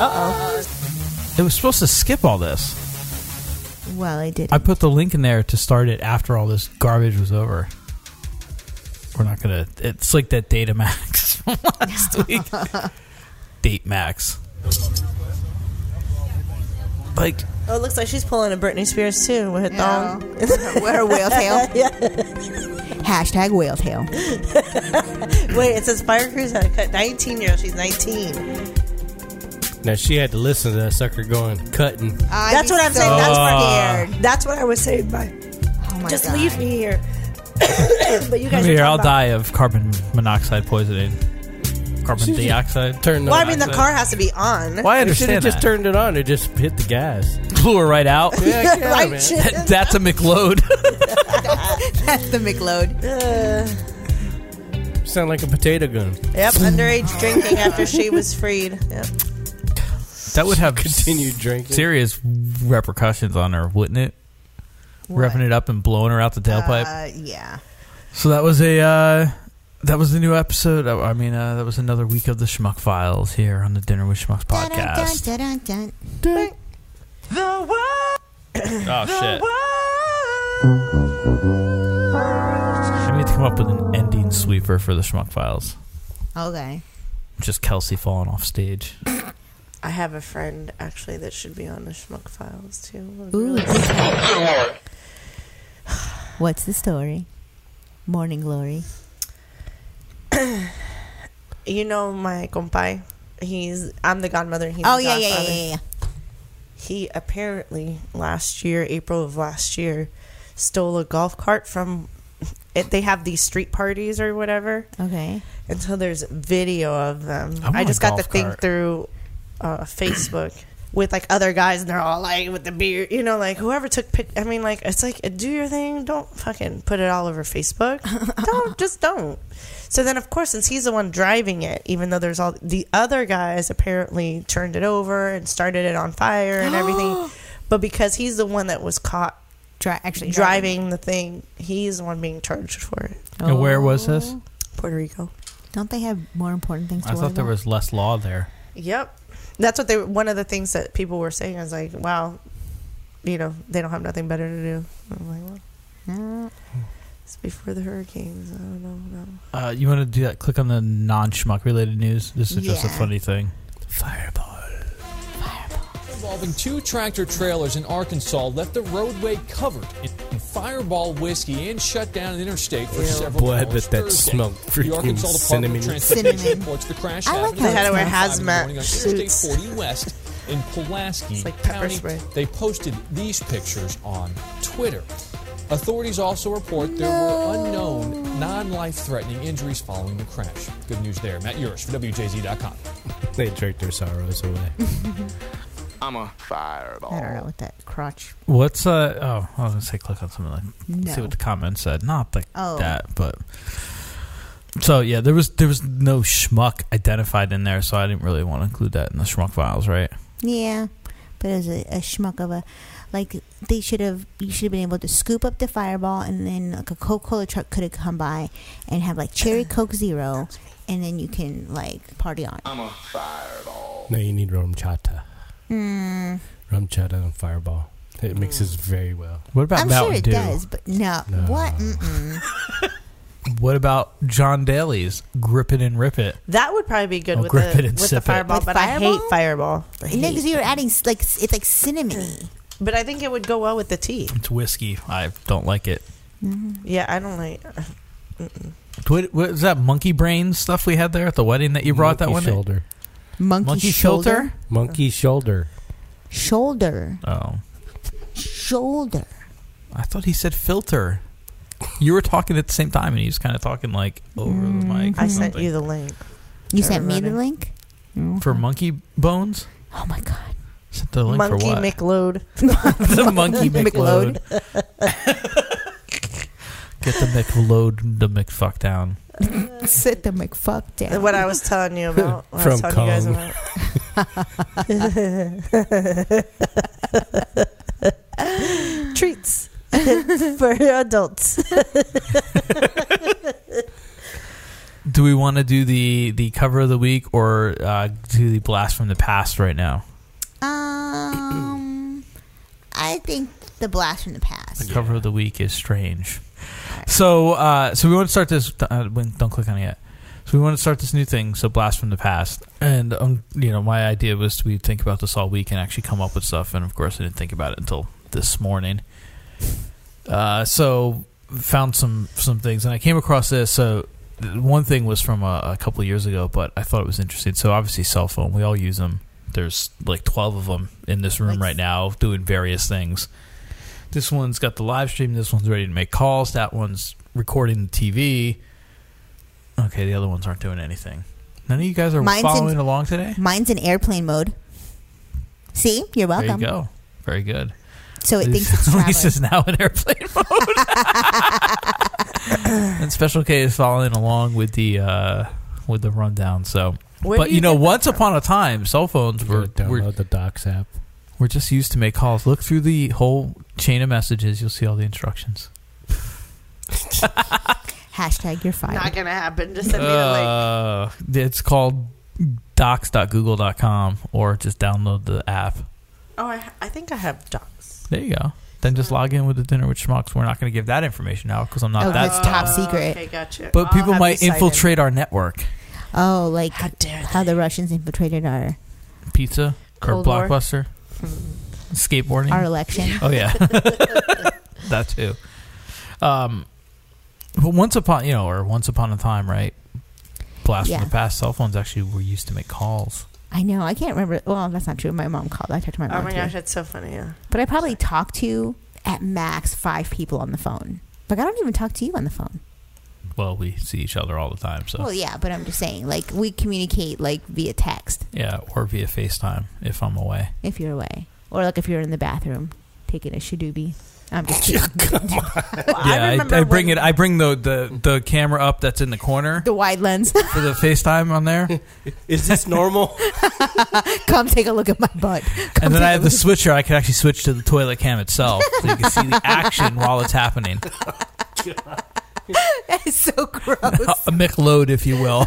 [SPEAKER 7] Uh oh. It was supposed to skip all this.
[SPEAKER 4] well, I did.
[SPEAKER 7] I put the link in there to start it after all this garbage was over. We're not gonna. It's like that Data Max from last week. Date Max. Like
[SPEAKER 6] Oh, it looks like she's pulling a Britney Spears too with her thong.
[SPEAKER 4] With her whale tail. Hashtag whale tail.
[SPEAKER 6] Wait, it says Fire Cruise had a cut 19 year old. She's 19.
[SPEAKER 5] Now she had to listen to that sucker going cutting.
[SPEAKER 6] that's what I'm saying. That's
[SPEAKER 5] Ah.
[SPEAKER 6] where, that's what I was saying. By just leave me here. but you guys
[SPEAKER 7] Here,
[SPEAKER 6] are
[SPEAKER 7] I'll
[SPEAKER 6] talking about-
[SPEAKER 7] die of carbon monoxide poisoning. Carbon dioxide. Turn
[SPEAKER 6] Well, I mean, the car has to be on.
[SPEAKER 7] Well, I
[SPEAKER 5] You should
[SPEAKER 7] understand
[SPEAKER 5] have just
[SPEAKER 7] that.
[SPEAKER 5] turned it on. It just hit the gas.
[SPEAKER 7] blew her right out.
[SPEAKER 5] Yeah, yeah,
[SPEAKER 6] Right,
[SPEAKER 5] man.
[SPEAKER 6] shit.
[SPEAKER 7] That's a McLeod.
[SPEAKER 4] That's the McLeod.
[SPEAKER 5] Sound like a potato gun.
[SPEAKER 6] Yep, underage drinking after she was freed. Yep.
[SPEAKER 7] That would have
[SPEAKER 5] continued drinking.
[SPEAKER 7] serious repercussions on her, wouldn't it? Revving it up and blowing her out the tailpipe.
[SPEAKER 4] Uh, yeah.
[SPEAKER 7] So that was a uh, that was the new episode. Uh, I mean, uh, that was another week of the Schmuck Files here on the Dinner with Schmucks podcast.
[SPEAKER 4] Dun-dun-dun-dun.
[SPEAKER 6] The world.
[SPEAKER 7] Oh shit! I need to come up with an ending sweeper for the Schmuck Files.
[SPEAKER 4] Okay.
[SPEAKER 7] Just Kelsey falling off stage.
[SPEAKER 6] I have a friend actually that should be on the Schmuck Files too.
[SPEAKER 4] What's the story? Morning glory.
[SPEAKER 6] you know my compay. He's I'm the godmother. He's
[SPEAKER 4] Oh,
[SPEAKER 6] the
[SPEAKER 4] yeah, yeah, yeah,
[SPEAKER 6] godfather.
[SPEAKER 4] yeah, yeah.
[SPEAKER 6] He apparently last year, April of last year, stole a golf cart from. It, they have these street parties or whatever.
[SPEAKER 4] Okay.
[SPEAKER 6] Mm-hmm. And so there's video of them.
[SPEAKER 4] I want
[SPEAKER 6] I,
[SPEAKER 4] a
[SPEAKER 6] just got the
[SPEAKER 4] golf
[SPEAKER 6] thing
[SPEAKER 4] cart.
[SPEAKER 6] through uh, Facebook with like other guys, and they're all like with the beard, you know, like whoever took. Pic- I mean, like it's like do your thing. Don't fucking put it all over Facebook. don't just don't. So then, of course, since he's the one driving it, even though there's all the other guys apparently turned it over and started it on fire and everything, but because he's the one that was caught.
[SPEAKER 4] actually
[SPEAKER 6] driving,
[SPEAKER 4] driving. Oh,
[SPEAKER 6] the thing, he's the one being charged for it.
[SPEAKER 7] And where was this?
[SPEAKER 6] Oh. Puerto Rico.
[SPEAKER 4] Don't they have more important things to
[SPEAKER 7] I
[SPEAKER 4] worry
[SPEAKER 7] thought there
[SPEAKER 4] about?
[SPEAKER 7] was less law there.
[SPEAKER 6] Yep. That's what they one of the things that people were saying is like, wow, you know, they don't have nothing better to do. I'm like, well, it's before the hurricanes. I don't know. No.
[SPEAKER 7] Uh, you want to do that? Click on the non schmuck related news. This is just a
[SPEAKER 6] Yeah.
[SPEAKER 7] funny thing.
[SPEAKER 3] Involving two tractor trailers in Arkansas left the roadway covered in fireball whiskey and shut down an interstate for several
[SPEAKER 5] Boy, I
[SPEAKER 3] hours.
[SPEAKER 5] bet that
[SPEAKER 3] Thursday.
[SPEAKER 5] smelled
[SPEAKER 3] the
[SPEAKER 5] freaking
[SPEAKER 3] Arkansas Department of
[SPEAKER 5] cinnamony.
[SPEAKER 3] Transportation
[SPEAKER 5] Cinnamon.
[SPEAKER 3] reports the crash
[SPEAKER 5] I like
[SPEAKER 3] happened
[SPEAKER 5] how it
[SPEAKER 3] at
[SPEAKER 5] They had to
[SPEAKER 3] 5 in the
[SPEAKER 5] wear
[SPEAKER 3] morning on
[SPEAKER 5] hazmat
[SPEAKER 3] Interstate
[SPEAKER 5] suits.
[SPEAKER 3] 40 West in Pulaski
[SPEAKER 5] pepper
[SPEAKER 3] County.
[SPEAKER 5] spray.
[SPEAKER 3] They posted these pictures on Twitter. Authorities also report there were unknown, non-life-threatening injuries following the crash. Good news there. Matt Urish for WJZ.com.
[SPEAKER 5] They drank their sorrows away.
[SPEAKER 3] I'm a fireball.
[SPEAKER 4] I don't know what that crotch.
[SPEAKER 7] What's uh? Oh, I was gonna say click on something like
[SPEAKER 4] No.
[SPEAKER 7] see what the comment said. Not like
[SPEAKER 4] Oh.
[SPEAKER 7] that, but so yeah, there was there was no schmuck identified in there, so I didn't really want to include that in the schmuck files, right?
[SPEAKER 4] Yeah, but it was a, a schmuck of a. Like they should have, you should have been able to scoop up the fireball, and then like a Coca Cola truck could have come by and have like cherry Coke Zero, and then you can like party on.
[SPEAKER 3] I'm a fireball.
[SPEAKER 5] No, you need rum chata.
[SPEAKER 4] Mm.
[SPEAKER 5] Rum chata and fireball. It mixes
[SPEAKER 6] Mm.
[SPEAKER 5] very well.
[SPEAKER 7] What about
[SPEAKER 4] I'm
[SPEAKER 7] Mountain
[SPEAKER 4] sure it
[SPEAKER 7] Dew?
[SPEAKER 4] does, but no, Mm.
[SPEAKER 7] No.
[SPEAKER 4] what? Mm-mm.
[SPEAKER 7] What about John Daly's Grip It and Rip It?
[SPEAKER 6] That would probably be good
[SPEAKER 7] I'll
[SPEAKER 6] with
[SPEAKER 7] grip it
[SPEAKER 6] the,
[SPEAKER 7] and
[SPEAKER 6] with the
[SPEAKER 7] sip it.
[SPEAKER 6] fireball,
[SPEAKER 7] With
[SPEAKER 6] but I hate
[SPEAKER 7] fireball?
[SPEAKER 6] fireball. I
[SPEAKER 4] No,
[SPEAKER 6] hate
[SPEAKER 4] 'cause you were
[SPEAKER 6] it.
[SPEAKER 4] adding s- like s- it's like cinnamony.
[SPEAKER 6] But I think it would go well with the tea.
[SPEAKER 7] It's whiskey. I don't like it.
[SPEAKER 4] Mm-hmm.
[SPEAKER 6] Yeah, I don't like. uh,
[SPEAKER 7] What, what is that monkey brain stuff we had there at the wedding that you brought that
[SPEAKER 5] Monkey
[SPEAKER 7] one? day?
[SPEAKER 5] shoulder.
[SPEAKER 4] Monkey,
[SPEAKER 7] Monkey
[SPEAKER 4] shoulder,
[SPEAKER 7] shoulder?
[SPEAKER 5] Monkey shoulder.
[SPEAKER 4] shoulder,
[SPEAKER 7] Oh,
[SPEAKER 4] shoulder.
[SPEAKER 7] I thought he said filter. You were talking at the same time, and he was kind of talking like over
[SPEAKER 4] Mm,
[SPEAKER 7] the mic. or
[SPEAKER 6] I sent
[SPEAKER 7] something.
[SPEAKER 6] you the link.
[SPEAKER 4] Mm-hmm. You sent me the
[SPEAKER 6] Everybody.
[SPEAKER 4] link.
[SPEAKER 7] for monkey bones.
[SPEAKER 4] Oh my god!
[SPEAKER 7] Sent the link
[SPEAKER 6] monkey
[SPEAKER 7] Oh, for what?
[SPEAKER 6] McLeod.
[SPEAKER 7] the monkey McLeod. Get the McLeod the McFuck down.
[SPEAKER 4] Sit the McFuck down.
[SPEAKER 6] What I was telling you about. What I was
[SPEAKER 7] From
[SPEAKER 6] telling you guys
[SPEAKER 7] Kong.
[SPEAKER 6] about. Treats for adults.
[SPEAKER 7] Do we want to do the the cover of the week or uh, do the blast from the past right now?
[SPEAKER 4] Um, I think the blast from the past.
[SPEAKER 7] The cover of the week is strange. So, uh, so we want to start this. Uh, when- don't click on it yet. So we want to start this new thing. So blast from the past, and um, you know, my idea was we think about this all week and actually come up with stuff. And of course, I didn't think about it until this morning. Uh, so found some some things, and I came across this. So th- one thing was from a, a couple years ago, but I thought it was interesting. So obviously, cell phone. We all use them. There's like twelve of them in this room right now, doing various things. This one's got the live stream. This one's ready to make calls. That one's recording the TV. Okay, the other ones aren't doing anything. None of you guys are following along today.
[SPEAKER 4] Mine's in airplane mode. See, you're
[SPEAKER 7] There
[SPEAKER 4] welcome.
[SPEAKER 7] you go. Very good.
[SPEAKER 4] So it thinks it's traveling.
[SPEAKER 7] Lisa's now in airplane mode. and Special K is following along with the uh, with the rundown. So,
[SPEAKER 6] Where
[SPEAKER 7] but
[SPEAKER 6] do
[SPEAKER 7] you,
[SPEAKER 6] you
[SPEAKER 7] know,
[SPEAKER 6] get that
[SPEAKER 7] once upon a time, cell phones were were,
[SPEAKER 5] Download the Docs app.
[SPEAKER 7] were just used to make calls. Look through the whole chain of messages; you'll see all the instructions.
[SPEAKER 4] Hashtag you're fired.
[SPEAKER 6] Not gonna happen. Just
[SPEAKER 7] Uh, it's called docs.google.com, or just download the app.
[SPEAKER 6] Oh, I, I think I have docs.
[SPEAKER 7] There you go. Then just log in with the dinner with schmucks. We're not going to give that information out because I'm not
[SPEAKER 4] Oh,
[SPEAKER 7] that.
[SPEAKER 4] that's top
[SPEAKER 7] dumb.
[SPEAKER 4] secret.
[SPEAKER 6] Okay, gotcha.
[SPEAKER 7] But
[SPEAKER 6] I'll
[SPEAKER 7] people
[SPEAKER 6] have
[SPEAKER 7] might
[SPEAKER 6] you cited.
[SPEAKER 7] infiltrate our network.
[SPEAKER 4] Oh, like how, the Russians infiltrated our
[SPEAKER 7] Pizza
[SPEAKER 4] Cold
[SPEAKER 7] or
[SPEAKER 4] War.
[SPEAKER 7] Blockbuster, skateboarding,
[SPEAKER 4] Our election.
[SPEAKER 7] Oh yeah, that too. Um, but once upon you know, or once upon a time, right? Blast
[SPEAKER 4] Yeah.
[SPEAKER 7] from the past. Cell phones actually were used to make calls.
[SPEAKER 4] I know. I can't remember. Well, that's not true. My mom called. I talked to my mom.
[SPEAKER 6] Oh my
[SPEAKER 4] too.
[SPEAKER 6] gosh, that's so funny. Yeah.
[SPEAKER 4] But I probably talked to at max five people on the phone. Like I don't even talk to you on the phone.
[SPEAKER 7] Well, we see each other all the time, so
[SPEAKER 4] Well, yeah, but I'm just saying, like we communicate like via text
[SPEAKER 7] yeah, or via FaceTime if I'm away.
[SPEAKER 4] if you're away, or like if you're in the bathroom taking a shadoobie. I'm just kidding.
[SPEAKER 7] yeah, I, I bring it. I bring the, the the camera up that's in the corner
[SPEAKER 4] the wide lens.
[SPEAKER 7] for the FaceTime on there.
[SPEAKER 5] Is this normal?
[SPEAKER 4] Come take a look at my butt. Come
[SPEAKER 7] and then
[SPEAKER 4] take
[SPEAKER 7] I
[SPEAKER 4] a
[SPEAKER 7] have the
[SPEAKER 4] look at-
[SPEAKER 7] switcher. I can actually switch to the toilet cam itself, so you can see the action while it's happening.
[SPEAKER 4] that is so gross.
[SPEAKER 7] A McLoad, if you will.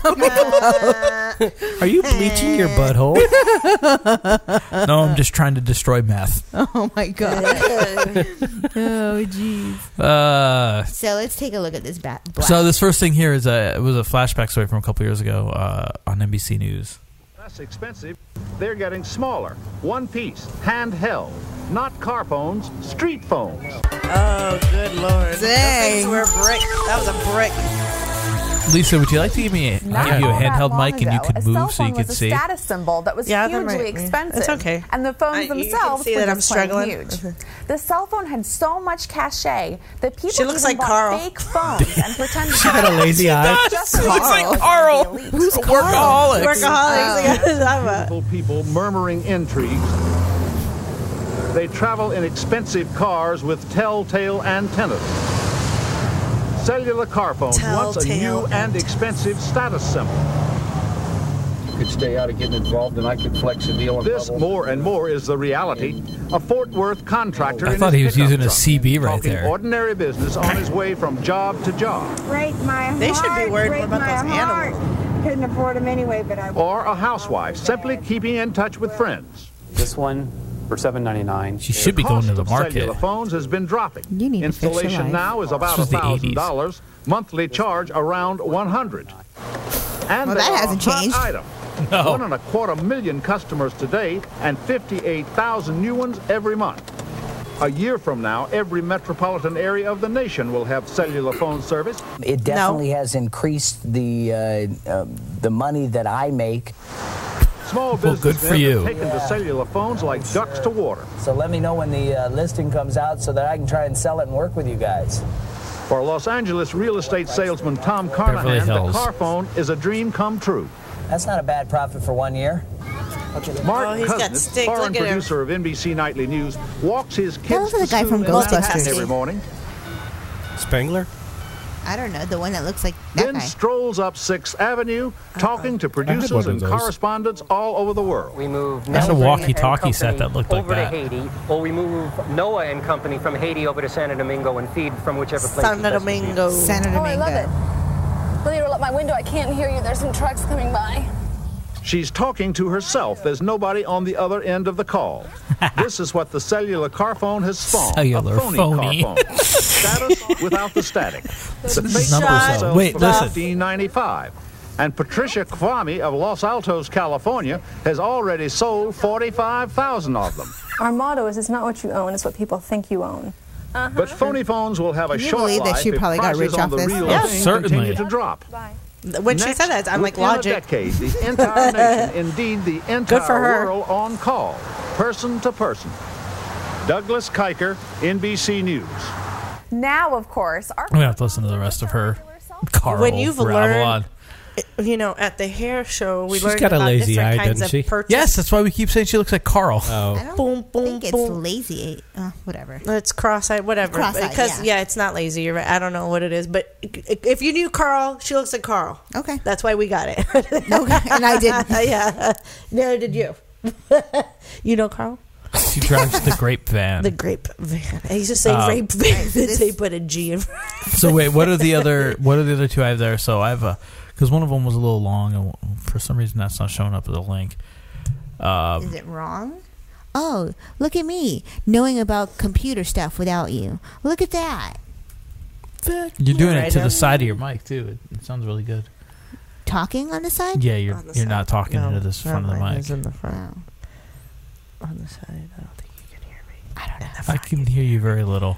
[SPEAKER 5] Are you bleaching your butthole?
[SPEAKER 7] no, I'm just trying to destroy meth.
[SPEAKER 4] Oh my god. oh jeez.
[SPEAKER 7] Uh,
[SPEAKER 4] So let's take a look at this bat. Black.
[SPEAKER 7] so this first thing here is a it was a flashback story from a couple years ago uh, on NBC News.
[SPEAKER 10] Less expensive, they're getting smaller. One piece, handheld. Not car phones, street phones.
[SPEAKER 6] Oh, good lord. Dang. Were a brick. That was a brick.
[SPEAKER 7] Lisa, would you like to give me a,
[SPEAKER 26] Not
[SPEAKER 7] give you a
[SPEAKER 26] all that
[SPEAKER 7] handheld
[SPEAKER 26] long
[SPEAKER 7] mic and you
[SPEAKER 26] ago, a
[SPEAKER 7] could
[SPEAKER 26] cell
[SPEAKER 7] move so you
[SPEAKER 26] phone was
[SPEAKER 7] could
[SPEAKER 26] a
[SPEAKER 7] see?
[SPEAKER 26] status symbol that was
[SPEAKER 6] Yeah, that
[SPEAKER 26] hugely
[SPEAKER 6] might- yeah,
[SPEAKER 26] expensive.
[SPEAKER 6] it's okay.
[SPEAKER 26] And the phones
[SPEAKER 6] I- you can
[SPEAKER 26] themselves
[SPEAKER 6] see
[SPEAKER 26] were
[SPEAKER 6] that I'm
[SPEAKER 26] just plain
[SPEAKER 6] struggling.
[SPEAKER 26] huge. the cell phone had so much cachet that people
[SPEAKER 6] She looks
[SPEAKER 26] even
[SPEAKER 6] like
[SPEAKER 26] bought
[SPEAKER 6] Carl.
[SPEAKER 26] fake phones and pretended
[SPEAKER 5] She got a lazy eye.
[SPEAKER 26] Just
[SPEAKER 5] She looks like
[SPEAKER 26] Carl.
[SPEAKER 5] Who's
[SPEAKER 26] Carl?
[SPEAKER 10] Beautiful people murmuring intrigues. They travel in expensive cars with telltale antennas. Cellular car phones, once a new and expensive status symbol.
[SPEAKER 24] could stay out of getting involved, and I could flex a deal.
[SPEAKER 10] This more and more is the reality. A Fort Worth contractor.
[SPEAKER 7] I
[SPEAKER 10] in
[SPEAKER 7] thought
[SPEAKER 10] his
[SPEAKER 7] he was
[SPEAKER 10] pickup
[SPEAKER 7] using a
[SPEAKER 10] truck,
[SPEAKER 7] CB right
[SPEAKER 10] talking
[SPEAKER 7] there.
[SPEAKER 10] Ordinary business on his way from job to job.
[SPEAKER 15] Break my
[SPEAKER 6] They
[SPEAKER 15] heart.
[SPEAKER 6] should be worried
[SPEAKER 15] break
[SPEAKER 6] about
[SPEAKER 15] my
[SPEAKER 6] those
[SPEAKER 15] heart. Couldn't afford them anyway, but I.
[SPEAKER 10] or a housewife simply keeping in touch with friends.
[SPEAKER 24] This one for seven ninety nine. She
[SPEAKER 7] should be going to the market.
[SPEAKER 10] Cellular phones has been dropping.
[SPEAKER 24] fix your
[SPEAKER 10] Installation
[SPEAKER 24] life.
[SPEAKER 10] now is about
[SPEAKER 7] This was the
[SPEAKER 10] thousand dollars. Monthly charge around one hundred.
[SPEAKER 4] Well,
[SPEAKER 10] And they
[SPEAKER 4] that
[SPEAKER 10] are a
[SPEAKER 4] hasn't
[SPEAKER 10] hot
[SPEAKER 4] changed.
[SPEAKER 10] Item. One and a quarter million customers today, and fifty-eight thousand new ones every month. A year from now, every metropolitan area of the nation will have cellular phone service.
[SPEAKER 16] It definitely has increased the uh, uh, the money that I make.
[SPEAKER 10] Small
[SPEAKER 16] Well, good
[SPEAKER 10] businessmen
[SPEAKER 16] for you.
[SPEAKER 10] have taken to cellular phones like ducks to water.
[SPEAKER 16] So let me know when the uh, listing comes out so that I can try and sell it and work with you guys.
[SPEAKER 10] For Los Angeles real estate salesman Tom
[SPEAKER 16] Beverly
[SPEAKER 10] Carnahan, the
[SPEAKER 16] Hills.
[SPEAKER 10] car phone is a dream come true.
[SPEAKER 16] That's not a bad profit for one year.
[SPEAKER 10] Mark
[SPEAKER 16] Oh, he's got
[SPEAKER 10] Cousins,
[SPEAKER 16] sticks. Look
[SPEAKER 10] foreign
[SPEAKER 16] at him.
[SPEAKER 10] producer of NBC Nightly News, walks his
[SPEAKER 4] looks like
[SPEAKER 10] kids to
[SPEAKER 4] the guy
[SPEAKER 10] school
[SPEAKER 4] from
[SPEAKER 10] in Manhattan
[SPEAKER 4] Ghostbusters.
[SPEAKER 10] every morning,
[SPEAKER 5] Spangler?
[SPEAKER 4] I don't know the one that looks like that
[SPEAKER 10] then
[SPEAKER 4] guy. Uh-huh.
[SPEAKER 10] strolls up Sixth Avenue, talking to
[SPEAKER 7] one
[SPEAKER 10] producers
[SPEAKER 7] of
[SPEAKER 10] and
[SPEAKER 7] those.
[SPEAKER 10] correspondents all over the world.
[SPEAKER 24] We move
[SPEAKER 7] That's a
[SPEAKER 24] Nelson
[SPEAKER 7] walkie-talkie
[SPEAKER 24] and
[SPEAKER 7] set
[SPEAKER 24] Company
[SPEAKER 7] that looked like
[SPEAKER 24] over
[SPEAKER 7] that.
[SPEAKER 24] to Haiti, or we move Noah and Company from Haiti over to Santo Domingo and feed from whichever place. is best received.
[SPEAKER 4] Santo
[SPEAKER 26] Oh, I
[SPEAKER 4] Domingo.
[SPEAKER 26] love it. Will you roll up my window? I can't hear you. There's some trucks coming by.
[SPEAKER 10] She's talking to herself. There's nobody on the other end of the call. this is what the cellular car phone has spawned.
[SPEAKER 7] Cellular
[SPEAKER 10] a phony,
[SPEAKER 7] phony.
[SPEAKER 10] car phone. status without the static. The
[SPEAKER 7] This is numbers, though. Wait, listen.
[SPEAKER 10] 1595. And Patricia Kwame of Los Altos, California, has already sold 45,000 of them.
[SPEAKER 26] Our motto is it's not what you own, it's what people think you own.
[SPEAKER 10] But phony phones will have a
[SPEAKER 26] Uh-huh. Can you
[SPEAKER 10] short
[SPEAKER 26] believe that
[SPEAKER 10] life
[SPEAKER 26] she
[SPEAKER 10] if
[SPEAKER 26] probably got
[SPEAKER 10] prices
[SPEAKER 26] rich
[SPEAKER 10] on
[SPEAKER 26] off
[SPEAKER 10] the
[SPEAKER 26] this?
[SPEAKER 10] real
[SPEAKER 6] Yeah.
[SPEAKER 10] thing
[SPEAKER 6] Certainly.
[SPEAKER 10] continue to drop.
[SPEAKER 6] When she
[SPEAKER 10] Next,
[SPEAKER 6] said that, I'm like,
[SPEAKER 10] within
[SPEAKER 6] logic.
[SPEAKER 10] A decade, the entire nation, indeed the entire
[SPEAKER 6] for her.
[SPEAKER 10] world, on call, person to person. Douglas Kiker, NBC News.
[SPEAKER 26] Now, of course, our
[SPEAKER 7] I'm gonna have to listen to the rest of her. Carl
[SPEAKER 26] When you've
[SPEAKER 7] Ravelon.
[SPEAKER 26] learned-
[SPEAKER 6] eh, you know, at the hair show, we
[SPEAKER 7] She's
[SPEAKER 6] learned
[SPEAKER 7] got a
[SPEAKER 6] about
[SPEAKER 7] lazy
[SPEAKER 6] different
[SPEAKER 7] eye,
[SPEAKER 6] kinds
[SPEAKER 7] doesn't
[SPEAKER 6] of
[SPEAKER 7] she? Oh.
[SPEAKER 6] purchase.
[SPEAKER 7] Yes, that's why we keep saying she looks like Carl.
[SPEAKER 4] I don't think it's lazy. Uh, whatever.
[SPEAKER 6] It's cross-eyed, eh, whatever.
[SPEAKER 4] Cross-eyed,
[SPEAKER 6] because yeah. it's not lazy. You're right. I don't know what it is, but i- if you knew Carl, she looks like Carl.
[SPEAKER 4] Okay,
[SPEAKER 6] that's why we got it. okay,
[SPEAKER 4] and I didn't.
[SPEAKER 6] yeah, neither did you. you know Carl,
[SPEAKER 7] She drives the grape van.
[SPEAKER 6] the grape van. I used to say
[SPEAKER 7] Uh,
[SPEAKER 6] grape van. they put a G in. front.
[SPEAKER 7] so wait, what are the other? What are the other two I have there? So I have a because one of them was a little long, and w- for some reason that's not showing up as a link. Um,
[SPEAKER 4] Is it wrong? Oh, look at me knowing about computer stuff without you. Look at that.
[SPEAKER 7] You're doing
[SPEAKER 4] Right
[SPEAKER 7] it to
[SPEAKER 4] now.
[SPEAKER 7] the side of your mic too. It, it sounds really good.
[SPEAKER 4] Talking on the side.
[SPEAKER 7] Yeah, you're you're not talking
[SPEAKER 4] No,
[SPEAKER 7] into this
[SPEAKER 4] no,
[SPEAKER 7] front of the
[SPEAKER 4] mine
[SPEAKER 7] mic.
[SPEAKER 4] is in the front. Oh.
[SPEAKER 6] On the side, I don't think
[SPEAKER 7] I can hear you very little.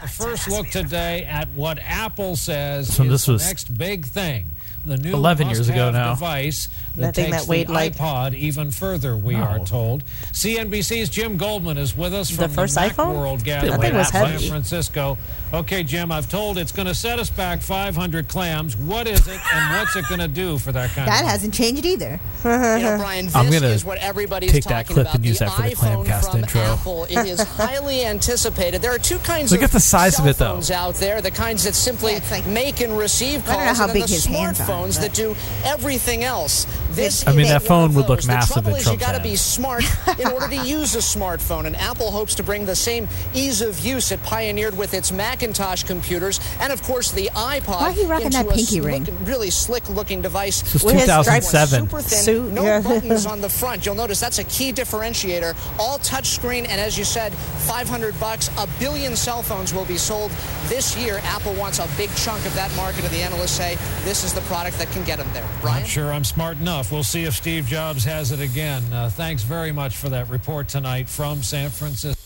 [SPEAKER 1] A first look today at what Apple says
[SPEAKER 7] So
[SPEAKER 1] is
[SPEAKER 7] this
[SPEAKER 1] the
[SPEAKER 7] was
[SPEAKER 1] next big thing. The new
[SPEAKER 7] 11 years ago
[SPEAKER 1] must-have
[SPEAKER 7] now.
[SPEAKER 1] device that,
[SPEAKER 7] That thing
[SPEAKER 1] takes
[SPEAKER 7] that weighed
[SPEAKER 1] the
[SPEAKER 7] like-
[SPEAKER 1] iPod even further. We are told. CNBC's Jim Goldman is with us from the,
[SPEAKER 6] first
[SPEAKER 1] Mac
[SPEAKER 6] iPhone?
[SPEAKER 1] World
[SPEAKER 6] That
[SPEAKER 1] gathering
[SPEAKER 6] thing
[SPEAKER 1] in
[SPEAKER 6] was
[SPEAKER 1] San
[SPEAKER 6] heavy.
[SPEAKER 1] Francisco. Okay, Jim, I've told it's going to set us back 500 clams. What is it, and what's it going to do for that kind
[SPEAKER 4] That
[SPEAKER 1] of?
[SPEAKER 4] hasn't changed either.
[SPEAKER 1] Brian,
[SPEAKER 7] I'm gonna
[SPEAKER 1] is what everybody's
[SPEAKER 7] take that
[SPEAKER 1] talking
[SPEAKER 7] clip
[SPEAKER 1] about,
[SPEAKER 7] and use
[SPEAKER 1] the
[SPEAKER 7] that for the Clamcast intro.
[SPEAKER 17] Apple. It is highly anticipated. There are two kinds
[SPEAKER 7] Look
[SPEAKER 17] of
[SPEAKER 7] at the size of
[SPEAKER 17] cell
[SPEAKER 7] it, though.
[SPEAKER 17] phones out there. The kinds that simply make and receive
[SPEAKER 4] I
[SPEAKER 17] calls,
[SPEAKER 4] don't know how
[SPEAKER 17] and then
[SPEAKER 4] big
[SPEAKER 17] the
[SPEAKER 4] his hands are,
[SPEAKER 17] smartphones that do everything else. This
[SPEAKER 7] I mean,
[SPEAKER 17] is
[SPEAKER 7] that
[SPEAKER 17] one of
[SPEAKER 7] phone would look
[SPEAKER 17] those.
[SPEAKER 7] massive
[SPEAKER 17] The
[SPEAKER 7] in
[SPEAKER 17] trouble is you
[SPEAKER 7] Trump's
[SPEAKER 17] got to
[SPEAKER 7] hand.
[SPEAKER 17] be smart in order to use a smartphone, and Apple hopes to bring the same ease of use it pioneered with its Macintosh computers and, of course, the iPod.
[SPEAKER 4] Why are you rocking
[SPEAKER 17] into
[SPEAKER 4] that
[SPEAKER 17] a
[SPEAKER 4] pinky
[SPEAKER 17] slick-
[SPEAKER 4] ring?
[SPEAKER 17] Really slick-looking device.
[SPEAKER 7] This was With his 2007.
[SPEAKER 17] Super thin,
[SPEAKER 7] Suit,
[SPEAKER 17] no
[SPEAKER 7] yeah.
[SPEAKER 17] buttons on the front. You'll notice that's a key differentiator. All touchscreen, and as you said, 500 bucks. A billion cell phones will be sold this year. Apple wants a big chunk of that market, and the analysts say this is the product that can get them there.
[SPEAKER 1] I'm sure I'm smart enough. We'll see if Steve Jobs has it again. Uh, thanks very much for that report tonight from San Francisco.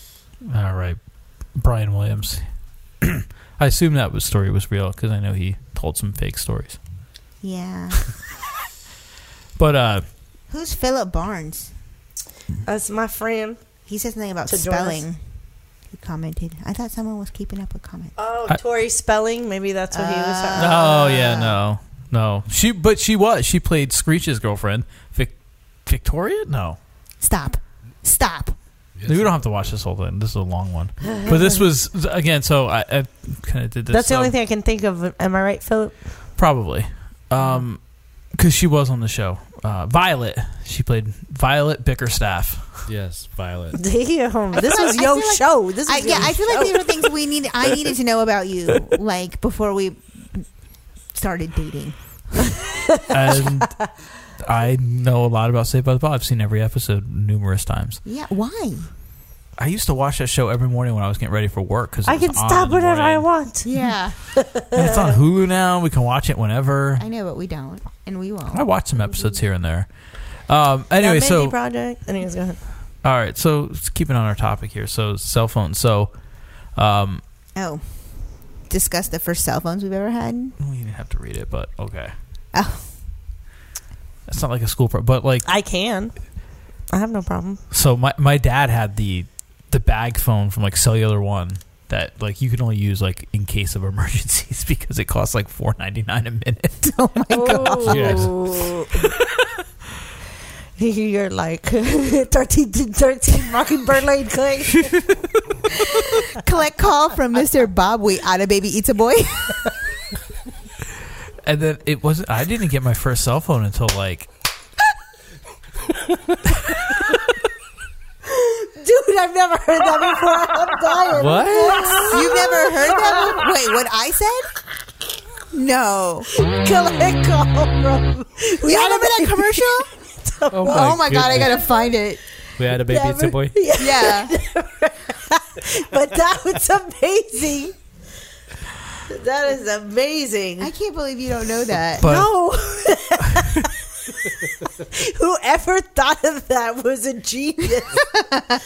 [SPEAKER 7] All right, Brian Williams. I assume that was story was real because I know he told some fake stories.
[SPEAKER 4] Yeah.
[SPEAKER 7] But uh,
[SPEAKER 4] Who's Philip Barnes?
[SPEAKER 6] That's my friend.
[SPEAKER 4] He said something about
[SPEAKER 6] To join us.
[SPEAKER 4] spelling. He commented. I thought someone was keeping up with comments.
[SPEAKER 6] Oh,
[SPEAKER 7] I-
[SPEAKER 6] Tori Spelling. Maybe that's what he was. talking about.
[SPEAKER 7] oh
[SPEAKER 6] Ah.
[SPEAKER 7] yeah, no, no. She but she was she played Screech's girlfriend, Vic- Victoria. No,
[SPEAKER 4] Stop. Stop.
[SPEAKER 7] we don't have to watch this whole thing. This is a long one. But this was again. So I, I kind of did this.
[SPEAKER 6] That's the
[SPEAKER 7] um,
[SPEAKER 6] only thing I can think of. Am I right, Philip?
[SPEAKER 7] Probably. Um 'cause because she was on the show. Uh, Violet. She played Violet Bickerstaff.
[SPEAKER 18] Yes, Violet.
[SPEAKER 6] Damn, this
[SPEAKER 4] feel-
[SPEAKER 6] was
[SPEAKER 4] I feel
[SPEAKER 6] yo
[SPEAKER 4] like-
[SPEAKER 6] show. This
[SPEAKER 4] I,
[SPEAKER 6] was
[SPEAKER 4] yeah,
[SPEAKER 6] your
[SPEAKER 4] I feel like
[SPEAKER 6] show.
[SPEAKER 4] these were things we need. I needed to know about you, like before we started dating.
[SPEAKER 7] and I know a lot about Saved by the Bell. I've seen every episode numerous times.
[SPEAKER 4] Yeah, why?
[SPEAKER 7] I used to watch that show every morning when I was getting ready for work because
[SPEAKER 6] I can stop whenever I want.
[SPEAKER 4] Yeah,
[SPEAKER 7] And it's on Hulu now. We can watch it whenever.
[SPEAKER 4] I know, but we don't, and we won't.
[SPEAKER 7] I watch some episodes here and there. Um, anyway,
[SPEAKER 6] Mindy
[SPEAKER 7] so
[SPEAKER 6] project. Anyways, go ahead.
[SPEAKER 7] all right, so let's keep it on our topic here. So cell phones. So um,
[SPEAKER 4] Oh, discuss the first cell phones we've ever had.
[SPEAKER 7] we didn't have to read it, but okay.
[SPEAKER 4] Oh.
[SPEAKER 7] It's not like a school, pro- but like
[SPEAKER 6] I can. I have no problem.
[SPEAKER 7] So my my dad had the the bag phone from like Cellular One that like you can only use like in case of emergencies because it costs like four ninety nine a minute.
[SPEAKER 4] Oh my
[SPEAKER 7] gosh.
[SPEAKER 6] You're like 13 to 13 Mockingbird Lane Clay.
[SPEAKER 4] Collect call from Mister Bob. We out a baby eats a boy.
[SPEAKER 7] And then it wasn't. I didn't get my first cell phone until like
[SPEAKER 6] Dude, I've never heard that before. I'm dying.
[SPEAKER 7] What?
[SPEAKER 4] You've never heard that? One? Wait, what I said? No.
[SPEAKER 6] Collect call from.
[SPEAKER 4] We all remember that commercial?
[SPEAKER 18] Oh
[SPEAKER 4] Oh
[SPEAKER 18] my
[SPEAKER 4] my, god, I gotta
[SPEAKER 18] goodness.
[SPEAKER 4] find it.
[SPEAKER 18] We had a baby
[SPEAKER 6] Never-
[SPEAKER 18] it's a boy.
[SPEAKER 6] Yeah.
[SPEAKER 4] Yeah.
[SPEAKER 6] but that was amazing. That is amazing.
[SPEAKER 4] I can't believe you don't know that.
[SPEAKER 6] But- No. Whoever thought of that was a genius.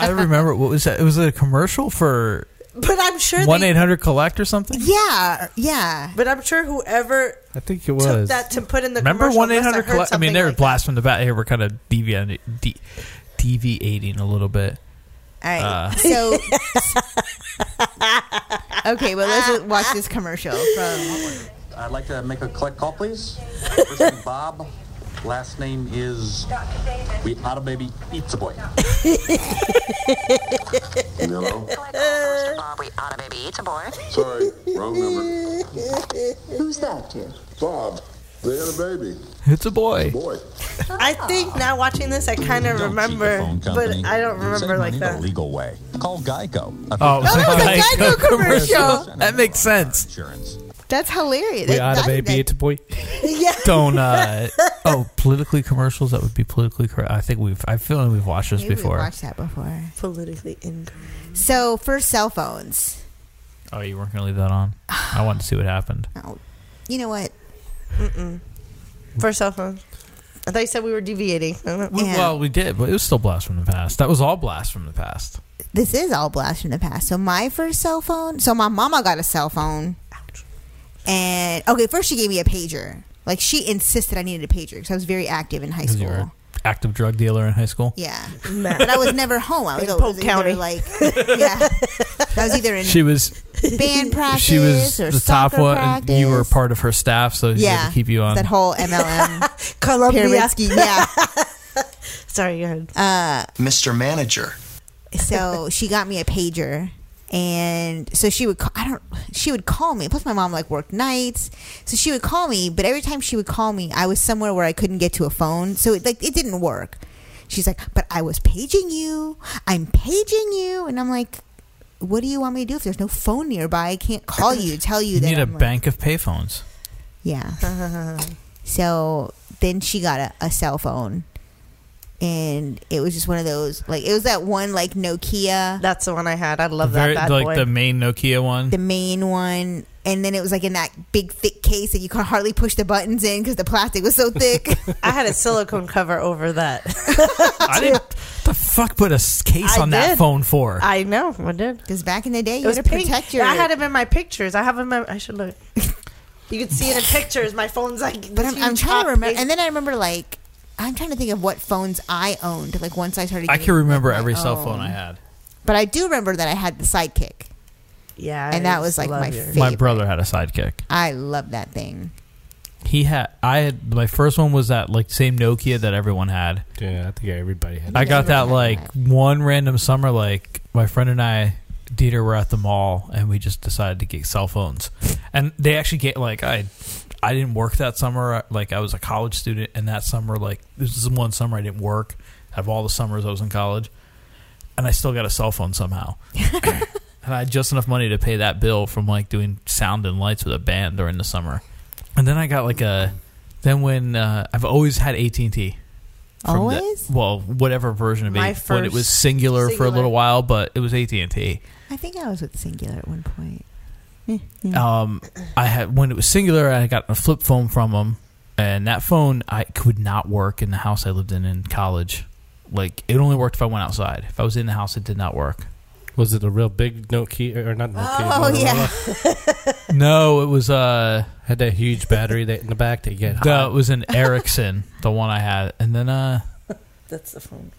[SPEAKER 7] I remember what was that? It was a commercial for
[SPEAKER 6] But I'm sure
[SPEAKER 7] one
[SPEAKER 6] they-
[SPEAKER 7] eight hundred collect or something.
[SPEAKER 4] Yeah, yeah.
[SPEAKER 6] But I'm sure whoever
[SPEAKER 7] I think it
[SPEAKER 6] took that to put in the
[SPEAKER 7] Remember
[SPEAKER 6] commercial
[SPEAKER 7] one
[SPEAKER 6] must
[SPEAKER 7] eight
[SPEAKER 6] have
[SPEAKER 7] hundred
[SPEAKER 6] heard
[SPEAKER 7] collect? I mean,
[SPEAKER 6] something
[SPEAKER 7] they're
[SPEAKER 6] like-
[SPEAKER 7] blasting the bat here. We're kind of deviating, de- deviating a little bit.
[SPEAKER 4] All right.
[SPEAKER 7] Uh,
[SPEAKER 4] so okay, well let's watch this commercial from
[SPEAKER 18] I'd like to make a collect call, please. First name Bob. Last name is We Otta Baby Eats a Boy.
[SPEAKER 19] Hello? Bob, we oughta baby eats a boy.
[SPEAKER 18] Sorry, wrong number.
[SPEAKER 19] Who's that, dear?
[SPEAKER 18] Bob, they had a baby.
[SPEAKER 7] It's a boy.
[SPEAKER 18] Boy.
[SPEAKER 6] I think now watching this, I kind of remember, but I don't remember like that.
[SPEAKER 18] legal way. Call Geico.
[SPEAKER 7] Oh,
[SPEAKER 6] That was a Geico
[SPEAKER 7] commercial. that makes sense.
[SPEAKER 4] That's hilarious.
[SPEAKER 7] We
[SPEAKER 4] That-
[SPEAKER 7] oughta
[SPEAKER 4] that-
[SPEAKER 7] baby
[SPEAKER 4] that-
[SPEAKER 7] eats a boy.
[SPEAKER 4] Yeah.
[SPEAKER 7] Don't. Uh, oh, politically commercials. That would be politically correct. I think we've. I feel like we've watched this
[SPEAKER 4] Maybe we
[SPEAKER 7] before.
[SPEAKER 4] watched that before.
[SPEAKER 6] Politically incorrect.
[SPEAKER 4] So for cell phones,
[SPEAKER 7] Oh, you weren't gonna leave that on. I wanted to see what happened.
[SPEAKER 4] Oh, you know what?
[SPEAKER 6] Mm-mm. For cell phones. I thought you said we were deviating.
[SPEAKER 7] We- Well, we did, but it was still blast from the past. That was all blast from the past.
[SPEAKER 4] This is all blast from the past. So my first cell phone. So my mama got a cell phone, and okay, first she gave me a pager. Like she insisted I needed a pager because I was very active in high
[SPEAKER 7] Because
[SPEAKER 4] school.
[SPEAKER 7] you were an active drug dealer in high school.
[SPEAKER 4] Yeah,
[SPEAKER 6] Nah.
[SPEAKER 4] but I was never home. I was
[SPEAKER 6] In
[SPEAKER 4] always
[SPEAKER 6] Polk
[SPEAKER 4] either,
[SPEAKER 6] County.
[SPEAKER 4] like yeah, I was either in
[SPEAKER 7] She was.
[SPEAKER 4] band practice.
[SPEAKER 7] She was
[SPEAKER 4] or
[SPEAKER 7] the top
[SPEAKER 4] soccer
[SPEAKER 7] one. and
[SPEAKER 4] Practice.
[SPEAKER 7] You were part of her staff, so she had to keep you on.
[SPEAKER 4] that whole MLM
[SPEAKER 6] Columbia.
[SPEAKER 4] pyramid scheme. Yeah.
[SPEAKER 6] Sorry, go ahead.
[SPEAKER 4] Uh,
[SPEAKER 18] Mr. Manager.
[SPEAKER 4] so she got me a pager and so she would call, I don't she would call me plus my mom like worked nights so she would call me but every time she would call me I was somewhere where I couldn't get to a phone so it like it didn't work she's like but I was paging you I'm paging you and I'm like what do you want me to do if there's no phone nearby I can't call you tell you
[SPEAKER 7] you
[SPEAKER 4] that
[SPEAKER 7] need a
[SPEAKER 4] I'm, like-
[SPEAKER 7] bank of payphones.
[SPEAKER 4] yeah so then she got a, a cell phone and it was just one of those like it was that one like Nokia
[SPEAKER 6] that's the one I had I love
[SPEAKER 7] Very, like the main Nokia one.
[SPEAKER 4] the main one and then it was like in that big thick case that you could hardly push the buttons in because the plastic was so thick
[SPEAKER 6] I had a silicone cover over that.
[SPEAKER 7] I didn't. The fuck put a s- case
[SPEAKER 6] I
[SPEAKER 7] on that
[SPEAKER 6] did.
[SPEAKER 7] phone for?
[SPEAKER 6] I know I did
[SPEAKER 4] because back in the day
[SPEAKER 6] It
[SPEAKER 4] you had
[SPEAKER 6] was
[SPEAKER 4] to
[SPEAKER 6] pink.
[SPEAKER 4] protect your
[SPEAKER 6] I had them in my pictures. I have them. In, I should look. You can see it in pictures. My phone's like.
[SPEAKER 4] but I'm, I'm trying to remember and then I remember like I'm trying to think of what phones I owned like once I started
[SPEAKER 7] I
[SPEAKER 4] getting,
[SPEAKER 7] can remember
[SPEAKER 4] like, my
[SPEAKER 7] every cell phone
[SPEAKER 4] own.
[SPEAKER 6] Oh.
[SPEAKER 7] I had.
[SPEAKER 4] but I do remember that I had the sidekick
[SPEAKER 6] Yeah,
[SPEAKER 4] and that was like my favorite
[SPEAKER 7] My brother had a sidekick.
[SPEAKER 4] I love that thing
[SPEAKER 7] He had I had my first one was that like same Nokia that everyone had.
[SPEAKER 5] Yeah, I think everybody had.
[SPEAKER 7] I got that like one random summer. Like my friend and I, Dieter, were at the mall and we just decided to get cell phones. And they actually get like I, I didn't work that summer. Like I was a college student, and that summer like this is one summer I didn't work. Out of all the summers I was in college, and I still got a cell phone somehow. and I had just enough money to pay that bill from like doing sound and lights with a band during the summer. And then I got like a. Then when uh, I've always had AT and T.
[SPEAKER 4] Always?
[SPEAKER 7] well, whatever version of
[SPEAKER 4] My
[SPEAKER 7] it. When it was
[SPEAKER 4] first
[SPEAKER 7] singular, for a
[SPEAKER 4] singular.
[SPEAKER 7] little while, but it was AT and T.
[SPEAKER 4] I think I was with Singular at one point
[SPEAKER 7] Um, I had when it was singular, I got a flip phone from them, and that phone I could not work in the house I lived in in college. Like it only worked if I went outside. If I was in the house, it did not work.
[SPEAKER 5] Was it a real big Nokia or not Nokia?
[SPEAKER 4] Oh, yeah.
[SPEAKER 7] no, it was uh
[SPEAKER 5] had that huge battery that in the back that you get.
[SPEAKER 7] No, it was an Ericsson, the one I had, and then uh,
[SPEAKER 6] That's the phone.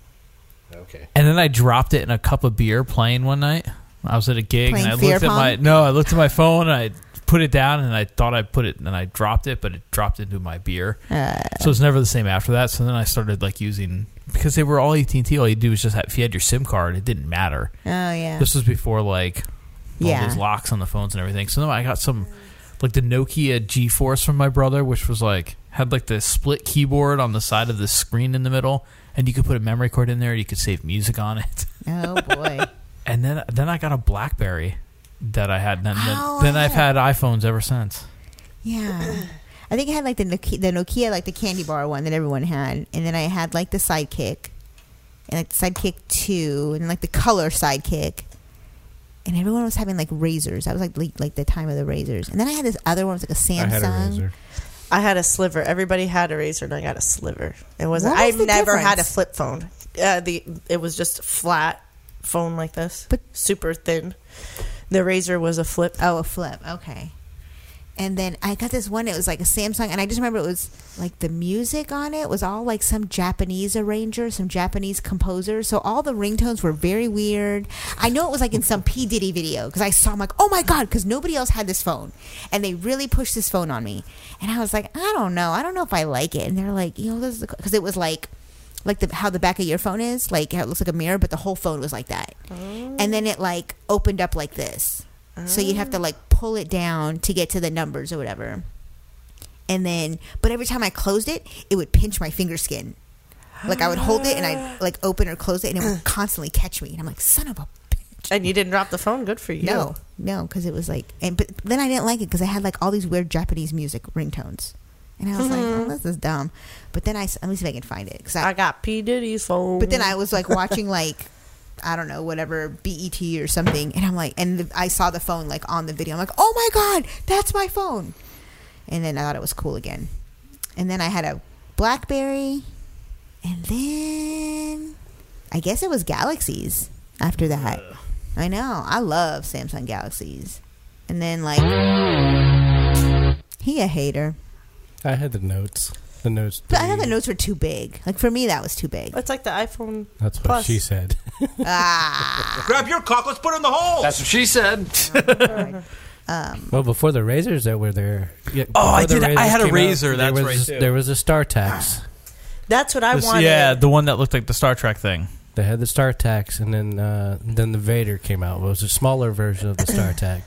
[SPEAKER 5] Okay.
[SPEAKER 7] and then I dropped it in a cup of beer playing one night. I was at a gig
[SPEAKER 5] Playing
[SPEAKER 7] and I
[SPEAKER 5] beer
[SPEAKER 7] looked at my
[SPEAKER 5] pong?
[SPEAKER 7] no, I looked at my phone and I put it down and I thought I put it and I dropped it, but it dropped into my beer.
[SPEAKER 4] Uh.
[SPEAKER 7] so it's never the same after that. So then I started like using because they were all AT and T. All you do was just have, if you had your SIM card, it didn't matter.
[SPEAKER 4] oh yeah
[SPEAKER 7] This was before like all
[SPEAKER 4] Yeah.
[SPEAKER 7] those locks on the phones and everything. So no, I got some like the Nokia G Force from my brother, which was like had like the split keyboard on the side of the screen in the middle, and you could put a memory card in there. You could save music on it.
[SPEAKER 4] oh boy
[SPEAKER 7] And then then I got a BlackBerry that I had. And then,
[SPEAKER 4] Oh,
[SPEAKER 7] then
[SPEAKER 4] I
[SPEAKER 7] I've had iPhones ever since.
[SPEAKER 4] Yeah. I think I had like the Nokia, the Nokia, like the candy bar one that everyone had, and then I had like the Sidekick, and like the Sidekick two, and like the color Sidekick, and everyone was having like razors. That was like like, like the time of the razors, and then I had this other one it was like a Samsung.
[SPEAKER 6] I had a sliver. Everybody had a razor, and I got a sliver. It wasn't.
[SPEAKER 4] What was
[SPEAKER 6] I've
[SPEAKER 4] the
[SPEAKER 6] never had a
[SPEAKER 4] difference?
[SPEAKER 6] flip phone. Uh, the it was just flat phone like this, but super thin. The razor was a flip.
[SPEAKER 4] Oh, a flip. Okay. And then I got this one. It was like a Samsung, and I just remember it was like the music on it was all like some Japanese arranger, some Japanese composer. So all the ringtones were very weird. I know it was like in some P Diddy video because I saw I'm like, oh my god, because nobody else had this phone, and they really pushed this phone on me. And I was like, I don't know, I don't know if I like it. And they're like, you know, this is because it was like like the how the back of your phone is, like how it looks like a mirror, but the whole phone was like that. And then it like opened up like this. So you'd have to like pull it down to get to the numbers or whatever. And then but every time I closed it, it would pinch my finger skin. Like I would hold it and I'd like open or close it and it would constantly catch me. And I'm like, son of a
[SPEAKER 6] And you didn't drop the phone. Good for you.
[SPEAKER 4] no, no, because it was like, and but then I didn't like it because I had like all these weird Japanese music ringtones, and I was like, oh,
[SPEAKER 6] Mhm.
[SPEAKER 4] this is dumb. But then I s- let me see if I can find it because I,
[SPEAKER 6] I got P Diddy's phone.
[SPEAKER 4] But then I was like watching like I don't know whatever BET or something, and I'm like, and the, I saw the phone like on the video. I'm like, oh my god, that's my phone. And then I thought it was cool again. And then I had a BlackBerry, and then I guess it was Galaxies after that. I know I love Samsung Galaxies, and then like he a hater.
[SPEAKER 5] I had the notes. The notes.
[SPEAKER 4] But I thought the notes were too big. Like for me, that was too big. Ah.
[SPEAKER 6] It's like the iPhone.
[SPEAKER 5] That's what
[SPEAKER 6] Plus.
[SPEAKER 5] she said.
[SPEAKER 6] Ah.
[SPEAKER 4] Grab
[SPEAKER 2] your cock. Let's put it in the hole.
[SPEAKER 5] That's
[SPEAKER 2] what she said.
[SPEAKER 4] Um,
[SPEAKER 5] Well, before the razors that were there. yeah,
[SPEAKER 7] Oh, I
[SPEAKER 5] before the
[SPEAKER 7] did- I had a
[SPEAKER 5] razors came
[SPEAKER 7] razor,
[SPEAKER 5] There
[SPEAKER 7] that's
[SPEAKER 5] was,
[SPEAKER 7] right, too.
[SPEAKER 5] There was a Star Tax.
[SPEAKER 6] That's what I
[SPEAKER 7] This-
[SPEAKER 6] wanted.
[SPEAKER 7] yeah, the one that looked like the Star Trek thing.
[SPEAKER 5] They had the Star Tax, and then uh, then the Vader came out. It was a smaller version of the Star Tax.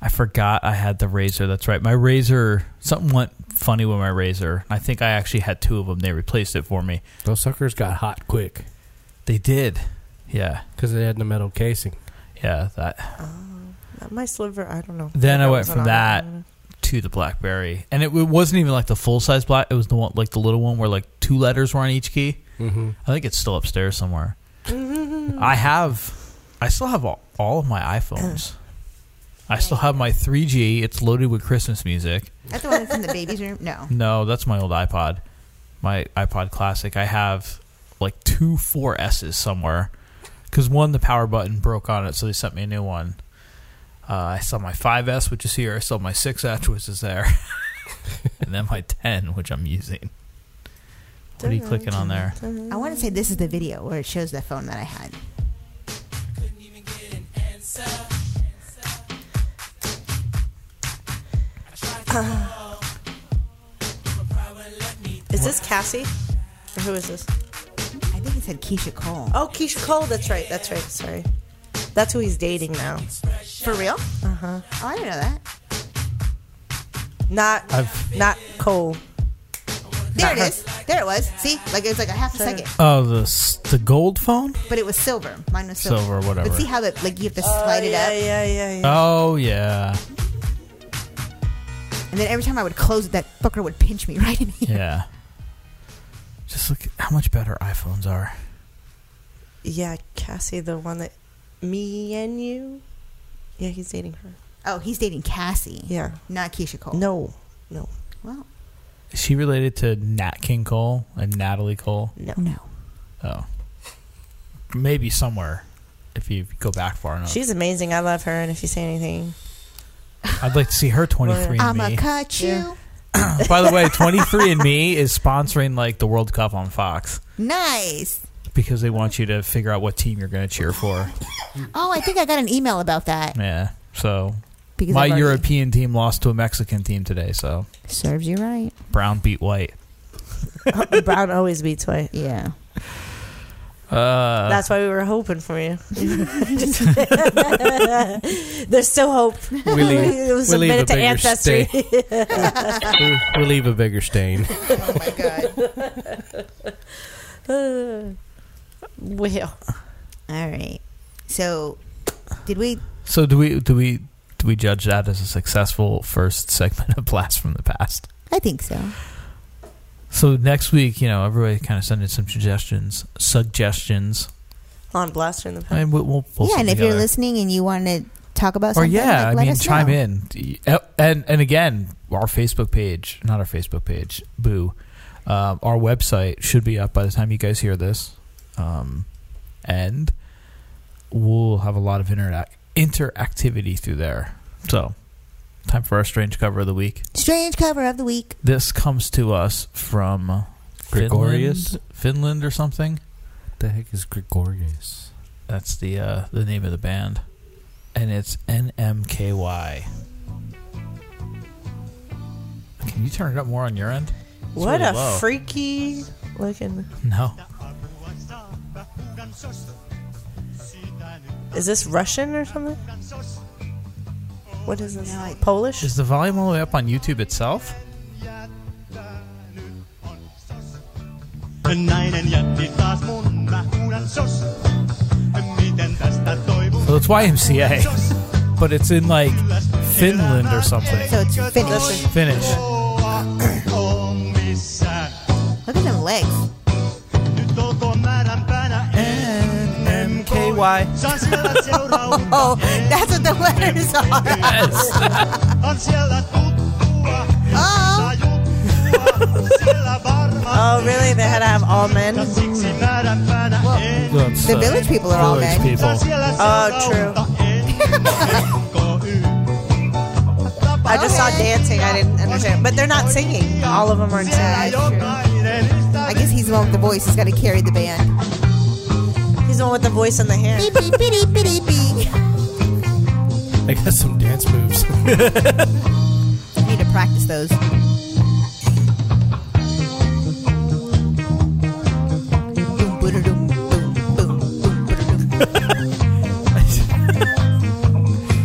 [SPEAKER 7] I forgot I had the razor. That's right. My razor, something went funny with my razor. I think I actually had two of them. They replaced it for me.
[SPEAKER 5] Those suckers got hot quick.
[SPEAKER 7] They did. Yeah.
[SPEAKER 5] Because they had the metal casing.
[SPEAKER 7] Yeah, that.
[SPEAKER 6] My sliver. I don't know.
[SPEAKER 7] Then I
[SPEAKER 6] That
[SPEAKER 7] went
[SPEAKER 6] was
[SPEAKER 7] from
[SPEAKER 6] an
[SPEAKER 7] that
[SPEAKER 6] iPhone.
[SPEAKER 7] to the BlackBerry, and it, it wasn't even like the full size black. It was the one like the little one where like two letters were on each key.
[SPEAKER 5] Mhm.
[SPEAKER 7] I think it's still upstairs somewhere. I have, I still have all, all of my iPhones. I still have my 3G. It's loaded with Christmas music.
[SPEAKER 4] That's the one from the baby's room. No.
[SPEAKER 7] No, that's my old iPod, my iPod Classic. I have like two 4S's somewhere because one, the power button broke on it, so they sent me a new one. Uh, I still have my 5S, which is here. I still have my 6S, which is there. and then my 10, which I'm using. What are you clicking on there?
[SPEAKER 4] I want to say this is the video where it shows the phone that I had.
[SPEAKER 6] Is this Cassie? Or who is this?
[SPEAKER 4] I think it said Keisha Cole.
[SPEAKER 6] Oh, Keisha Cole. That's right. That's right. Sorry. That's who he's dating now.
[SPEAKER 4] For real?
[SPEAKER 6] Uh huh.
[SPEAKER 4] Oh, I didn't know that.
[SPEAKER 6] Not.
[SPEAKER 7] I've-
[SPEAKER 6] not Cole.
[SPEAKER 4] There it is. There it was. See, like it was like a half a second,
[SPEAKER 7] Oh, the s- the gold phone.
[SPEAKER 4] but it was silver. Mine was silver.
[SPEAKER 7] Silver, whatever.
[SPEAKER 4] But see how that like you have to slide it up.
[SPEAKER 6] Oh, Yeah, yeah,
[SPEAKER 7] Oh yeah, Oh.
[SPEAKER 4] And then every time I would close it, that fucker would pinch me right in here.
[SPEAKER 7] yeah. Just look at how much better iPhones are.
[SPEAKER 6] Yeah, Cassie, the one that me and you. Yeah, he's dating her.
[SPEAKER 4] Oh, he's dating Cassie.
[SPEAKER 6] Yeah.
[SPEAKER 4] Not Keisha Cole.
[SPEAKER 6] No, no.
[SPEAKER 4] Well,
[SPEAKER 7] Is she related to Nat King Cole and Natalie Cole?
[SPEAKER 6] No.
[SPEAKER 4] No.
[SPEAKER 7] Oh. Maybe somewhere, if you go back far enough.
[SPEAKER 6] She's amazing. I love her. And if you say anything,
[SPEAKER 7] I'd like to see her 23 and
[SPEAKER 4] I'ma
[SPEAKER 7] Me.
[SPEAKER 4] cut you.
[SPEAKER 7] By the way, 23 and Me is sponsoring like the World Cup on Fox
[SPEAKER 4] Nice.
[SPEAKER 7] because they want you to figure out what team you're going to cheer for.
[SPEAKER 4] Oh, I think I got an email about that.
[SPEAKER 7] Yeah. So
[SPEAKER 4] Because
[SPEAKER 7] my
[SPEAKER 4] I've already-
[SPEAKER 7] European team lost to a Mexican team today, so
[SPEAKER 4] Serves you right.
[SPEAKER 7] Brown beat white.
[SPEAKER 6] Brown always beats white.
[SPEAKER 4] Yeah.
[SPEAKER 7] Uh,
[SPEAKER 6] That's why we were hoping for you. There's still hope.
[SPEAKER 5] We leave-
[SPEAKER 6] It was
[SPEAKER 5] we leave
[SPEAKER 6] submitted
[SPEAKER 5] a
[SPEAKER 6] to
[SPEAKER 5] bigger
[SPEAKER 6] ancestry.
[SPEAKER 5] we, we leave a bigger stain.
[SPEAKER 6] well,
[SPEAKER 4] all right. So, did we?
[SPEAKER 7] So do we do we do we judge that as a successful first segment of Blast from the Past?
[SPEAKER 4] I think so.
[SPEAKER 7] So next week, you know, everybody kind of send in some suggestions. Suggestions.
[SPEAKER 6] on Blaster in the
[SPEAKER 7] I mean, we'll, we'll pull
[SPEAKER 4] yeah,
[SPEAKER 7] some
[SPEAKER 4] and if you're
[SPEAKER 7] together.
[SPEAKER 4] listening and you want to talk about
[SPEAKER 7] or
[SPEAKER 4] something,
[SPEAKER 7] yeah,
[SPEAKER 4] like,
[SPEAKER 7] I
[SPEAKER 4] let
[SPEAKER 7] mean,
[SPEAKER 4] us
[SPEAKER 7] chime
[SPEAKER 4] know.
[SPEAKER 7] in. And and again, our Facebook page, not our Facebook page, boo. Um, our website should be up by the time you guys hear this, um, and we'll have a lot of interact interactivity through there. So Time for our strange cover of the week.
[SPEAKER 4] Strange cover of the week.
[SPEAKER 7] This comes to us from uh,
[SPEAKER 5] Gregorius?
[SPEAKER 7] Finland, Finland or something.
[SPEAKER 5] The heck is Gregorius?
[SPEAKER 7] That's the uh, the name of the band, and it's NMKY. Can you turn it up more on your end? It's
[SPEAKER 6] What
[SPEAKER 7] really
[SPEAKER 6] a
[SPEAKER 7] low.
[SPEAKER 6] freaky looking.
[SPEAKER 7] No,
[SPEAKER 6] Is this Russian or something? What is this? Polish?
[SPEAKER 7] is the volume all the way up on YouTube itself?
[SPEAKER 2] Nainen jätti taas mun vähurän sos. Miten tästä toivun?
[SPEAKER 7] Well, it's YMCA, but it's in like Finland or something.
[SPEAKER 4] So it's Finnish.
[SPEAKER 7] Finnish.
[SPEAKER 2] On missään.
[SPEAKER 4] Look at them legs.
[SPEAKER 2] Nyt olkoon määränpänä
[SPEAKER 7] NMKY.
[SPEAKER 2] Saan siellä seurauta.
[SPEAKER 4] Oh, that's what the letters are.
[SPEAKER 2] On siellä tuttua. Saa juttua. Siellä varmasti.
[SPEAKER 6] Oh, really? They had to have all men?
[SPEAKER 2] Ja siksi määränpäänä en.
[SPEAKER 7] That's,
[SPEAKER 4] The village people are all
[SPEAKER 7] village
[SPEAKER 4] men.
[SPEAKER 7] people.
[SPEAKER 6] Oh, true. I just saw dancing. I didn't understand. But they're not singing. All of them aren't singing.
[SPEAKER 4] I guess he's the one with the voice. He's got to carry the band.
[SPEAKER 6] He's the one with the voice and the hair.
[SPEAKER 4] Beep, beep, beep, beep, beep, beep.
[SPEAKER 5] I got some dance moves.
[SPEAKER 4] Need to practice those.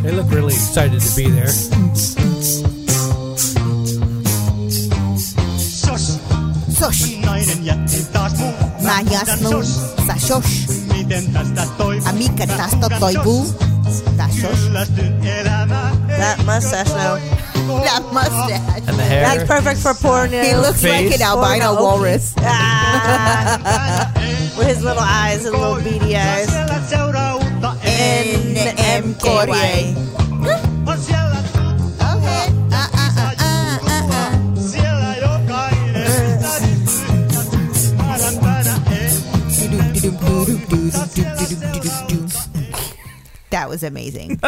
[SPEAKER 5] they look really excited to be there.
[SPEAKER 2] Sos.
[SPEAKER 4] Sos.
[SPEAKER 2] Nainen jätti taas mun.
[SPEAKER 4] Mä jasnu, sä shosh.
[SPEAKER 2] Miten tästä toivun?
[SPEAKER 4] A mikä tästä toivuu? Sä shosh.
[SPEAKER 2] Kyllästyn elämä.
[SPEAKER 6] That mustache, though.
[SPEAKER 4] That mustache.
[SPEAKER 7] And the hair.
[SPEAKER 6] That's perfect for porn.
[SPEAKER 4] He looks like
[SPEAKER 7] Face.
[SPEAKER 4] an albino
[SPEAKER 6] Porno.
[SPEAKER 4] walrus.
[SPEAKER 6] Ah, with his little eyes and little beady eyes.
[SPEAKER 2] Siellä seuraa uutta
[SPEAKER 6] NMKY.
[SPEAKER 2] On siellä
[SPEAKER 4] Okay. Uh, uh, uh, uh, uh, uh.
[SPEAKER 2] Siellä jokainen
[SPEAKER 4] That was amazing.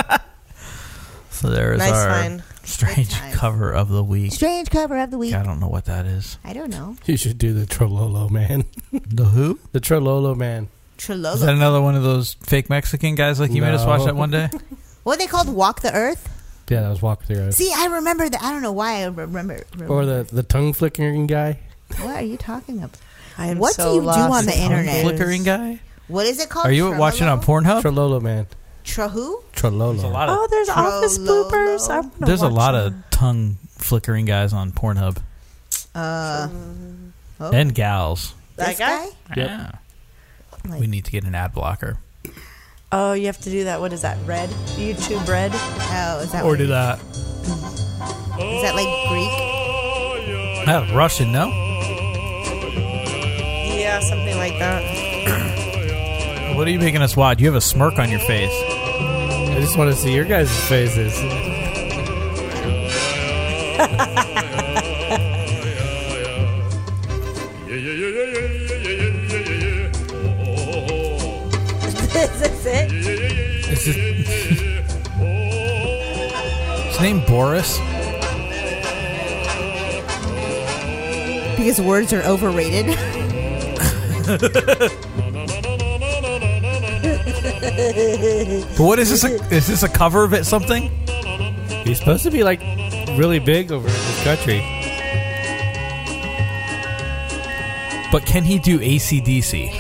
[SPEAKER 7] So there is
[SPEAKER 4] Nice
[SPEAKER 7] our
[SPEAKER 4] find.
[SPEAKER 7] strange cover of the week.
[SPEAKER 4] Strange cover of the week.
[SPEAKER 7] I don't know what that is.
[SPEAKER 4] I don't know.
[SPEAKER 5] You should do the Trololo man.
[SPEAKER 7] The who?
[SPEAKER 5] The Trololo man.
[SPEAKER 4] Trololo.
[SPEAKER 7] Is that another one of those fake Mexican guys like you made us watch
[SPEAKER 5] No.
[SPEAKER 7] that one day?
[SPEAKER 4] what are they called? Walk the Earth?
[SPEAKER 5] Yeah, I was walking through. it.
[SPEAKER 4] See, I remember that. I don't know why I remember. remember.
[SPEAKER 5] Or the the tongue flickering guy.
[SPEAKER 4] what are you talking about?
[SPEAKER 6] I am
[SPEAKER 4] what
[SPEAKER 6] so
[SPEAKER 4] do you do on
[SPEAKER 6] lost.
[SPEAKER 4] the internet?
[SPEAKER 7] Flickering guy?
[SPEAKER 4] What is it called?
[SPEAKER 7] Are you watching on Pornhub?
[SPEAKER 5] Trololo man.
[SPEAKER 4] Trahu?
[SPEAKER 5] Trololo.
[SPEAKER 7] There's a lot
[SPEAKER 6] Oh,
[SPEAKER 7] of,
[SPEAKER 6] there's office bloopers. I wanna
[SPEAKER 7] there's a
[SPEAKER 6] watch
[SPEAKER 7] lot
[SPEAKER 6] that.
[SPEAKER 7] of tongue flickering guys on Pornhub
[SPEAKER 4] Uh, oh,
[SPEAKER 7] and gals.
[SPEAKER 4] this
[SPEAKER 6] That guy?
[SPEAKER 7] Yeah.
[SPEAKER 4] Like-
[SPEAKER 7] we need to get an ad blocker.
[SPEAKER 6] Oh, you have to do that. What is that? Red? YouTube Red?
[SPEAKER 4] Oh, is that
[SPEAKER 7] Or
[SPEAKER 4] what-
[SPEAKER 7] do that.
[SPEAKER 4] Is that like Greek?
[SPEAKER 7] That Russian, no?
[SPEAKER 6] Yeah, something like that.
[SPEAKER 7] What are you making us watch? You have a smirk on your face.
[SPEAKER 5] I just want to see your guys' faces.
[SPEAKER 6] Is this it?
[SPEAKER 7] Is it- His name Boris?
[SPEAKER 4] Because words are overrated.
[SPEAKER 7] But what is this? A, is this a cover of it? Something?
[SPEAKER 5] He's supposed to be like really big over in this country.
[SPEAKER 7] But can he do ACDC?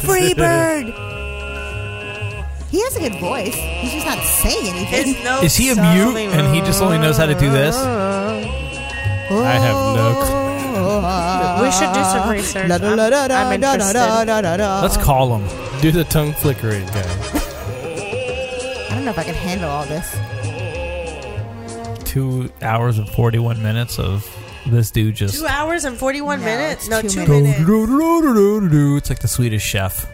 [SPEAKER 4] Free bird. He has a good voice. He's just not saying anything.
[SPEAKER 7] Is he a mute and he just only knows how to do this?
[SPEAKER 5] I have no clue.
[SPEAKER 6] We should do some research.
[SPEAKER 4] La, da, la, da, da,
[SPEAKER 6] I'm,
[SPEAKER 4] da, da,
[SPEAKER 6] I'm
[SPEAKER 4] da,
[SPEAKER 6] interested.
[SPEAKER 4] da, da, da.
[SPEAKER 7] Let's call him.
[SPEAKER 5] Do the tongue flickering guy.
[SPEAKER 4] I don't know if I can handle all this.
[SPEAKER 7] Two hours and forty-one minutes of this dude just.
[SPEAKER 6] Two hours and 41
[SPEAKER 4] No,
[SPEAKER 6] minutes?
[SPEAKER 4] it's
[SPEAKER 6] No,
[SPEAKER 4] two
[SPEAKER 6] two
[SPEAKER 4] minutes.
[SPEAKER 6] minutes.
[SPEAKER 7] It's like the Swedish chef.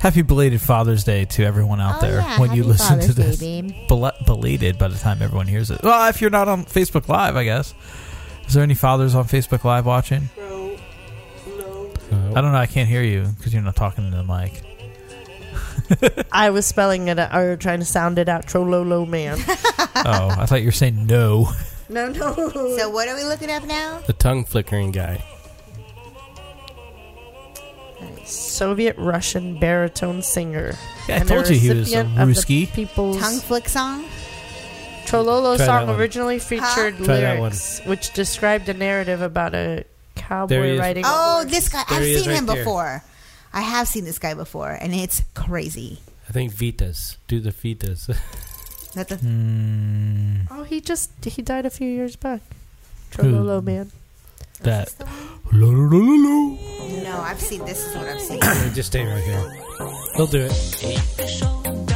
[SPEAKER 7] Happy belated Father's Day to everyone out
[SPEAKER 4] Oh,
[SPEAKER 7] there
[SPEAKER 4] yeah,
[SPEAKER 7] when you
[SPEAKER 4] happy
[SPEAKER 7] listen to
[SPEAKER 4] Father's Day,
[SPEAKER 7] this.
[SPEAKER 4] babe.
[SPEAKER 7] Bel- belated by the time everyone hears it. Well, if you're not on Facebook Live, I guess. Is there any fathers on Facebook Live watching? I don't know. I can't hear you because you're not talking into the mic.
[SPEAKER 6] I was spelling it out, or trying to sound it out. Trololo man.
[SPEAKER 7] Oh, I thought you were saying no.
[SPEAKER 4] No, no. So what are we looking up now?
[SPEAKER 5] The tongue flickering guy.
[SPEAKER 6] Soviet Russian baritone singer.
[SPEAKER 7] Yeah, I
[SPEAKER 6] and the
[SPEAKER 7] told you he was a
[SPEAKER 6] recipient of the
[SPEAKER 7] Ruski.
[SPEAKER 6] People's
[SPEAKER 4] Tongue flick song.
[SPEAKER 6] Trololo
[SPEAKER 5] Try that
[SPEAKER 6] song
[SPEAKER 5] one.
[SPEAKER 6] originally featured
[SPEAKER 5] Try that
[SPEAKER 6] lyrics which described a narrative about a
[SPEAKER 5] There he
[SPEAKER 6] cowboy
[SPEAKER 5] is.
[SPEAKER 6] riding.
[SPEAKER 4] Oh, this guy!
[SPEAKER 5] There
[SPEAKER 4] I've
[SPEAKER 5] he is
[SPEAKER 4] seen
[SPEAKER 5] right
[SPEAKER 4] him
[SPEAKER 5] there.
[SPEAKER 4] before. I have seen this guy before, and it's crazy.
[SPEAKER 5] I think Vitas. Do the Vitas.
[SPEAKER 4] That the
[SPEAKER 7] Hmm.
[SPEAKER 6] Oh, he just he died a few years back. Trololo man.
[SPEAKER 5] that.
[SPEAKER 4] no, I've seen this is what I've seen.
[SPEAKER 5] Yeah, Just stay right here. He'll do it.